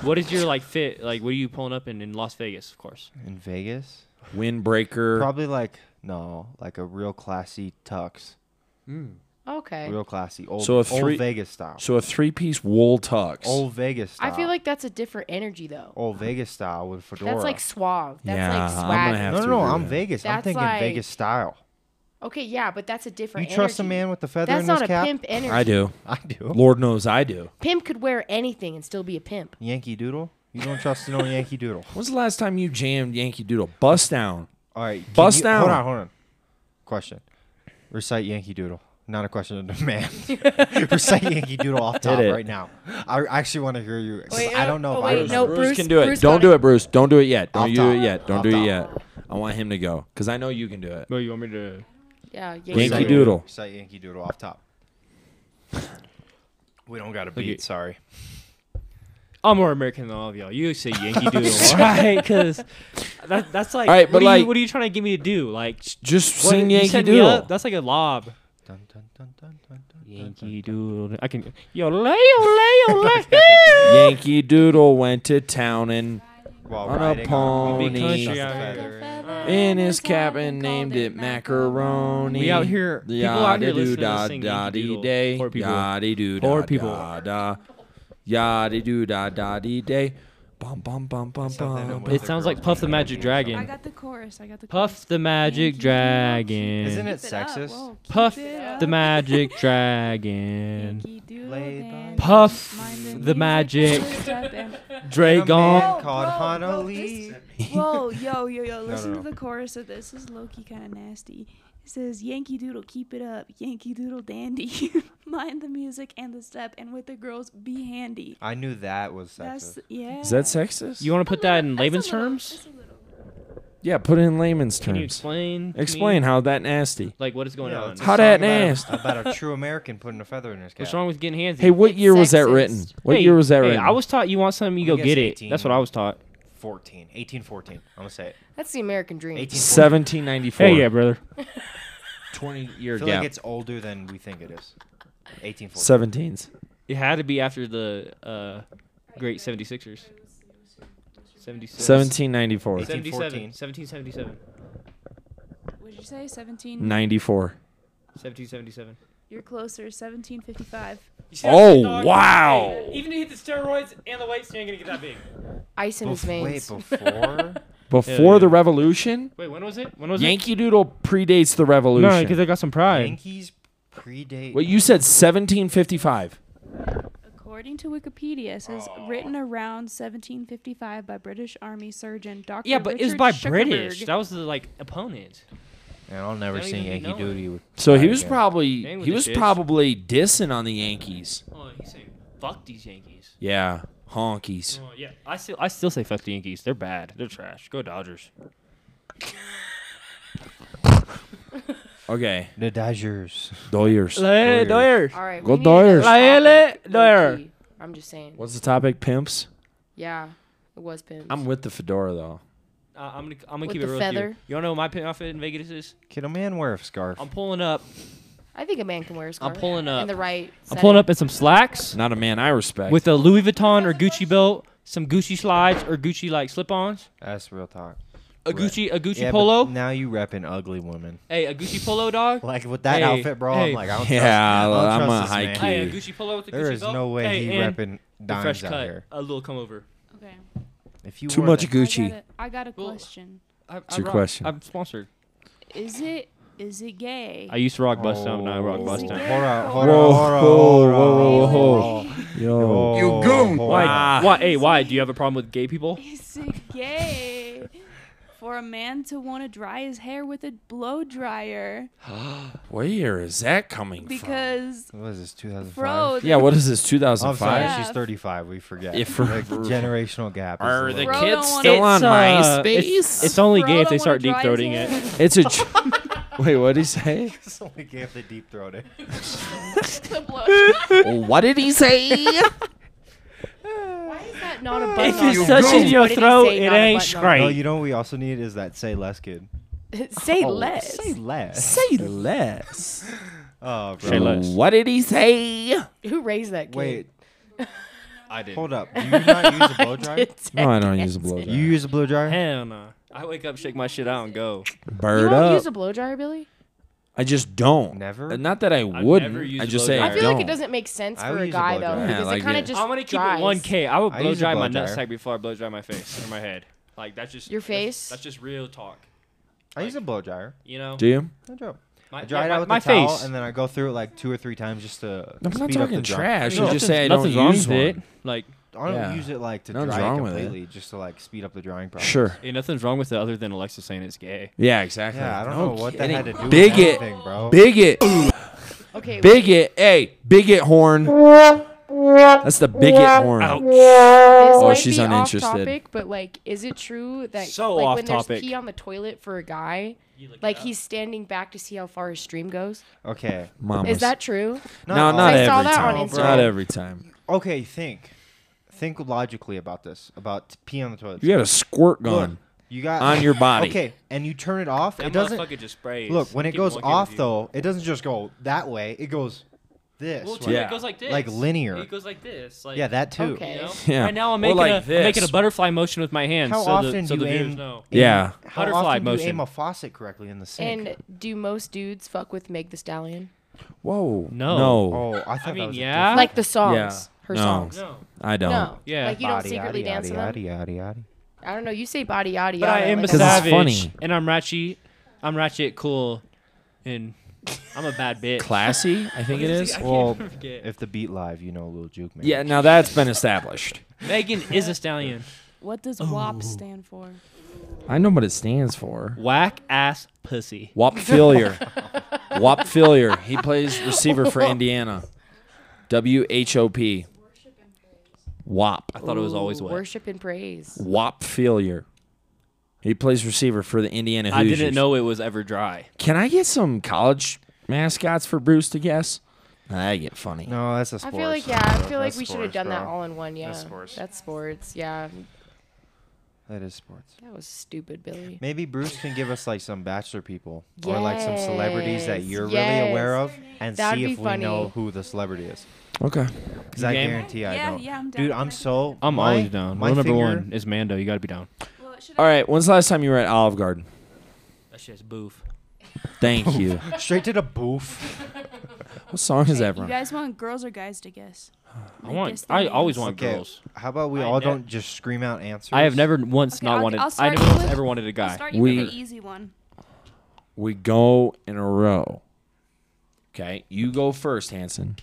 S3: what is your like fit? Like, what are you pulling up in in Las Vegas? Of course.
S2: In Vegas?
S1: Windbreaker.
S2: Probably like no, like a real classy tux,
S8: Okay.
S2: real classy old
S1: So a three-
S2: old Vegas style.
S1: So a three-piece wool tux.
S2: old Vegas style.
S8: I feel like that's a different energy though.
S2: old Vegas style with a fedora.
S8: That's like suave. That's
S1: Yeah,
S8: like
S1: I'm
S8: swag.
S1: gonna have-
S2: no, no,
S1: to
S2: no.
S1: agree
S2: I'm
S1: with that.
S2: Vegas. I'm
S8: That's
S2: thinking
S8: like-
S2: Vegas style.
S8: okay, yeah, but that's a
S2: You
S8: different.
S2: trust a
S8: energy.
S2: man with a feather
S8: That's
S2: in
S8: not
S2: his
S8: a
S2: cap?
S8: pimp energy.
S1: I do.
S2: I do.
S1: Lord knows I do.
S8: Pimp could wear anything and still be a pimp.
S2: Yankee Doodle. You don't trust no Yankee Doodle.
S1: When's the last time you jammed Yankee Doodle? Bust down.
S2: All right. can
S1: Bust
S2: you- Hold
S1: down.
S2: on, hold on. Question. Recite Yankee Doodle. Not a question of demand. Recite Yankee Doodle off top
S1: it.
S2: right now. I actually want to hear you. 'cause I don't know if I
S8: wait,
S2: remember.
S8: no, Bruce,
S1: can do it.
S8: Bruce
S1: Don't
S8: got
S1: do it, Bruce. Don't do it yet. Don't
S2: Off
S1: do
S2: top.
S1: it yet. Don't
S2: Off
S1: do
S2: top.
S1: it yet. I want him to go because I know you can do it.
S3: Well, you want me to?
S8: Yeah,
S1: Yankee
S2: Recite-
S8: yeah.
S1: Doodle.
S2: Recite Yankee Doodle off top. We don't got a
S3: Okay.
S2: beat. Sorry.
S3: I'm more American than all of y'all. You say Yankee Doodle, all right? Because that, that's like,
S1: All right,
S3: what
S1: but
S3: are you-
S1: like-
S3: what are you trying to get me to do? Like, sh-
S1: Just
S3: what,
S1: sing
S3: you
S1: Yankee
S3: set me
S1: Doodle.
S3: up? That's like a lob.
S2: Dun, dun, dun, dun, dun, dun,
S3: Yankee Doodle. I can. Yo, lay, yo, lay, yo, lay.
S1: Yankee Doodle went to town and
S2: dun. While
S1: On a
S2: riding
S1: pony.
S3: Big country out
S2: feather
S3: here.
S1: in
S2: in his-
S1: his cabin named it macaroni.
S3: We out here- people out here listening to
S1: da
S3: us sing
S1: da
S3: Yankee
S1: dee
S3: Doodle.
S1: day.
S3: Poor people.
S1: Yaddy doo da
S3: Poor
S1: da
S3: people.
S1: da. Yaddy doo da da dee day. Bum bum bum bum
S2: Something
S1: bum.
S2: with
S3: It sounds like Puff the Magic
S7: I
S3: Dragon.
S7: got the chorus. I got the chorus.
S3: Puff the Magic Dragon.
S2: Isn't it
S7: Keep it up,
S2: sexist?
S7: whoa, keep
S3: Puff
S7: it up.
S3: the Magic Dragon.
S7: Yankee Doodle
S2: Laid
S7: dance.
S2: by-
S3: Puff
S7: Mind
S3: the
S7: music,
S3: magic
S7: push up and-
S2: A man
S3: Dragon.
S2: called
S7: Whoa, whoa,
S2: Honolulu.
S7: this- Whoa, yo, yo, yo! Listen
S2: no.
S7: to the chorus of this. This is Loki kind of nasty. It says Yankee Doodle, keep it up, Yankee Doodle dandy, mind the music and the step, and with the girls be handy.
S2: I knew that was sexist.
S7: That's yeah.
S1: Is that sexist?
S3: You want to put that in
S7: That's a
S3: Laban's
S7: little-
S3: terms?
S7: that's a little-
S1: Yeah, put it in layman's
S3: Can you
S1: terms.
S3: explain? to me,
S1: Explain how that nasty.
S3: like what is going
S2: Yeah,
S3: on?
S2: it's a
S1: How
S2: song
S1: dat
S2: about a-
S1: nasty.
S2: About a true American putting a feather in his cap.
S3: What's wrong with getting handsy?
S1: Hey, what
S8: It's
S1: year was that
S8: sexist.
S1: written? What
S3: Hey,
S1: year was that
S3: hey,
S1: written?
S3: I was taught you want something, you
S2: I
S3: go
S2: guess
S3: get it.
S2: 18.
S3: That's what I was taught.
S2: 14, 1814. I'm going to say it.
S8: That's the American dream.
S2: 18.
S1: 1794.
S3: brother.
S1: 20 year
S2: I feel
S1: gap.
S2: like it's older than we think it is. 1814.
S1: 17s.
S3: It had to be after the uh, great 76ers. 76.
S1: 1794.
S3: 77.
S2: 1814.
S3: 1777.
S7: Would you say 17?
S1: 94.
S3: 1777.
S7: You're closer. 1755.
S6: You see that
S1: Oh,
S6: shit, dog?
S1: wow.
S6: Hey, even if you hit the steroids and the weights, you ain't gonna get that big.
S8: Ice in his
S2: Bef-
S8: veins.
S2: Wait, before?
S1: Before
S3: yeah.
S1: the Revolution?
S3: Wait, when was it? When was
S1: Yankee Doodle predates the
S3: it?
S1: Revolution.
S3: I got some pride.
S2: Yankees predate.
S1: Well, you said 1755.
S7: According to Wikipedia, it says written around 1755 by British Army surgeon Dr.
S3: Yeah, but it was
S7: Richard
S3: by
S7: Shuckerberg.
S3: British. That was the like opponent.
S2: and I'll never
S3: Don't
S2: sing
S3: even
S2: Yankee
S3: know it.
S2: Doody with.
S1: So he
S2: pride
S1: was
S2: again.
S1: probably
S3: Dang with
S1: he
S3: the
S1: was
S3: shits.
S1: probably dissing on the Yankees.
S3: Oh, he's saying fuck these Yankees.
S1: Yeah, honkies.
S3: Oh, yeah, I still I still say fuck the Yankees. They're bad. They're trash. Go Dodgers.
S1: Okay,
S2: The Dodgers.
S1: Doyers.
S3: Le
S2: Doyers.
S8: All right.
S1: Go
S8: we need another
S1: Doyers.
S8: topic,
S3: Laele Doyer.
S8: low-key. I'm just saying.
S1: What's the topic? Pimps.
S8: Yeah, it was pimps.
S1: I'm with the fedora though.
S3: Uh, I'm gonna I'm gonna
S8: With
S3: keep it
S8: the
S3: real with
S8: feather.
S3: you. You wanna know what my pin outfit in Vegas is?
S2: Can a man wear a scarf?
S3: I'm pulling up.
S8: I think a man can wear a scarf.
S3: pulling up.
S8: In the right.
S3: I'm
S8: setting.
S3: pulling up in some slacks
S1: Not a man I respect.
S3: with a Louis Vuitton or Gucci belt, some Gucci slides or Gucci like slip-ons,
S2: That's real talk.
S3: a
S2: Right.
S3: Gucci a Gucci
S2: Yeah, but
S3: polo.
S2: Now you rep an ugly woman.
S3: Hey, a Gucci polo dog.
S2: Like with that
S3: Hey,
S2: outfit, bro. I'm
S3: hey.
S2: like, I don't
S1: Yeah,
S2: trust, I don't
S1: I'm
S2: trust
S1: a
S2: this
S1: high
S2: man.
S1: key.
S3: Hey, a Gucci polo with a
S2: There
S3: Gucci
S2: is
S3: belt.
S2: no way
S3: hey,
S2: he
S3: and
S2: repping
S3: the
S2: dimes
S3: fresh
S2: out
S3: cut.
S2: here.
S3: A little come over.
S7: Okay.
S2: If you
S1: Too
S2: wore
S1: much
S2: that-
S7: I
S1: Gucci.
S7: got, a, I got a
S3: Well-
S7: question.
S3: I,
S1: It's your question.
S3: I'm sponsored.
S7: Is it is it gay?
S3: I used to rock bust down. Now I rock
S2: Oh.
S3: bust down.
S2: Hold on, hold
S1: Whoa,
S2: on, hold
S1: whoa,
S2: on, hold on,
S1: whoa, whoa,
S2: hold on.
S1: Yo.
S2: Oh,
S1: You goon.
S2: hold
S3: Why?
S2: on.
S1: Wow.
S3: Why? Hey, why? Do you have a problem with gay people?
S7: Is it gay for a man to want to dry his hair with a blow dryer?
S1: Where is that coming from?
S7: Because,
S2: What is this, 2005?
S7: bro,
S1: Yeah, what is this?
S2: I'm sorry,
S1: 2005.
S7: Yeah.
S2: she's 35. We forget.
S1: If we're-
S2: Like, generational gap. is a
S1: Are the
S2: little-
S7: Bro
S1: kids
S7: don't wanna-
S1: still on
S3: It's, uh,
S1: MySpace?
S3: It's, it's only
S7: Bro
S3: gay if they
S7: don't
S3: start
S7: wanna
S3: deep
S7: dry his
S3: throating
S7: hair.
S3: it.
S1: It's a. Tr- Wait, what did he say?
S2: It's only gave the deep throat it.
S7: the blow dryer.
S1: what did he say?
S8: Why is that not a button?
S3: If
S8: on
S3: you
S8: there?
S3: such
S8: What
S3: in
S8: did
S3: your
S8: he
S3: throat,
S8: say?
S3: it
S8: Not a
S3: ain't
S8: button on
S3: straight.
S2: No, Oh, you know what we also need is that say less kid.
S8: there. say less.
S2: Say less.
S1: Say less.
S2: Oh, bro.
S3: Say less.
S1: What did he say?
S8: Who raised that kid?
S2: Wait,
S3: I did.
S2: hold up. Do you not use a blow dryer?
S8: Did
S1: No, I don't use a blow
S2: You
S1: dryer.
S2: use a blow dryer?
S3: Hell no. I wake up, shake my shit out, and go.
S8: you
S1: Bird
S8: don't
S1: up.
S8: use a blow dryer, Billy?
S1: I just don't.
S2: Never?
S1: Uh, Not that I
S3: never
S1: wouldn't.
S3: used
S1: I
S3: a
S1: just
S3: blow
S1: say
S3: dryer.
S8: I
S1: I,
S8: feel
S1: don't.
S8: like it doesn't make sense
S2: I
S8: for
S2: would
S8: a
S2: use a
S8: guy
S2: blow
S8: though,
S2: dryer.
S1: Yeah,
S8: because
S1: like
S8: it kind
S1: it-
S8: of just
S3: I want to keep
S8: dries.
S3: it 1K. I would
S2: I
S3: blow
S2: use a
S3: dry
S2: blow
S3: my
S2: dryer.
S3: nutsack before I blow dry my face or my head. Like that's just
S8: Your
S3: that's-
S8: face?
S3: That's just real talk.
S2: I use a blow dryer.
S3: You know.
S1: Do you?
S2: No joke.
S3: My,
S2: I dry
S3: yeah,
S2: it
S3: my,
S2: out with
S3: my
S2: a towel,
S3: face.
S2: and then I go through it like two or three times just to.
S1: I'm not
S2: speed up the
S1: talking
S2: dry-
S1: trash.
S3: No,
S1: I just say I don't
S3: nothing's wrong
S1: use
S3: with it.
S1: one.
S3: Like,
S2: I don't
S1: Yeah.
S2: use it like to
S1: Nothing's
S2: dry it
S1: wrong with it.
S2: completely, just to like speed up the drying process.
S1: Sure.
S3: hey, nothing's wrong with it other than Alexa saying it's gay.
S1: Yeah, exactly.
S2: Yeah, I don't
S1: No
S2: know what
S1: kidding.
S2: that had to do with
S1: Bigot.
S2: anything, bro.
S1: Bigot.
S8: Okay, wait.
S1: Bigot. Hey, bigot horn. That's the bigot horn.
S8: This
S1: Oh,
S8: might
S1: she's
S8: be
S1: uninterested.
S8: Off topic, but like, is it true that
S3: So
S8: like
S3: off
S8: when
S3: topic.
S8: there's pee on the toilet for a guy,
S3: it
S8: like he's standing back to see how far his stream goes?
S2: Okay.
S1: Mamas.
S8: Is that true?
S1: No,
S2: all.
S1: not
S8: I
S1: every
S8: saw that
S1: time.
S8: on Instagram.
S1: Not every time.
S2: Okay, think. Think logically about this. About pee on the toilet.
S1: You got a squirt
S2: Look,
S1: gun
S2: you got
S1: on your body.
S2: Okay, and you turn it off.
S3: That
S2: it doesn't.
S3: motherfucker just sprays.
S2: Look, when it
S3: Keep
S2: goes
S3: 1K with
S2: off
S3: you.
S2: though, it doesn't just go that way. It goes this.
S3: Well, too,
S2: way.
S1: Yeah.
S3: it goes like this.
S2: Like linear.
S3: It goes like this. Like,
S2: Yeah, that too.
S8: Okay.
S3: You know?
S1: Yeah.
S3: Right now
S1: Or
S3: I'm making,
S1: like
S3: a, I'm making a
S1: this.
S3: butterfly motion with my hands.
S2: How
S3: so
S2: often
S3: the, so
S2: do
S3: the
S2: you
S3: viewers
S2: aim-
S3: know.
S1: Yeah.
S2: How
S3: Butterfly
S2: often do
S3: motion.
S2: you aim a faucet correctly in the sink?
S8: And do most dudes fuck with Meg the Stallion?
S1: Whoa.
S3: No.
S1: No.
S2: oh, I thought that
S3: mean,
S2: was A
S3: yeah.
S8: Like the songs,
S1: Yeah.
S8: her
S1: No.
S8: songs.
S3: No.
S1: I don't.
S8: No,
S3: Yeah.
S8: like you don't secretly dance to them. I don't know. You say body yada
S3: But
S8: yada.
S3: I am a
S8: like,
S1: 'Cause it's
S3: savage,
S1: funny.
S3: and I'm ratchet. I'm ratchet, cool, and I'm a bad bitch.
S1: Classy, I think it is.
S2: Well,
S3: forget.
S2: if the beat live, you know Lil Juke. Man.
S1: Yeah, now that's been established.
S3: Megan is a stallion.
S7: What does
S1: Oh.
S7: WAP stand for?
S1: I know what it stands for.
S3: Whack ass pussy.
S1: Wap Fillier. Wap Fillier. He plays receiver for Indiana. W H O P. Wap.
S3: I thought it was always
S8: ooh,
S3: wet.
S8: Worship and praise.
S1: Wap Fillier. He plays receiver for the Indiana
S6: I
S1: Hoosiers.
S6: didn't know it was ever dry.
S1: Can I get some college mascots for Bruce to guess? I get funny.
S2: No, that's a sport.
S8: I feel like yeah. I feel like we should have done that all in one. Yeah,
S2: That's sports.
S8: That's sports. Yeah,
S2: That is sports.
S8: that was stupid, Billy.
S2: Maybe Bruce can give us like some bachelor people or like some celebrities that
S8: Yes,
S2: you're really aware
S8: yes.
S2: of and
S8: That'd
S2: see
S8: be
S2: if we know
S8: funny.
S2: who the celebrity is.
S1: Okay.
S2: Because I
S6: game?
S2: guarantee I
S7: yeah,
S2: don't.
S7: yeah, I'm down.
S2: Dude, I'm so.
S3: I'm
S2: my,
S3: always down.
S2: My
S3: Rule number
S2: finger-
S3: one is Mando. You got to be down.
S7: Well, should I-
S1: All right. When's the last time you were at Olive Garden?
S6: That shit's boof.
S1: Thank you.
S2: Straight to the booth.
S1: What song is
S7: Hey,
S1: that
S7: You
S1: from?
S7: guys want girls or guys to guess?
S3: I
S7: Like,
S3: want.
S7: guess their
S3: I always
S7: names.
S3: want
S2: Okay.
S3: girls.
S2: How about we
S6: I
S2: all
S6: ne-
S2: don't just scream out answers?
S3: I have never once
S7: Okay,
S3: not
S7: I'll-
S3: wanted.
S7: I'll
S3: I
S7: start
S3: never
S7: you
S3: once
S7: with-
S3: ever wanted a
S7: I'll
S3: guy.
S7: start you
S1: We-
S7: with an easy one.
S1: We go in a row. Okay. You go first, Hanson.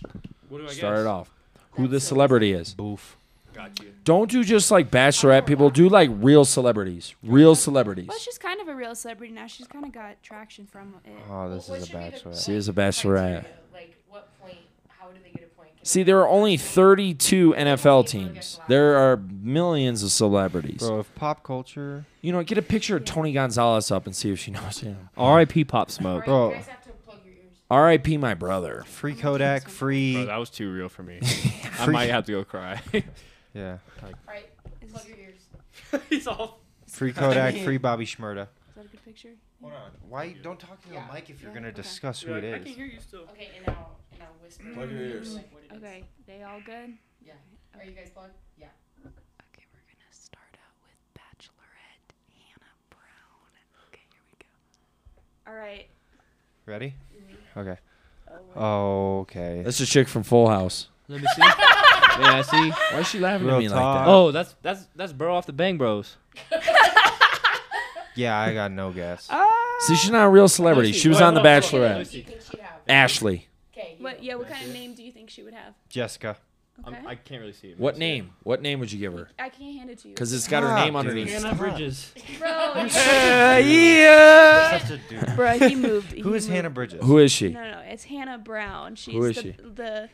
S6: What do I
S1: Start it off. Who the celebrity is.
S2: Boof.
S6: Got you.
S1: Don't do just like bachelorette people. Do like real celebrities. Real celebrities.
S7: Well, she's kind of a real celebrity now. She's kind of got traction from it.
S3: Uh,
S2: Oh, this
S4: What
S2: is a
S4: should be the-
S2: bachelor.
S1: See, it's a bachelorette.
S4: criteria? Like, what point? How do they get a point? Can
S1: See, there are only 32 NFL teams. There are millions of celebrities.
S2: Bro, if pop culture.
S1: You know, get a picture of Tony Gonzalez up and see if she knows him.
S3: R.I.P. Pop
S4: All
S1: uh,
S3: Smoke.
S4: right,
S2: Bro.
S4: you guys have to plug your ears.
S1: R.I.P. my brother.
S2: Free Kodak,
S6: Bro,
S2: free.
S6: that was too real for me. I
S2: free
S6: might have to go cry.
S2: yeah.
S4: All right, plug your ears.
S6: He's all.
S2: Free Kodak, free Bobby Schmurda.
S7: Is that a good picture?
S2: Hold on. Why don't talk to the mic if you're
S7: Yeah,
S2: gonna
S7: okay.
S2: discuss who it is?
S6: you still.
S4: Okay, and now, and now whisper. Plug your ears.
S7: Okay, they all good.
S4: Yeah. Are you guys plugged? Yeah.
S7: Okay, we're gonna start out with Bachelorette Hannah Brown. Okay, here we go. All right.
S2: Ready? Okay. Oh, okay.
S1: That's a chick from Full House.
S3: Let me see. yeah, see.
S1: Why is she laughing
S2: Real
S1: at me
S2: talk.
S1: like that?
S3: Oh, that's that's that's bro off the Bang Bros.
S2: Yeah, I got no guess.
S1: See, she's not a real celebrity. She was on The
S4: Who
S1: Bachelorette.
S4: do you think she have?
S1: Ashley.
S4: Okay. you
S7: What?
S4: go.
S7: Yeah. What kind of name do you think she would have?
S2: Jessica.
S7: Okay.
S6: I'm, I can't really see it.
S1: What name? What name would you give her?
S7: I can't hand it to you.
S1: Because it's got her
S2: Ah,
S1: name
S2: dude.
S1: underneath.
S3: Hannah Bridges.
S7: bro. you-
S1: yeah.
S2: Such a dude.
S7: bro, he moved.
S2: Who
S7: he
S2: is
S7: moved.
S2: Hannah Bridges?
S1: Who is she?
S7: No, no, it's Hannah Brown. She's
S1: is
S7: the,
S1: she?
S7: the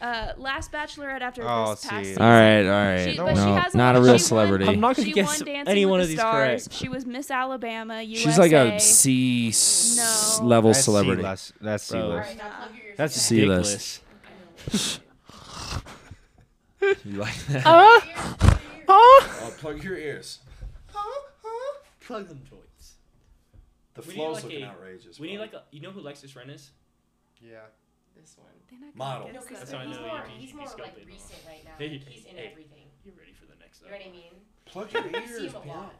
S7: uh, last Bachelorette after
S2: Oh,
S7: this past
S2: see.
S1: All right, all right.
S7: She,
S2: No,
S7: but she has
S1: not
S7: lot-
S1: a real
S7: she won-
S1: celebrity.
S3: I'm not gonna
S7: she
S3: guess
S7: won Dancing
S3: any
S7: with
S3: one
S7: the
S3: of these
S7: Stars.
S3: correct.
S7: She was Miss Alabama, USA.
S1: She's like a C s-
S7: No.
S1: level
S2: That's
S1: celebrity.
S2: C-less. That's C
S3: Bro.
S4: All
S2: list.
S4: right, now plug your ears.
S2: That's
S1: C list.
S6: Ridiculous.
S1: You like that? plug your ears.
S6: Plug them joints.
S1: The
S6: We need flow's like looking a-
S1: outrageous.
S6: a. You know who Lexus Ren is?
S2: Yeah.
S4: This one.
S7: They're not gonna
S1: Model.
S7: guess
S4: Because
S7: that.
S6: how I
S4: he's
S6: know
S4: more,
S6: you-
S4: he's
S6: you
S4: more
S6: scoped
S4: like
S6: it.
S4: recent right now.
S6: Hey,
S4: he's in
S6: hey.
S4: everything.
S6: You're ready for the next.
S4: You know what I mean?
S1: Plug your
S4: You see him a lot.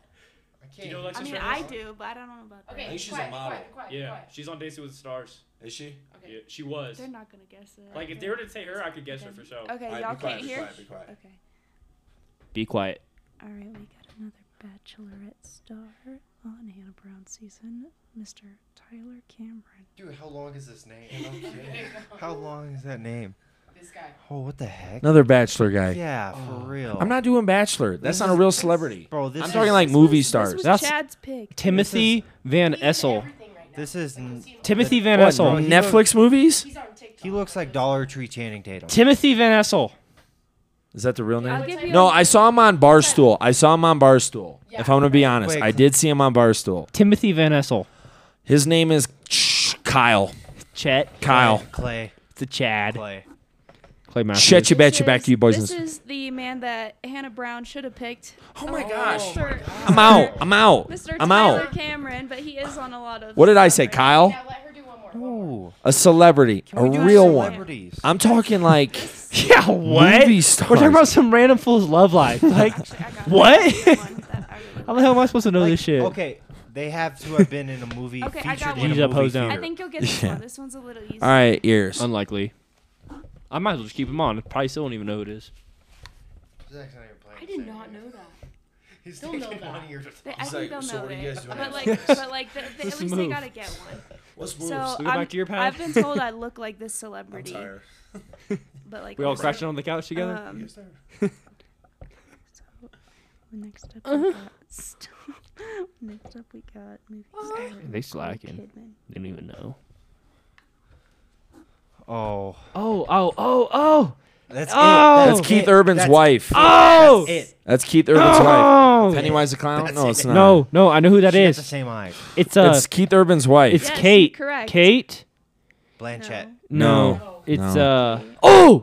S6: Do you know Lexus
S7: I mean,
S6: Ren
S7: I
S6: is?
S7: do, but I don't know about that.
S4: Okay,
S1: think she's a
S4: quiet,
S1: model.
S4: quiet, quiet,
S6: Yeah,
S4: quiet.
S6: she's on Dancing with the Stars.
S1: Is she?
S4: Okay.
S6: Yeah, she was.
S7: They're not gonna guess it.
S6: Like if they were to say her, I could guess her for sure.
S7: Okay, y'all can't hear. Okay.
S3: Be quiet.
S7: All right, we got another Bachelorette star on Hannah Brown season, Mr. Tyler Cameron.
S2: Dude, how long is this name? how long is that name?
S4: This guy.
S2: Oh, what the heck?
S1: Another Bachelor guy.
S2: Yeah, for real.
S1: Oh. I'm not doing Bachelor. That's
S2: This
S1: not a
S2: is-
S1: real celebrity.
S2: Bro, this
S1: I'm
S2: is,
S1: talking like
S7: This
S1: movie
S7: was-
S1: stars.
S7: This was
S3: That's-
S7: Chad's pick.
S3: Timothy Van
S4: He's in
S3: Essel.
S4: everything right now.
S2: This is
S4: Like,
S2: n-
S4: you see him on
S3: Timothy Van
S1: What,
S3: Essel.
S2: he
S1: Netflix movies?
S4: He's on TikTok.
S2: He looks like Dollar Tree Channing Tatum.
S3: Timothy Van Essel.
S1: Is that the real
S7: I'll
S1: name?
S7: give you
S1: No,
S7: a-
S1: I saw him on Barstool. I saw him on Barstool.
S4: Yeah.
S1: If I'm gonna be honest,
S2: Wait,
S1: I
S2: c-
S1: did see him on Barstool.
S3: Timothy Van Essel.
S1: His name is Kyle.
S3: Chet.
S1: Kyle.
S2: Clay.
S3: It's a Chad.
S2: Clay.
S3: Clay Matthews.
S1: Chet you bet you back to you boys.
S7: This is the man that Hannah Brown should have picked.
S1: Oh my gosh.
S7: Mr.
S1: I'm out. I'm out.
S7: Mr.
S1: I'm
S7: Tyler
S1: out.
S7: Cameron, but he is on a lot of.
S1: What did I
S7: stuff
S1: say?
S7: right
S1: Kyle?
S4: Now let her do one more. one more.
S2: Oh.
S1: A celebrity. A real one.
S2: Celebrities.
S1: I'm talking like
S3: Yeah, what?
S1: Movie
S3: We're
S1: stars.
S3: talking about some random fool's love life. Like,
S7: now. Actually, I got
S3: What?
S7: that one that I really
S3: how the hell am I supposed to know
S2: Like,
S3: this shit?
S2: Okay, they have to have been in a movie
S7: Okay, I got
S2: featured
S7: one.
S2: in
S3: Knees
S2: a
S3: up,
S2: movie
S3: hose down.
S7: I
S2: theater.
S7: think you'll get this
S1: Yeah.
S7: one. This one's a little easy.
S1: All right, ears.
S3: Unlikely. I might as well just keep him on. Probably still don't even know who it is.
S4: I did not know that.
S2: He's
S4: Don't know that.
S7: They, I think they'll know it. But like,
S1: after
S7: but like, the, the, at
S3: Let's
S7: least they
S3: move.
S7: gotta get one.
S1: Let's
S7: So
S3: go
S7: I'm-
S3: back to your pad.
S7: I've been told I look like this celebrity, but like
S3: We all
S7: also-
S3: crashing on the couch together?
S7: Um, next up,
S3: Uh-huh.
S7: we got st- next up we got movie star Nicole
S3: slacking.
S7: Kidman.
S3: they don't even know.
S2: Oh,
S3: Oh, oh, oh, oh!
S2: That's
S3: Oh!
S2: it.
S1: That's Keith Urban's
S2: That's
S1: wife.
S3: Oh!
S2: It.
S1: That's Keith Urban's
S3: Oh!
S1: wife. Pennywise the clown?
S2: That's
S1: no,
S2: it.
S1: it's not.
S3: No, no, Oh, I know who that
S2: She got
S3: is.
S2: the same eyes.
S3: It's uh,
S1: it's
S3: it's,
S1: Keith Urban's wife.
S7: Yes,
S3: Kate.
S7: correct.
S3: Kate.
S2: Blanchett.
S1: No.
S3: It's
S1: No.
S3: uh. Oh!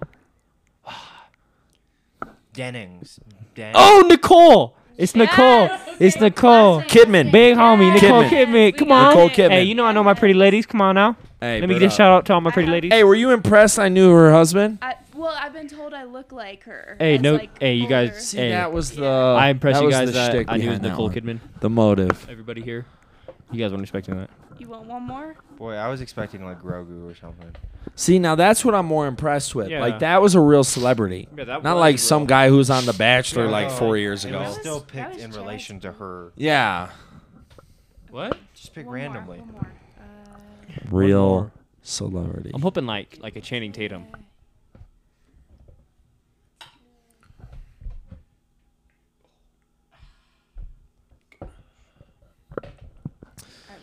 S2: Dennings. Den-
S3: Oh, Nicole. It's Nicole.
S7: Yes,
S3: It's
S7: okay,
S3: Nicole.
S7: classic.
S1: Kidman.
S3: Big homie, Nicole
S1: Kidman.
S3: Kidman.
S7: We
S3: Come
S7: got
S3: on.
S1: Nicole
S7: it.
S1: Kidman.
S3: Hey, you know I know my pretty ladies. Come on now.
S1: Hey,
S3: Let me
S1: Brit
S3: get a
S1: up.
S3: shout out to all my pretty
S7: I have-
S3: ladies.
S1: Hey, were you impressed I knew her husband?
S7: I, well, I've been told I look like her.
S3: Hey,
S7: as,
S3: no-
S7: like,
S3: hey, you guys-
S7: older.
S3: See, Hey. that
S1: was
S7: the-
S3: I impressed
S1: that
S3: you
S1: was
S3: guys
S1: the
S3: Uh, that
S1: shtick
S3: I knew it was
S1: behind that
S3: Nicole
S1: one.
S3: Kidman.
S1: The motive.
S3: Everybody here. You guys weren't expecting that.
S7: You want one more?
S2: Boy, I was expecting like Grogu or something.
S1: See, now that's what I'm more impressed with.
S3: Yeah.
S1: Like that was a real celebrity,
S6: Yeah, that
S1: not
S6: was
S1: like
S6: real.
S1: some guy who was on The Bachelor
S2: Yeah,
S1: like
S2: no,
S1: four
S2: like,
S1: years
S2: it
S1: ago.
S2: was
S7: That
S2: still
S7: was- that
S2: picked
S7: was
S2: in
S7: Chad's
S2: relation to her.
S1: yeah,
S3: What?
S2: Just pick
S7: One more,
S2: randomly.
S7: one more. Uh,
S1: real
S3: more.
S1: celebrity.
S3: I'm hoping like like a Channing Tatum.
S7: alright,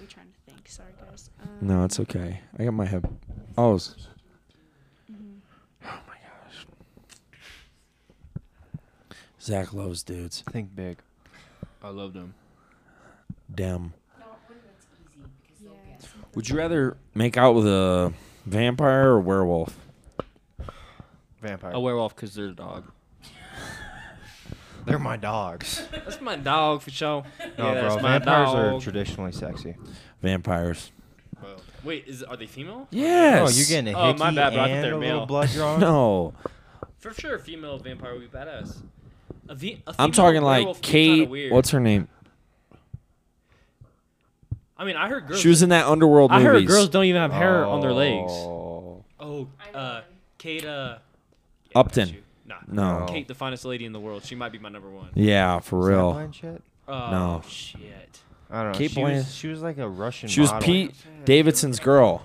S7: we're trying to think. Sorry, guys. Um,
S1: No, it's okay. I got my head. Oh, s- oh my gosh. Zach loves dudes.
S2: Think big.
S6: I loved him.
S1: Dem.
S7: yeah.
S1: Would you rather make out with a vampire or werewolf?
S2: Vampire.
S3: Oh,
S6: A werewolf because they're a dog.
S2: They're my dogs.
S6: That's my dog for sure. yeah,
S2: No, bro.
S6: that's my
S2: Vampires are
S6: dog.
S2: traditionally sexy.
S1: Vampires.
S6: Wait, is are they female?
S1: Yes.
S2: Oh, you're getting a
S6: Oh,
S2: hickey
S6: my bad, bro. I thought
S2: and
S6: they're
S2: a little
S6: male.
S2: blood drawn.
S1: No.
S6: For sure, a female vampire would be badass. A ve- a female
S1: I'm talking like
S6: werewolf would be kinda
S1: Kate.
S6: weird.
S1: What's her name?
S6: I mean, I heard girls.
S1: She was in that underworld
S3: I
S1: movies.
S3: heard girls don't even have hair on their legs.
S2: Oh.
S6: Oh,
S4: I know
S6: uh, Kate. Uh, yeah,
S1: Upton.
S6: shoot. Nah.
S1: No.
S6: Kate, the finest lady in the world. She might be my number one.
S1: Yeah, for
S2: Was that
S1: real.
S2: Blanchett?
S6: Oh,
S1: No.
S6: Shit.
S2: I don't know.
S1: Kate
S2: she, was,
S1: Blanchett.
S2: she was like a Russian.
S1: She was
S2: model.
S1: Pete Davidson's girl.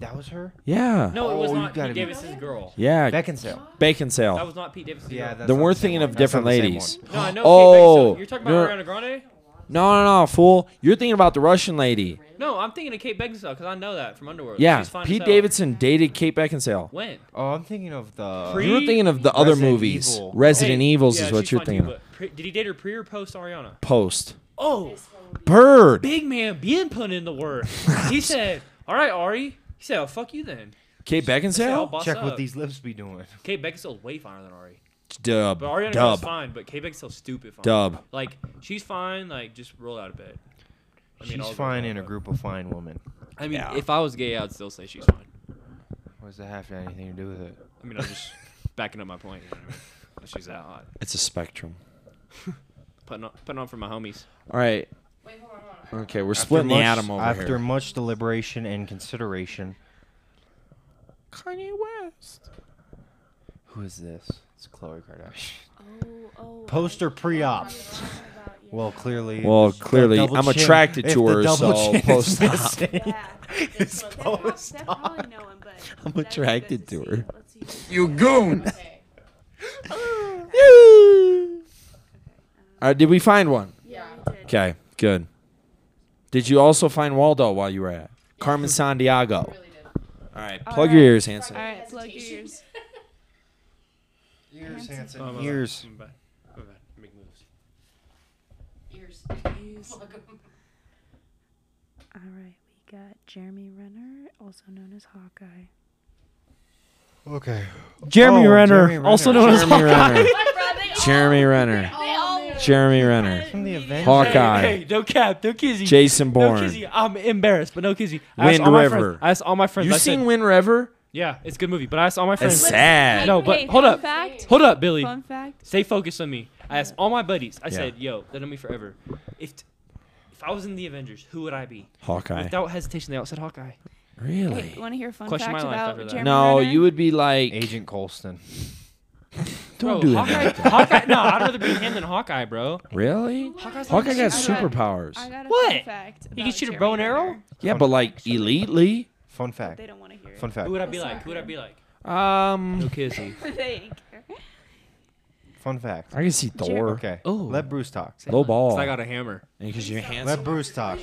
S2: That was her.
S1: Yeah.
S6: No, it was
S2: Oh, you
S6: not
S2: gotta
S6: Pete
S2: be-
S6: Davidson's girl.
S1: Yeah.
S2: Beckinsale.
S1: Bacon
S6: That
S1: sale.
S6: was not Pete Davidson's girl.
S2: that's
S1: Then
S2: not
S1: we're
S2: the same
S1: thinking
S2: one.
S1: of
S2: That's
S1: different
S2: not the same
S1: ladies.
S2: one.
S6: No, I know.
S1: Oh,
S6: Kate Beckinsale. You're talking
S1: you're-
S6: about Ariana Grande?
S1: No, no, no, fool. You're thinking about the Russian lady.
S6: No, I'm thinking of Kate Beckinsale because I know that from Underworld.
S1: Yeah.
S6: She's fine as
S1: Pete
S6: hell.
S1: Davidson dated Kate Beckinsale.
S6: When?
S2: Oh, I'm thinking of the.
S6: Pre-
S1: You were thinking of the other
S2: Resident
S1: movies.
S2: Evil.
S1: Resident
S6: Hey,
S1: Evils
S6: yeah,
S1: is what
S6: she's
S1: you're
S6: fine too,
S1: thinking of.
S6: but pre- did he date her pre or post Ariana?
S1: Post.
S6: Oh,
S1: Bird.
S6: big man being put in the word. he said, "All right, Ari." He said, "Oh, fuck you then."
S1: Kate
S6: I said, "I'll
S1: Beckinsale?
S6: boss
S2: Check
S6: up.
S2: what these lips be doing.
S6: Kate Beckinsale's way finer than Ari,
S1: Dub.
S6: but Ariana Grande's
S1: Dub.
S6: fine. But Kate Beckinsale's stupid fine.
S1: Dub.
S6: Like she's fine. Like just roll out of bed. I mean,
S2: She's
S6: all girls
S2: fine
S6: are,
S2: in a
S6: but-
S2: group of fine women.
S6: I mean,
S1: Yeah.
S6: if I was gay, I'd still say she's fine.
S2: What does that have to anything to do with it?
S6: I mean, I'm just backing up my point. You know what I mean? But She's that hot.
S1: It's a spectrum.
S6: Putting on, putting on for my homies.
S1: All right.
S4: Wait, hold on, hold on.
S1: Okay, we're splitting the
S2: much,
S1: atom over
S2: After
S1: here.
S2: much deliberation and consideration,
S1: Kanye West.
S2: who is this? It's Khloe Kardashian.
S7: Oh, oh.
S2: Poster pre-op.
S7: Well,
S2: Well, clearly.
S1: Well,
S2: if the
S1: clearly,
S2: double
S1: I'm
S2: chin-
S1: attracted
S2: if
S1: to
S2: the
S1: her,
S2: double
S1: so
S2: chin is
S1: post op.
S2: missing-
S7: yeah.
S2: It's post
S7: That's
S2: op.
S7: probably no one, but
S1: I'm
S7: that'd be good
S1: attracted to
S7: see.
S1: her.
S7: Let's see.
S1: You goon.
S4: Okay.
S1: All right, did we find one?
S4: Yeah.
S7: We did.
S1: Okay, good. Did you also find Waldo while you were at? Carmen Sandiego. All
S4: Really did.
S1: right,
S7: All
S1: plug your
S7: right.
S1: ears, Hanson.
S7: All right, plug your
S4: Hesitation.
S7: ears.
S2: Ears, Hanson.
S6: Oh, my bad.
S2: Ears.
S6: My bad. My bad. Make moves.
S4: Ears. Plug 'em.
S7: All right, we got Jeremy Renner, also known as Hawkeye.
S2: Okay.
S3: Jeremy
S2: Oh,
S3: Renner,
S2: Jeremy
S3: also
S2: Renner.
S3: known as
S1: Jeremy Renner.
S4: Bro,
S1: Jeremy Renner.
S4: they all- They all.
S1: Jeremy Renner.
S2: From the Avengers.
S1: Hawkeye.
S3: Hey, hey, no cap, no kizzy.
S1: Jason
S3: No
S1: Bourne.
S3: kizzy. I'm embarrassed, but no kizzy. I
S1: Wind
S3: asked all my
S1: River.
S3: friends- I asked all my friends.
S1: You
S3: I
S1: seen
S3: said-
S1: Wind River?
S3: Yeah, it's a good movie, but I asked all my
S1: That's
S3: friends.
S1: sad.
S3: No, but
S7: Hey,
S3: hold
S7: fun
S3: up.
S7: Fact,
S3: Hold up, Billy.
S7: fun fact.
S3: Stay focused on me. I asked all my buddies. I
S1: Yeah.
S3: said, "Yo, that know me forever. If t- if I was in the Avengers, who would I be?"
S1: Hawkeye.
S3: Without hesitation, they all said Hawkeye.
S1: Really?
S7: Want to hear a fun
S3: Question
S7: fact
S3: my life
S7: about
S3: after that.
S7: Jeremy
S1: No,
S7: Renner?
S1: you would be like,
S2: Agent Colston.
S1: don't
S3: bro,
S1: do
S3: Hawkeye,
S1: that.
S3: Hawkeye. No, I'd rather be him than Hawkeye, bro.
S1: Really?
S3: Hawkeye's like
S1: Hawkeye got
S3: super-
S1: superpowers.
S7: I got a
S3: What?
S7: fun fact.
S3: He can
S7: about
S3: shoot a
S7: Jeremy
S3: bow and arrow.
S7: Renner.
S1: Yeah, but like elitely.
S2: Fun
S7: But
S2: fact.
S7: They don't want to hear it.
S2: Fun fact.
S3: Who would I be like? Who would I be like? No
S1: Um,
S3: kizzy.
S7: they ain't care.
S2: Fun fact.
S1: I can see Thor.
S2: Okay.
S3: Oh.
S2: Let Bruce talk.
S1: Low ball.
S3: I got a hammer.
S1: Because you're handsome.
S2: Let Bruce talk.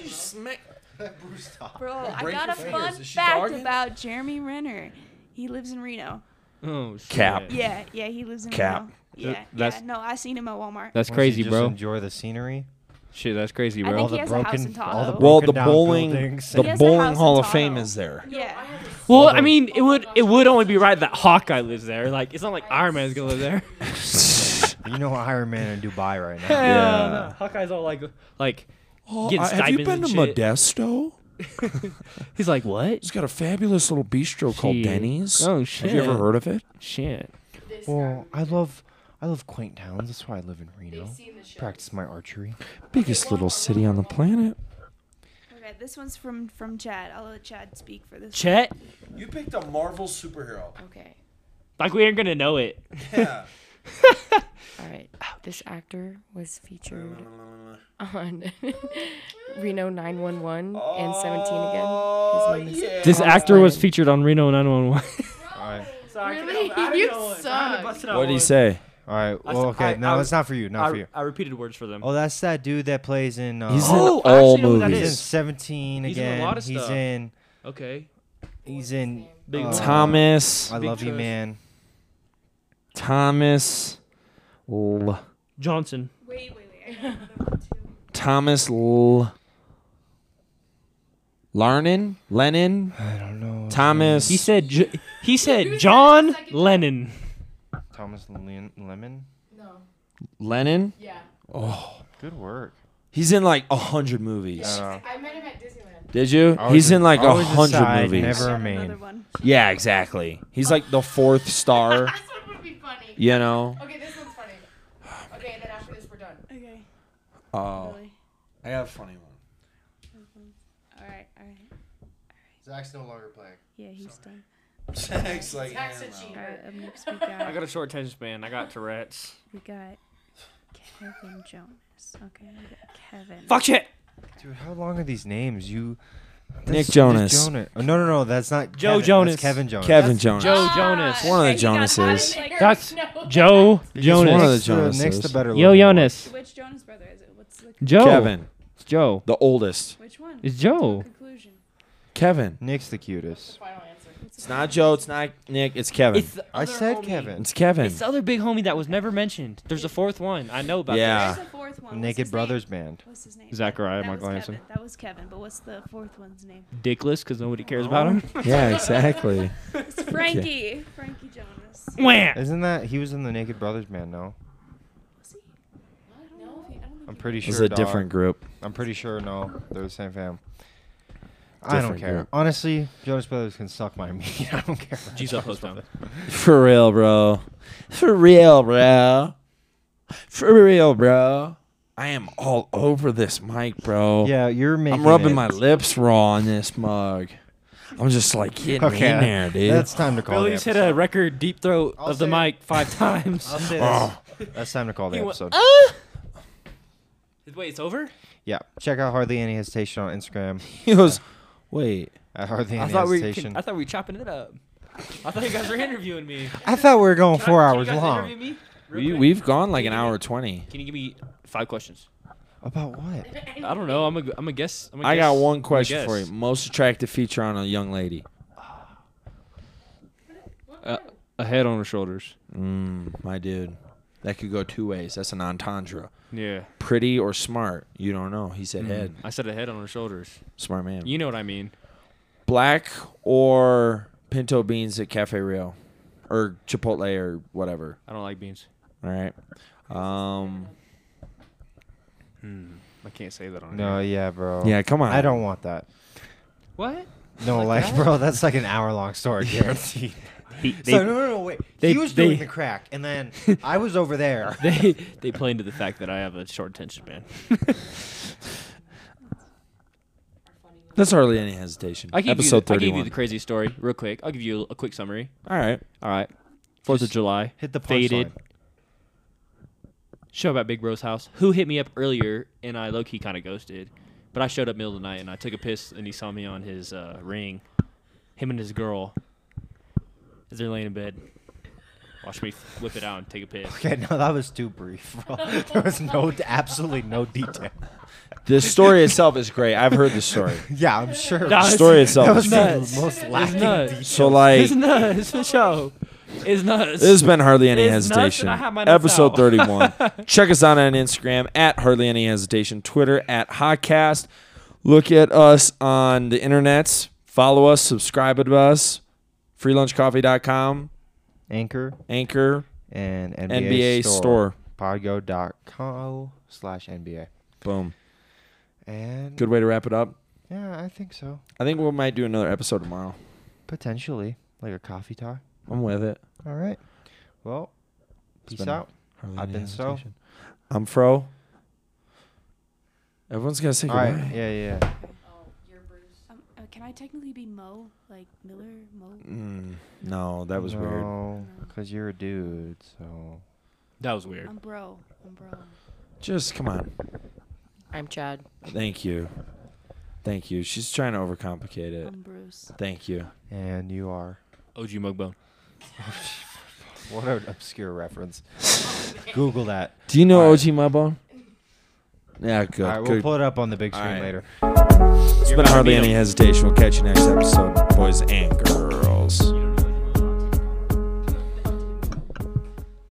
S7: Bro, I
S1: break
S7: got
S1: your
S7: a
S1: fingers.
S7: fun
S1: Is she
S7: fact
S1: dogging?
S7: about Jeremy Renner. He lives in Reno.
S3: Oh, shit.
S1: Cap.
S7: Yeah, yeah, he lives in
S1: Cap.
S7: Monroe. Yeah,
S3: that's-
S7: yeah, no, I seen him at Walmart.
S3: That's
S2: Why don't
S3: crazy,
S2: you just
S3: bro.
S2: Enjoy the scenery.
S3: Shit, that's crazy,
S7: I
S3: bro.
S7: think
S2: the
S7: he has a house
S2: broken-
S7: in
S2: all the
S1: Well,
S7: Tahoe.
S2: broken
S1: the
S2: down
S1: bowling,
S2: buildings
S1: the
S7: He has a
S1: bowling
S7: house
S1: Hall
S7: in
S1: of Fame
S7: Tahoe.
S1: is there.
S7: yeah,
S3: well, I mean, it would it would only be right that Hawkeye lives there. Like, it's not like Iron Man's gonna live there.
S2: You know Iron Man in Dubai right now.
S3: Yeah.
S1: Yeah.
S3: no. Hawkeye's all like, like,
S1: Oh,
S3: Getting
S1: I- have you
S3: stipends
S1: been
S3: and
S1: to
S3: shit.
S1: Modesto?
S3: he's like, what?
S1: He's got a fabulous little bistro called
S3: Shit.
S1: Denny's.
S3: Oh
S1: Have
S3: shit!
S1: you ever heard of it?
S3: Shit.
S2: Well, I love, I love quaint towns. That's why I live in Reno.
S4: seen the show.
S2: Practice my archery.
S1: Biggest little city on the planet.
S7: Okay, this one's from from Chad. I'll let Chad speak for this.
S3: Chet,
S1: You picked a Marvel superhero.
S8: Okay.
S3: like we ain't gonna know it.
S1: Yeah.
S8: All right. Oh, This actor was featured on Reno 911 and 17 again. His name is-
S3: This
S8: Oh,
S3: actor was
S8: fine.
S3: featured on Reno 911.
S2: All right,
S8: Really? You suck.
S1: What did he say?
S2: all right.
S6: I
S2: Well,
S6: s- I-
S2: okay. No,
S6: I-
S2: it's not for you. Not for
S6: I,
S2: you.
S6: I repeated words for them.
S2: Oh, that's that dude that plays in. Uh,
S1: He's
S3: Oh,
S1: in
S3: I
S1: all
S3: actually know who that
S2: he's in
S1: movies.
S3: is.
S2: 17
S6: He's in a
S2: again.
S6: lot of
S2: he's
S6: stuff.
S2: in.
S6: Okay.
S2: He's in.
S6: Big
S2: uh,
S6: Little-
S1: Thomas.
S2: I
S6: Big
S2: love you,
S6: Trust.
S2: man.
S1: Thomas. L-
S3: Johnson.
S7: Wait, wait, wait. I got another one too.
S1: Thomas. L- Larnin. Lennon.
S2: I don't know. his
S1: Thomas.
S3: He said. J- he said John Lennon.
S2: name. Thomas Leon- Lemon.
S4: No.
S1: Lennon.
S4: Yeah.
S2: Good work.
S1: He's in like a hundred movies.
S2: Uh,
S4: I met him at Disneyland.
S1: Did you?
S2: Always
S1: He's
S2: a-
S1: in like a
S2: always a
S1: hundred
S2: side,
S1: movies.
S7: I
S2: never-
S7: got
S2: Mermaid.
S7: another one.
S1: Yeah, exactly. He's like the fourth star.
S4: This one would be funny.
S1: you know.
S4: Okay, this one's funny. Okay, and then after this, we're done.
S7: Okay.
S1: Oh,
S7: Really?
S1: I have a funny one.
S7: All right, all right.
S2: Zach's no longer playing.
S7: Yeah, he's done.
S1: Zach's like,
S4: Zach said she.
S7: All right, up next we got
S6: I got a short attention span. I got Tourette's.
S7: we got Kevin Jonas. Okay, we got Kevin.
S3: Fuck shit.
S2: Oh, Dude, how long are these names? You.
S1: Nick
S2: That's-
S1: Jonas.
S2: that's Jonas. Oh, no, no, no. That's not
S3: Joe
S2: Kevin, that's
S3: Jonas.
S2: Kevin Jonas.
S1: Kevin Jonas.
S3: Joe
S7: Ah,
S3: Jonas.
S1: One of the
S4: Jonases.
S1: Jonases.
S3: That's
S4: no.
S3: Joe
S2: Because
S1: one
S3: Jonas.
S1: of the
S2: next to- Next
S1: Jonases.
S2: to better
S3: Yo,
S2: looking one.
S3: Jonas.
S7: Which Jonas brother is it? What's the
S3: Joe.
S1: Kevin,
S3: It's Joe.
S1: the oldest.
S7: which one?
S3: It's Joe.
S7: Conclusion.
S1: Kevin.
S2: Nick's the
S7: Oh,
S2: cutest.
S4: Final answer.
S1: It's not Joe. It's not Nick. It's Kevin. It's,
S3: the
S2: I said Kevin.
S1: Kevin.
S3: It's the other big homie that was never mentioned. There's a fourth one. I know about
S1: yeah.
S7: There's a fourth one. What's
S2: Naked
S7: his
S2: Brothers
S7: Name?
S2: Band.
S7: What's his name?
S3: Zachariah
S7: that
S3: Michael
S7: was
S3: Anderson.
S7: Kevin. That was Kevin. But what's the fourth one's name?
S3: that. Dickless, because nobody cares about him.
S1: yeah, exactly.
S7: It's Frankie. Frankie Jonas.
S3: Wham!
S2: Isn't that he was in the Naked Brothers Band? No,
S7: Was he? I don't know if he- I don't
S2: I'm
S7: think
S2: pretty
S1: It's
S2: sure.
S1: a
S2: dog.
S1: different group.
S2: I'm pretty sure. No, they're the same fam. I don't
S1: Different
S2: care.
S1: group.
S2: Honestly, Jonas Brothers can suck my meat. I don't care.
S3: G's up, post down.
S1: For real, bro. For real, bro. For real, bro. I am all over this mic, bro.
S2: Yeah, you're making.
S1: I'm rubbing
S2: it.
S1: my lips raw on this mug. I'm just like getting
S2: Okay,
S1: in there, dude.
S2: that's time to call. The
S3: Billy's hit
S2: episode.
S3: a record deep throat
S2: I'll
S3: of the
S2: say-
S3: mic five times.
S2: I'll say this. That's time to call the
S3: He went,
S2: episode.
S3: Wait, it's over?
S2: Yeah, check out hardly any hesitation on Instagram
S1: he goes, wait.
S2: at hardly
S3: I
S2: any
S3: thought, we were,
S2: hesitation.
S3: I thought we were chopping it up. I thought you guys were interviewing me.
S2: I thought we were going
S3: Can I-
S2: four
S3: can
S2: hours
S3: you guys
S2: long.
S3: interview me? Real
S1: We,
S3: quick.
S1: we've gone like an hour 20.
S3: Can you give me five questions?
S2: About what?
S3: I don't know. I'm a, I'm a guess. I'm a
S1: I
S3: guess.
S1: got
S3: I'm
S1: one
S3: a
S1: question
S3: guess.
S1: for you. Most attractive feature on a young lady.
S3: A head on her shoulders.
S1: Mm, my dude. That could go two ways. That's an entendre.
S3: Yeah.
S1: Pretty or smart? You don't know. He said head.
S3: I said a head on her shoulders.
S1: Smart man.
S3: Mm. You know what I mean.
S1: Black or pinto beans at Cafe Rio or Chipotle or whatever.
S3: I don't like beans.
S1: All right. Um,
S3: I can't say that on
S2: No, yeah, bro.
S1: yeah, come on.
S2: I don't want that.
S3: What?
S2: No, like,
S3: Like that?
S2: bro, that's like an hour long story guaranteed.
S3: they,
S2: so no, no, no, wait.
S3: they-
S2: he was
S3: they-
S2: doing the crack, and then I was over there.
S3: they they play into the fact that I have a short attention span.
S1: That's hardly any hesitation.
S3: I gave
S1: Episode
S3: you the, I gave
S1: 31.
S3: you the crazy story real quick. I'll give you a quick summary.
S1: All right.
S3: All right. Fourth of July.
S2: Hit the
S3: Faded.
S2: punchline.
S3: Show up at Big Bro's house. Who hit me up earlier and I low key kind of ghosted, but I showed up middle of the night and I took a piss and he saw me on his uh, ring. Him and his girl, as they're laying in bed, watch me flip it out and take a piss.
S2: Okay, no, that was too brief, bro. There was no, absolutely no detail.
S1: The story itself is great. I've heard the story.
S2: Yeah, I'm sure.
S3: That
S1: The story itself
S2: that
S1: is
S2: was
S1: great.
S2: the
S3: nuts.
S2: most
S3: It's
S2: lacking.
S3: nuts.
S1: So like
S3: It's nuts for show.
S6: It's nuts.
S1: This has been Hardly Any
S6: It's nuts and
S1: Hesitation.
S6: I have my nuts
S1: Episode
S6: out.
S1: 31. Check us out on Instagram at Hardly Any Hesitation, Twitter at Hotcast. Look at us on the internets. Follow us, subscribe to us, freelunchcoffee.com,
S2: Anchor
S1: Anchor,
S2: and NBA,
S1: NBA Store.
S2: Podgo.co slash NBA.
S1: Boom.
S2: And
S1: Good way to wrap it up.
S2: yeah, I think so.
S1: I think we might do another episode tomorrow.
S2: Potentially, like a coffee talk.
S1: I'm with it.
S2: All right. Well, peace
S1: been-
S2: out.
S1: Hardly
S2: I've
S1: Any
S2: been so.
S1: Hesitation. I'm Fro. Everyone's got to say
S2: All
S1: goodbye.
S2: right. Yeah, yeah. yeah.
S7: Um, uh, can I technically be Mo? Like Miller? Mo?
S1: Mm, no, that was weird.
S2: Because you're a dude, so.
S3: That was weird.
S7: I'm bro. I'm bro.
S1: Just come on.
S8: I'm Chad.
S1: Thank you. Thank you. She's trying to overcomplicate it.
S7: I'm Bruce.
S1: Thank you.
S2: And you are.
S3: OG Mugbone.
S2: What an obscure reference. Google that.
S1: Do you know
S2: All right.
S1: OG Mudbone? Yeah, good.
S2: All right, we'll
S1: good.
S2: pull it up on the big
S1: All
S2: screen
S1: right.
S2: later.
S1: it's been hardly
S3: beat
S1: any hesitation. We'll catch you next episode, boys